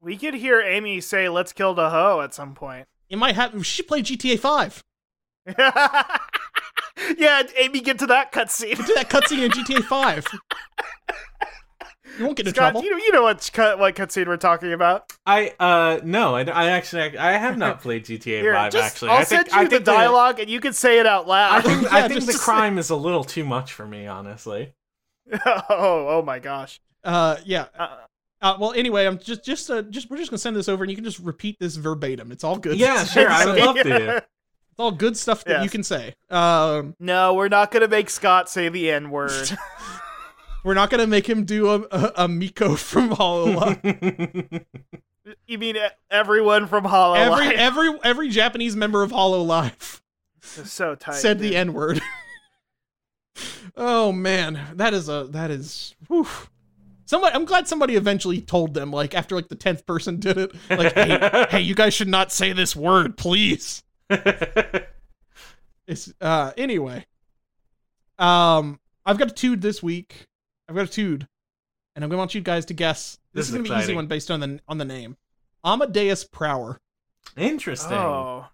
We could hear Amy say, "Let's kill the hoe" at some point.
It might happen. She played GTA 5.
yeah, Amy, get to that cutscene.
Do that cutscene in GTA 5. You won't get in
Scott,
trouble.
you know, you know what cut what cutscene we're talking about.
I uh no, I, I actually I have not played GTA
Here,
Five
just-
actually.
I'll
I think,
send you
I think
the dialogue, and you can say it out
The, I
loud.
think,
Yeah,
I think
just-
the crime is a little too much for me, honestly.
oh, oh my gosh.
Uh, yeah.
Uh,
Uh, well, anyway, I'm just just uh, just we're just gonna send this over, and you can just repeat this verbatim. It's all good.
Yeah, sure, I would love to.
It's all good stuff that
Yes.
you can say. Um,
No, we're not gonna make Scott say the N word.
We're not gonna make him do a a, a Miko from Hololive.
You mean e- everyone from Hollow
every every every Japanese member of Hollow Life
so tight.
said
dude.
the N word. oh man, that is a that is. Whew. Somebody, I'm glad somebody eventually told them. Like after like the tenth person did it, like, hey, hey, you guys should not say this word, please. It's uh anyway. Um I've got a tood this week. I've got a tood. And I'm gonna want you guys to guess. This,
This is
is gonna be an easy
exciting.
one based on the on the name. Amadeus Prower.
Interesting.
Oh.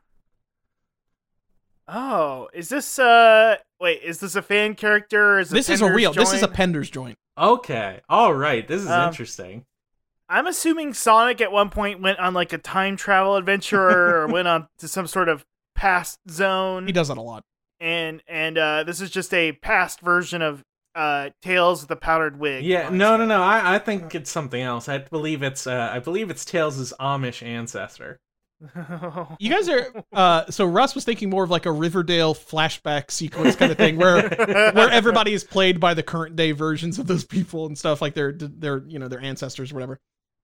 Oh, is this uh wait, is this a fan character? Or is it
This is a
Pender's
real this is a
joint?
pender's joint.
Okay. All right. This is
Um,
interesting.
I'm assuming Sonic at one point went on like a time travel adventure or went on to some sort of past zone.
He does that a lot.
and and uh, this is just a past version of uh, Tails with the powdered wig.
Yeah. No. No. No. I, I think it's something else. I believe it's uh, I believe it's Tails' Amish ancestor.
no.
You guys are uh so Russ was thinking more of like a Riverdale flashback sequence kind of thing where where everybody is played by the current day versions of those people and stuff like their their you know their ancestors or whatever.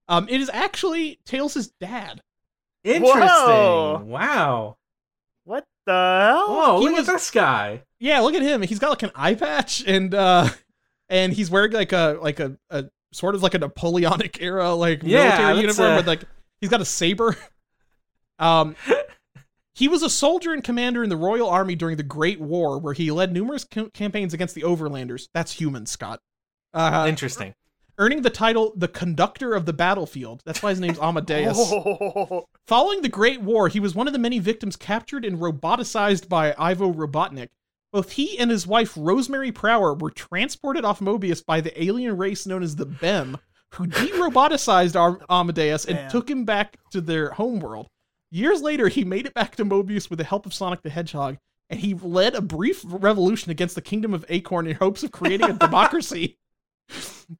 Um it is actually Tails' dad.
Interesting.
Whoa.
Wow.
what the hell?
Oh,
he
look
was-
at this guy.
Yeah, look at him. He's got like an eye patch and uh and he's wearing like a like a, a sort of like a Napoleonic era like
Yeah,
military
that's,
uniform
uh,
with like he's got a saber. Um he was a soldier and commander in the Royal Army during the Great War where he led numerous ca- campaigns against the Overlanders. That's human, Scott. Uh,
Interesting.
earning the title the conductor of the battlefield. That's why his name's Amadeus.
Oh.
Following the Great War, he was one of the many victims captured and roboticized by Ivo Robotnik. Both he and his wife, Rosemary Prower, were transported off Mobius by the alien race known as the Bem, who de roboticized Ar- Amadeus and
Bem.
took him back to their homeworld. Years later, he made it back to Mobius with the help of Sonic the Hedgehog, and he led a brief revolution against the Kingdom of Acorn in hopes of creating a democracy.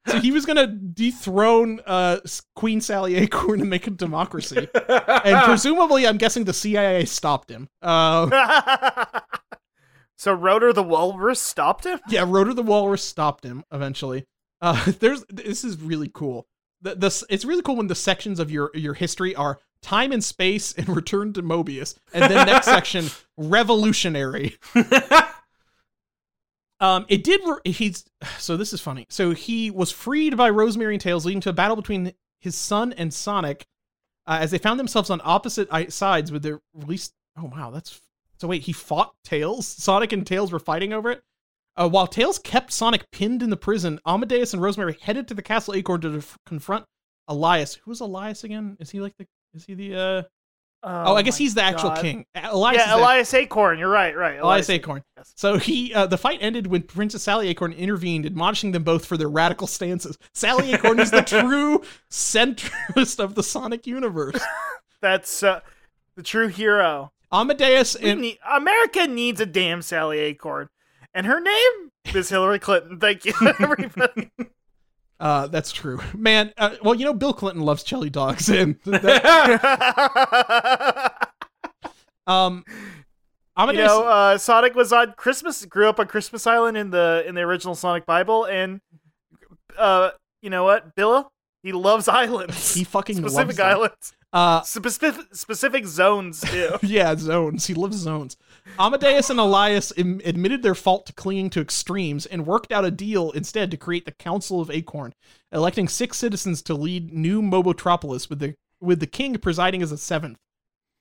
So he was going to dethrone uh, Queen Sally Acorn and make a democracy and presumably, I'm guessing the CIA stopped him. Uh,
so Rotor the Walrus stopped him.
yeah, Rotor the Walrus stopped him eventually. Uh, there's this is really cool. The, this it's really cool when the sections of your your history are time and space and return to Mobius, and then next section revolutionary. Um, it did. Re- he's so this is funny. So he was freed by Rosemary and Tails, leading to a battle between his son and Sonic, uh, as they found themselves on opposite i- sides with their release. Oh wow, that's so. Wait, he fought Tails. Sonic and Tails were fighting over it. Uh, while Tails kept Sonic pinned in the prison, Amadeus and Rosemary headed to the Castle Acorn to def- confront Elias. Who's Elias again? Is he like the? Is he the? uh Oh, I guess
my
he's the actual
God.
king. Elias. is
Yeah,
the-
Elias Acorn. You're right. Right.
Elias Acorn.
Yes.
So he, uh, the fight ended when Princess Sally Acorn intervened, admonishing them both for their radical stances. Sally Acorn is the true centrist of the Sonic universe.
That's uh, the true hero.
Amadeus
We
and
need- America needs a damn Sally Acorn, and her name is Hillary Clinton. Thank you, everybody.
uh, that's true, man. Uh, well, you know Bill Clinton loves chili dogs, and that- um,
you
Amadeus.
know, uh, Sonic was on Christmas. Grew up on Christmas Island in the in the original Sonic Bible, and uh, you know what, Billa? He loves islands.
he fucking
specific
loves them.
islands,
Uh,
specific specific zones too.
yeah, zones. He loves zones. Amadeus and Elias im- admitted their fault to clinging to extremes and worked out a deal instead to create the Council of Acorn, electing six citizens to lead new Mobotropolis with the with the king presiding as a seventh.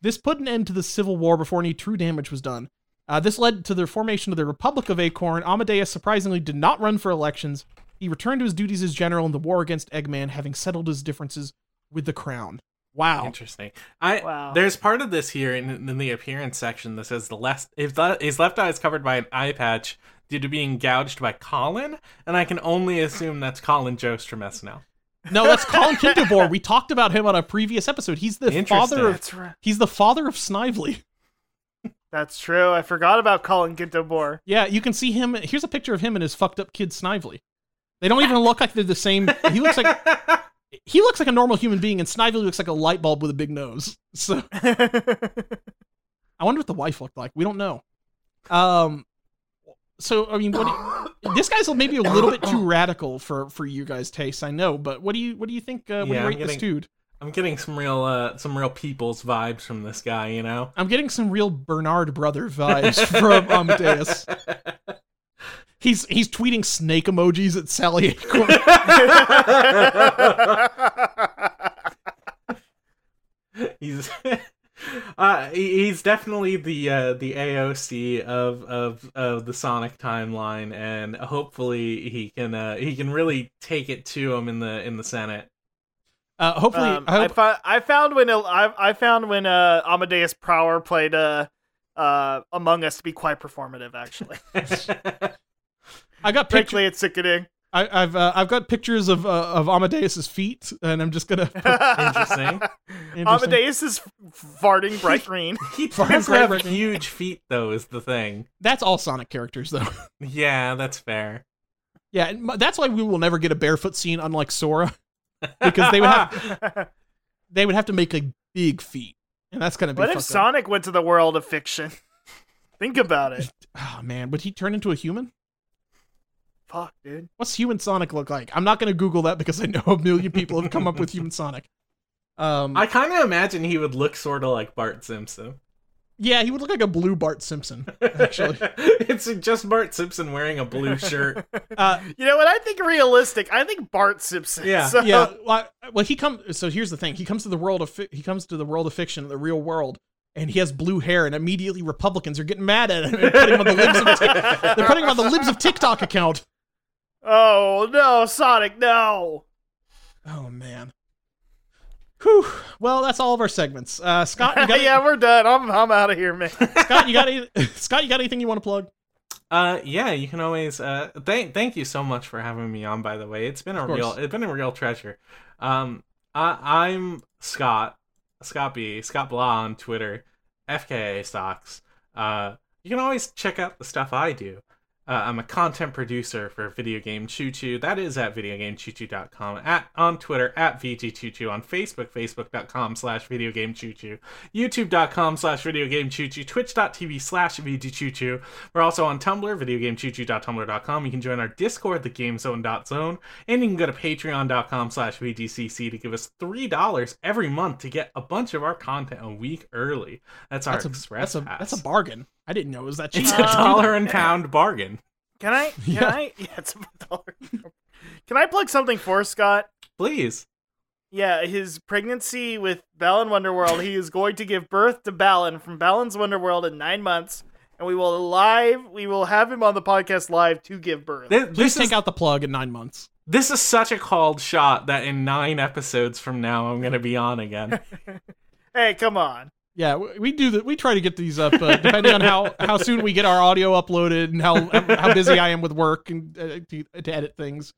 This put an end to the civil war before any true damage was done. Uh, this led to the formation of the Republic of Acorn. Amadeus surprisingly did not run for elections. He returned to his duties as general in the war against Eggman, having settled his differences with the crown. Wow.
Interesting. I
Wow.
there's part of this here in, in the appearance section that says the left if the, his left eye is covered by an eye patch due to being gouged by Colin, and I can only assume that's Colin Jost from SNL.
No, that's Colin Kindebor. We talked about him on a previous episode. He's the
Interesting.
father of
That's right.
he's the father of Snively.
That's true. I forgot about Colin Gintobor.
Yeah, you can see him. Here's a picture of him and his fucked up kid Snively. They don't even look like they're the same. He looks like he looks like a normal human being, and Snively looks like a light bulb with a big nose. So I wonder what the wife looked like. We don't know. Um, so I mean, what do you, this guy's maybe a little bit too radical for for you guys' tastes, I know. But what do you what do you think? Uh, what do
Yeah,
you
I'm
rate this
getting-
dude?
I'm getting some real uh some real people's vibes from this guy, you know.
I'm getting some real Bernard brother vibes from Amadeus. He's he's tweeting snake emojis at Sally Acorn.
he's uh he- he's definitely the uh the AOC of of of the Sonic timeline and hopefully he can uh he can really take it to him in the in the Senate.
Uh, hopefully,
Um,
I hope,
I, fo- I found when El- I, I found when uh, Amadeus Prower played uh, uh, Among Us to be quite performative, actually.
I got pictures.
Particularly, it's sickening.
I, I've uh, I've got pictures of uh, of Amadeus's feet, and I'm just gonna.
Interesting.
Amadeus is farting bright green.
he
Far
does
Cry
have
Breaking.
huge feet though is the thing.
That's all Sonic characters, though.
Yeah, that's fair.
Yeah, and m- that's why we will never get a barefoot scene, unlike Sora, because they would have they would have to make a big feat, and that's gonna be.
what if
fucked up.
Sonic went to the world of fiction? Think about it.
Oh man, would he turn into a human?
Fuck, dude.
What's human Sonic look like? I'm not gonna Google that because I know a million people have come up with human Sonic. Um,
I kind of imagine he would look sort of like Bart Simpson.
yeah, he would look like a blue Bart Simpson, actually.
it's just Bart Simpson wearing a blue shirt.
Uh,
You know what? I think realistic. I think Bart Simpson.
Yeah.
So-
yeah. Well, I- well, he comes. So here's the thing: he comes to the world of fi- he comes to the world of fiction, the real world, and he has blue hair. And immediately, Republicans are getting mad at him and putting him on the libs of Tik- they're putting him on the libs of TikTok account.
Oh no, Sonic, no.
Oh man. Whew. Well, that's all of our segments. Uh, Scott, you got
yeah, we're done. I'm I'm out of here, man.
Scott, you got any- Scott, you got anything you want to plug?
Uh, yeah, you can always uh thank thank you so much for having me on. By the way, it's been a
Of course.
real it's been a real treasure. Um, I I'm Scott Scott B Scott Blah on Twitter, FKA Stocks. Uh, you can always check out the stuff I do. Uh, I'm a content producer for Video Game Choo Choo. That is at videogamechoochoo.com. At on Twitter at VGChooChoo. On Facebook, facebook.com slash videogamechoochoo. YouTube.com slash videogamechoochoo. Twitch.tv slash VGChooChoo. We're also on Tumblr, videogamechoochoo.tumblr.com. You can join our Discord, thegamezone.zone. And you can go to patreon.com slash VGCC to give us $3 every month to get a bunch of our content a week early. That's our
That's a
express
that's a
pass.
that's a bargain. I didn't know it was that cheap.
It's a
Uh,
dollar and pound bargain.
Can I? Can
Yeah.
I? Yeah, it's a dollar. Can I plug something for Scott?
Please.
Yeah, his pregnancy with Balin Wonderworld. He is going to give birth to Balin from Balin's Wonderworld in nine months, and we will live. We will have him on the podcast live to give birth.
This,
Please
this,
take
is,
out the plug in nine months.
this is such a called shot that in nine episodes from now, I'm going to be on again.
Hey, come on.
Yeah, we we do that. We try to get these up uh, depending on how how soon we get our audio uploaded and how how busy I am with work and uh, to, to edit things.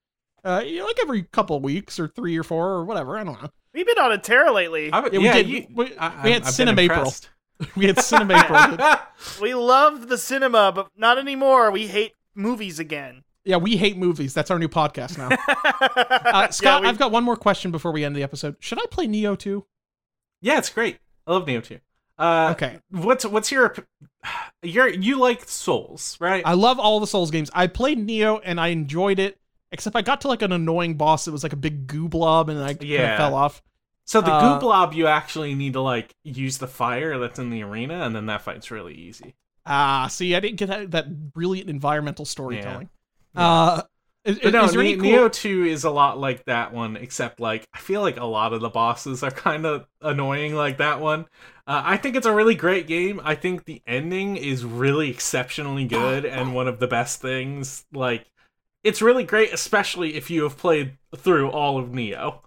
Uh, you know, like every couple weeks or three or four or whatever. I don't know.
We've been on a tear lately.
I would-
Yeah, we did. We- we had
been
Cinema April.
impressed.
We had cinema April.
We loved the cinema, but not anymore. We hate movies again.
Yeah, we hate movies. That's our new podcast now. Uh, Scott,
we-
I've got one more question before we end the episode. Should I play Neo too?
yeah, it's great. I love Neo 2. Uh,
Okay.
What's what's your op- your you like Souls, right?
I love all the Souls games. I played Neo and I enjoyed it, except I got to like an annoying boss that was like a big goo blob and I kind
Yeah.
of fell off.
so the
uh,
goo blob you actually need to like use the fire that's in the arena and then that fight's really easy.
Ah, see, I didn't get that, that brilliant environmental storytelling. Uh, is,
But no,
is there
Ne-
any cool-
Neo 2 is a lot like that one, except like I feel like a lot of the bosses are kind of annoying like that one. Uh, I think it's a really great game. I think the ending is really exceptionally good and one of the best things. Like, it's really great, especially if you have played through all of Neo.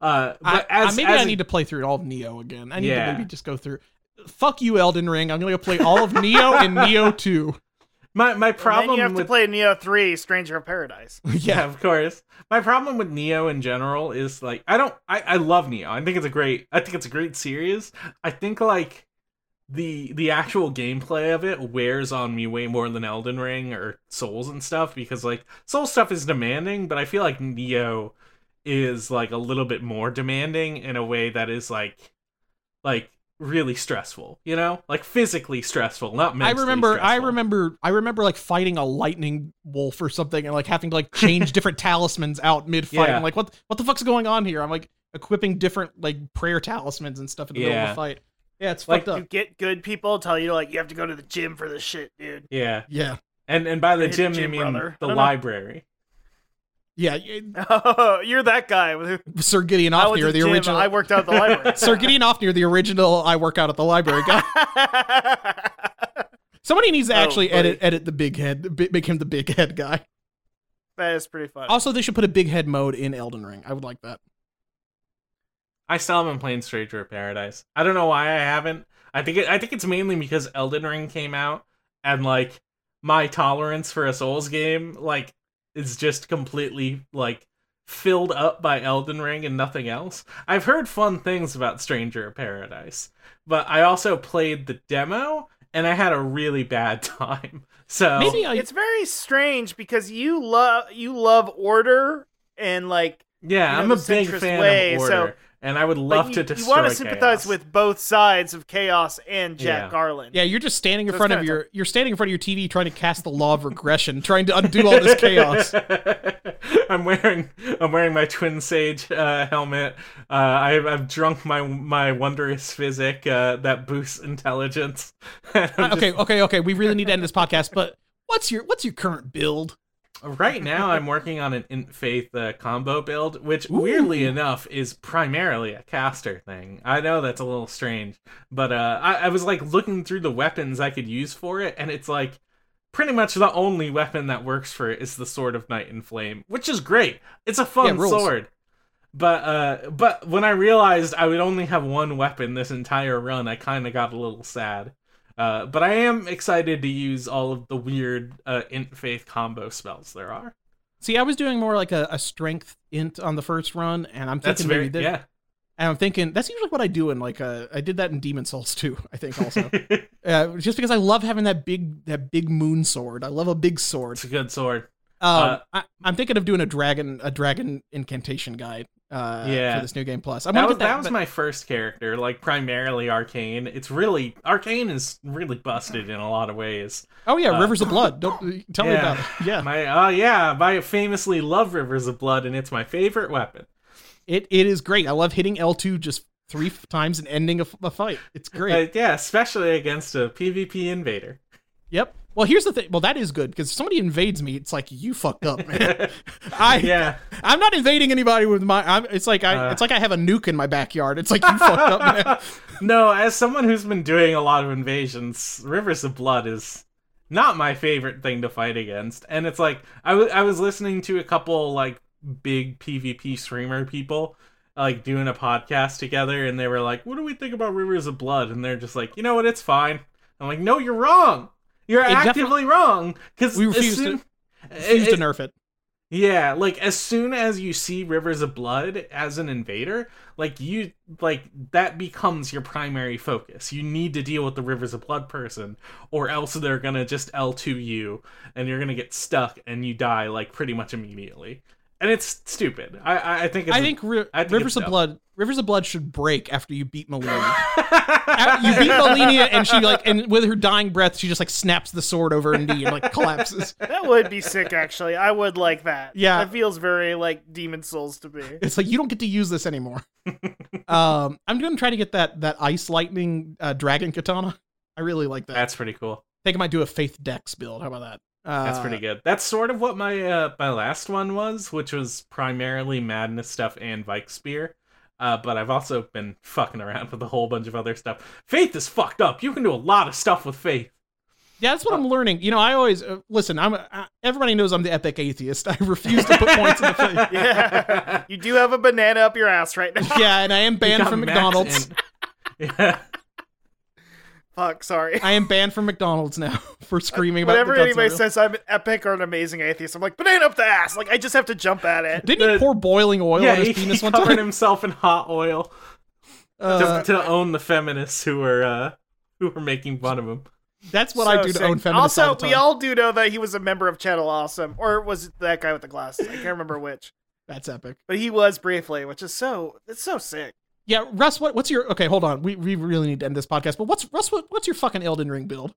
Uh,
I,
but as,
I- maybe
as
I
a-
need to play through all of Neo again. I need
Yeah.
to maybe just go through. Fuck you, Elden Ring. I'm gonna go play all of Neo and Neo Two.
my my
Problem
problem
you have
with
to play Neo Three: Stranger of Paradise.
yeah,
yeah,
of course. My problem with Neo in general is like I don't I, I love Neo. I think it's a great I think it's a great series. I think like the the actual gameplay of it wears on me way more than Elden Ring or Souls and stuff because like Soul stuff is demanding, but I feel like Neo is like a little bit more demanding in a way that is like like really stressful, you know? Like physically stressful, not
I
mentally
remember, I
stressful.
remember, I remember like fighting a lightning wolf or something, and like having to like change different talismans out mid fight.
Yeah.
I'm like, what, what the fuck's going on here? I'm like equipping different like prayer talismans and stuff in the middle of
Yeah.
a fight. Yeah, it's
Like,
fucked up.
You get good people tell you like you have to go to the gym for this shit, dude.
Yeah.
yeah,
And and by the
Hit the
gym, you
gym,
mean
brother.
the
I don't know.
library.
yeah. y-
Oh, you're that guy. with who-
Sir Gideon
I went to
Ofnir,
the,
the
gym.
original.
I worked out at the library.
Sir Gideon Ofnir, the original. I work out at the library guy. Somebody needs to
Oh,
actually
buddy.
edit edit the big head, the big- make him the big head guy.
that is pretty funny.
Also, they should put a big head mode in Elden Ring. I would like that.
I still haven't played Stranger of Paradise. I don't know why I haven't. I think it, I think it's mainly because Elden Ring came out and like my tolerance for a Souls game like is just completely like filled up by Elden Ring and nothing else. I've heard fun things about Stranger of Paradise, but I also played the demo and I had a really bad time. So
Maybe I,
it's very strange because you love you love order and like
yeah,
you know,
I'm a
the
big
centrist
fan
way,
of
so-
order, and I would love
like, you,
to destroy.
want to sympathize
chaos.
with both sides of chaos and Jack
Yeah.
Garland.
yeah, you're just standing in
So it's
front of
kinda
your you're standing in front of your TV trying to cast the law of regression, trying to undo all this chaos.
I'm wearing I'm wearing my twin sage uh, helmet. Uh, I've I've drunk my my wondrous physic uh, that boosts intelligence. And I'm
okay, okay, okay. We really need to end this podcast, but what's your what's your current build?
just- right now, I'm working on an int faith uh, combo build, which weirdly enough is primarily a caster thing. I know that's a little strange, but uh, I, I was like looking through the weapons I could use for it, and it's like. Pretty much the only weapon that works for it is the sword of night and flame, which is great. It's a fun
rules.
sword. But uh but when I realized I would only have one weapon this entire run, I kind of got a little sad. Uh but I am excited to use all of the weird uh int faith combo spells there are.
See, I was doing more like a, a strength int on the first run, and I'm
That's
thinking
very
maybe that-
yeah.
and I'm thinking that's usually what I do in like uh, I did that in Demon Souls too. I think also uh, just because I love having that big that big moon sword. I love a big sword.
it's a good sword.
Um,
Uh,
I, I'm thinking of doing a dragon a dragon incantation guide. Uh,
Yeah.
for this new game plus. I'm
That
gonna
was,
get
that was
but-
my first character, like primarily arcane. It's really arcane is really busted in a lot of ways.
Oh yeah,
uh,
Rivers of Blood. Don't tell me
yeah.
about it. Yeah,
My oh yeah, I famously love Rivers of Blood, and it's my favorite weapon.
it it is great. I love hitting L2 just three f- times and ending a, f- a fight. It's great.
Uh, yeah, especially against a PvP invader.
yep. Well, here's the thing. Well, that is good because if somebody invades me, it's like you fucked up, man. I
yeah.
I'm not invading anybody with my. I'm, it's like I.
Uh.
it's like I have a nuke in my backyard. It's like you fucked up, man.
no, as someone who's been doing a lot of invasions, Rivers of Blood is not my favorite thing to fight against. And it's like I wa- I was listening to a couple like big PvP streamer people like doing a podcast together and they were like, "What do we think about Rivers of Blood?" and they're just like, "You know what? It's fine." I'm like, "No, you're wrong. You're
It defi-
actively wrong cuz
We refuse to- Refuse to nerf it.
yeah, like as soon as you see Rivers of Blood as an invader, like you like that becomes your primary focus. You need to deal with the Rivers of Blood person or else they're going to just L2 you and you're going to get stuck and you die like pretty much immediately. And it's stupid. I- I I think it's
I think, Ri-
I think
Rivers
it's
of
dumb.
Blood. Rivers of Blood should break after you beat Melina. At- you beat Melina, and she like, and with her dying breath, she just like snaps the sword over her knee and like collapses.
That would be sick, actually. I would like that.
Yeah.
that feels very like Demon Souls to me.
It's like you don't get to use this anymore. um, I'm gonna try to get that that ice lightning uh, dragon katana. I really like that.
that's pretty cool.
I think I might do a faith dex build. How about that? Uh,
That's pretty good. That's sort of what my uh, my last one was, which was primarily madness stuff and Vike Spear. Uh, but I've also been fucking around with a whole bunch of other stuff. Faith is fucked up. You can do a lot of stuff with faith.
Yeah, that's what I'm learning. You know, I always uh, listen. I'm a- I, everybody knows I'm the epic atheist. I refuse to put points in the faith.
Yeah. You do have a banana up your ass right now.
Yeah, and I am banned
Got
from
Max
McDonald's.
and- yeah.
Fuck, sorry.
I am banned from McDonald's now for screaming about
Whenever
the
anybody
Godzilla.
says I'm an epic or an amazing atheist, I'm like banana up the ass. Like I just have to jump at it.
Didn't he
The-
pour boiling oil
yeah,
on his
he, he
penis one
covered
time?
himself in hot oil to,
Uh,
to own the feminists who were uh, who were making fun of him.
that's what
So
I do to
sick.
own feminists.
Also,
all the
we
time.
all do know that he was a member of Channel Awesome, or was it that guy with the glasses? I can't remember which,
That's epic.
but he was briefly, which is so it's so sick.
Yeah, Russ, what, what's your okay? Hold on, we, we really need to end this podcast. But what's Russ? What, what's your fucking Elden Ring build?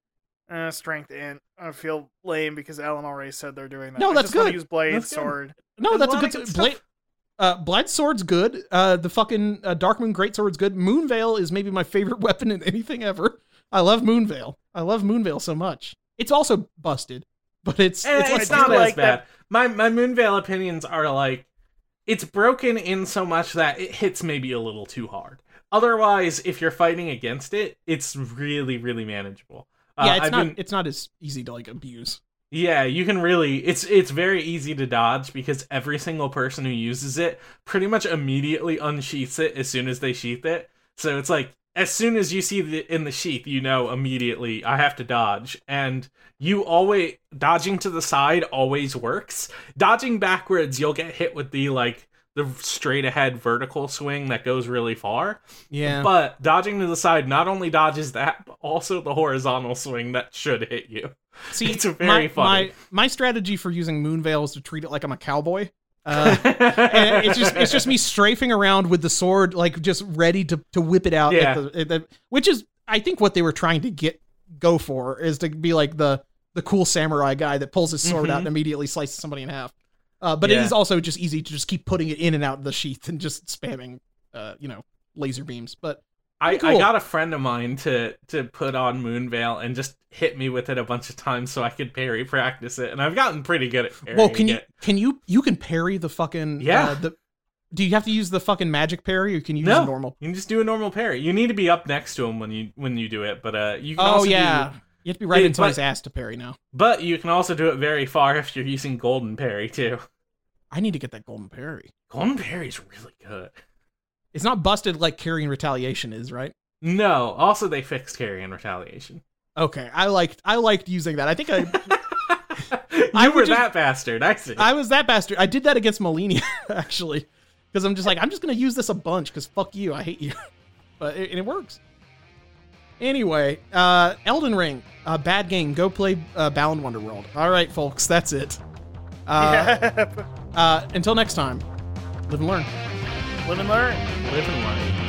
Uh, strength and I feel lame because Alan already said they're doing that.
No,
I
that's
just wanna
good.
Use blade
That's good.
sword.
No,
There's
that's
a
a
lot
good.
of good
good
stuff.
Blade, uh, Blind Sword's good. Uh, the fucking uh, Dark Moon Great Sword's good. Moonveil is maybe my favorite weapon in anything ever. I love Moonveil. I love Moonveil so much. It's also busted, but it's
Eh,
it's, like
it's
I
not
do
as
like
bad.
that-
My my Moonveil opinions are like it's broken in so much that it hits maybe a little too hard. Otherwise, if you're fighting against it, it's really really manageable. Uh,
yeah, it's
I've
not
been-
it's not as easy to like abuse.
yeah, you can really it's it's very easy to dodge because every single person who uses it pretty much immediately unsheaths it as soon as they sheath it. So it's like as soon as you see the in the sheath, you know immediately I have to dodge. And you always dodging to the side always works. Dodging backwards, you'll get hit with the like the straight ahead vertical swing that goes really far.
Yeah,
But dodging to the side not only dodges that, but also the horizontal swing that should hit you.
see,
it's very
my,
funny.
my my strategy for using Moonveil is to treat it like I'm a cowboy. Uh, and it's just it's just me strafing around with the sword, like just ready to to whip it out. at
Yeah.
the- at the- which is I think what they were trying to get go for is to be like the the cool samurai guy that pulls his sword out
Mhm.
and immediately slices somebody in half. Uh, but
Yeah.
it is also just easy to just keep putting it in and out of the sheath and just spamming, uh, you know, laser beams. But
I,
Pretty
I
cool.
got a friend of mine to to put on Moonveil and just hit me with it a bunch of times so I could parry practice it, and I've gotten pretty good at parrying
well, can you
it.
can you you can parry the fucking
Yeah.
uh, the, do you have to use the fucking magic parry or can you
No.
use normal?
You can just do a normal parry. You need to be up next to him when you when you do it, but uh, you can
Oh
also
yeah,
do,
you have to be right
Yeah,
into
but-
his ass to parry now.
but you can also do it very far if you're using golden parry too.
I need to get that golden parry.
Golden parry's really good.
It's not busted like carrying retaliation is, right?
No, also they fixed carry and retaliation.
Okay, I liked I liked using that. I think I
you
I would
were
just-
that bastard. I see.
I was that bastard. I did that against Molina actually, because I'm just like I'm just gonna use this a bunch because fuck you, I hate you, but it, and it works. Anyway, uh, Elden Ring, uh, bad game. Go play uh, Bound Wonderworld. All right, folks, that's it. Uh,
Yeah.
uh, until next time, live and learn.
Live and learn.
Live and learn.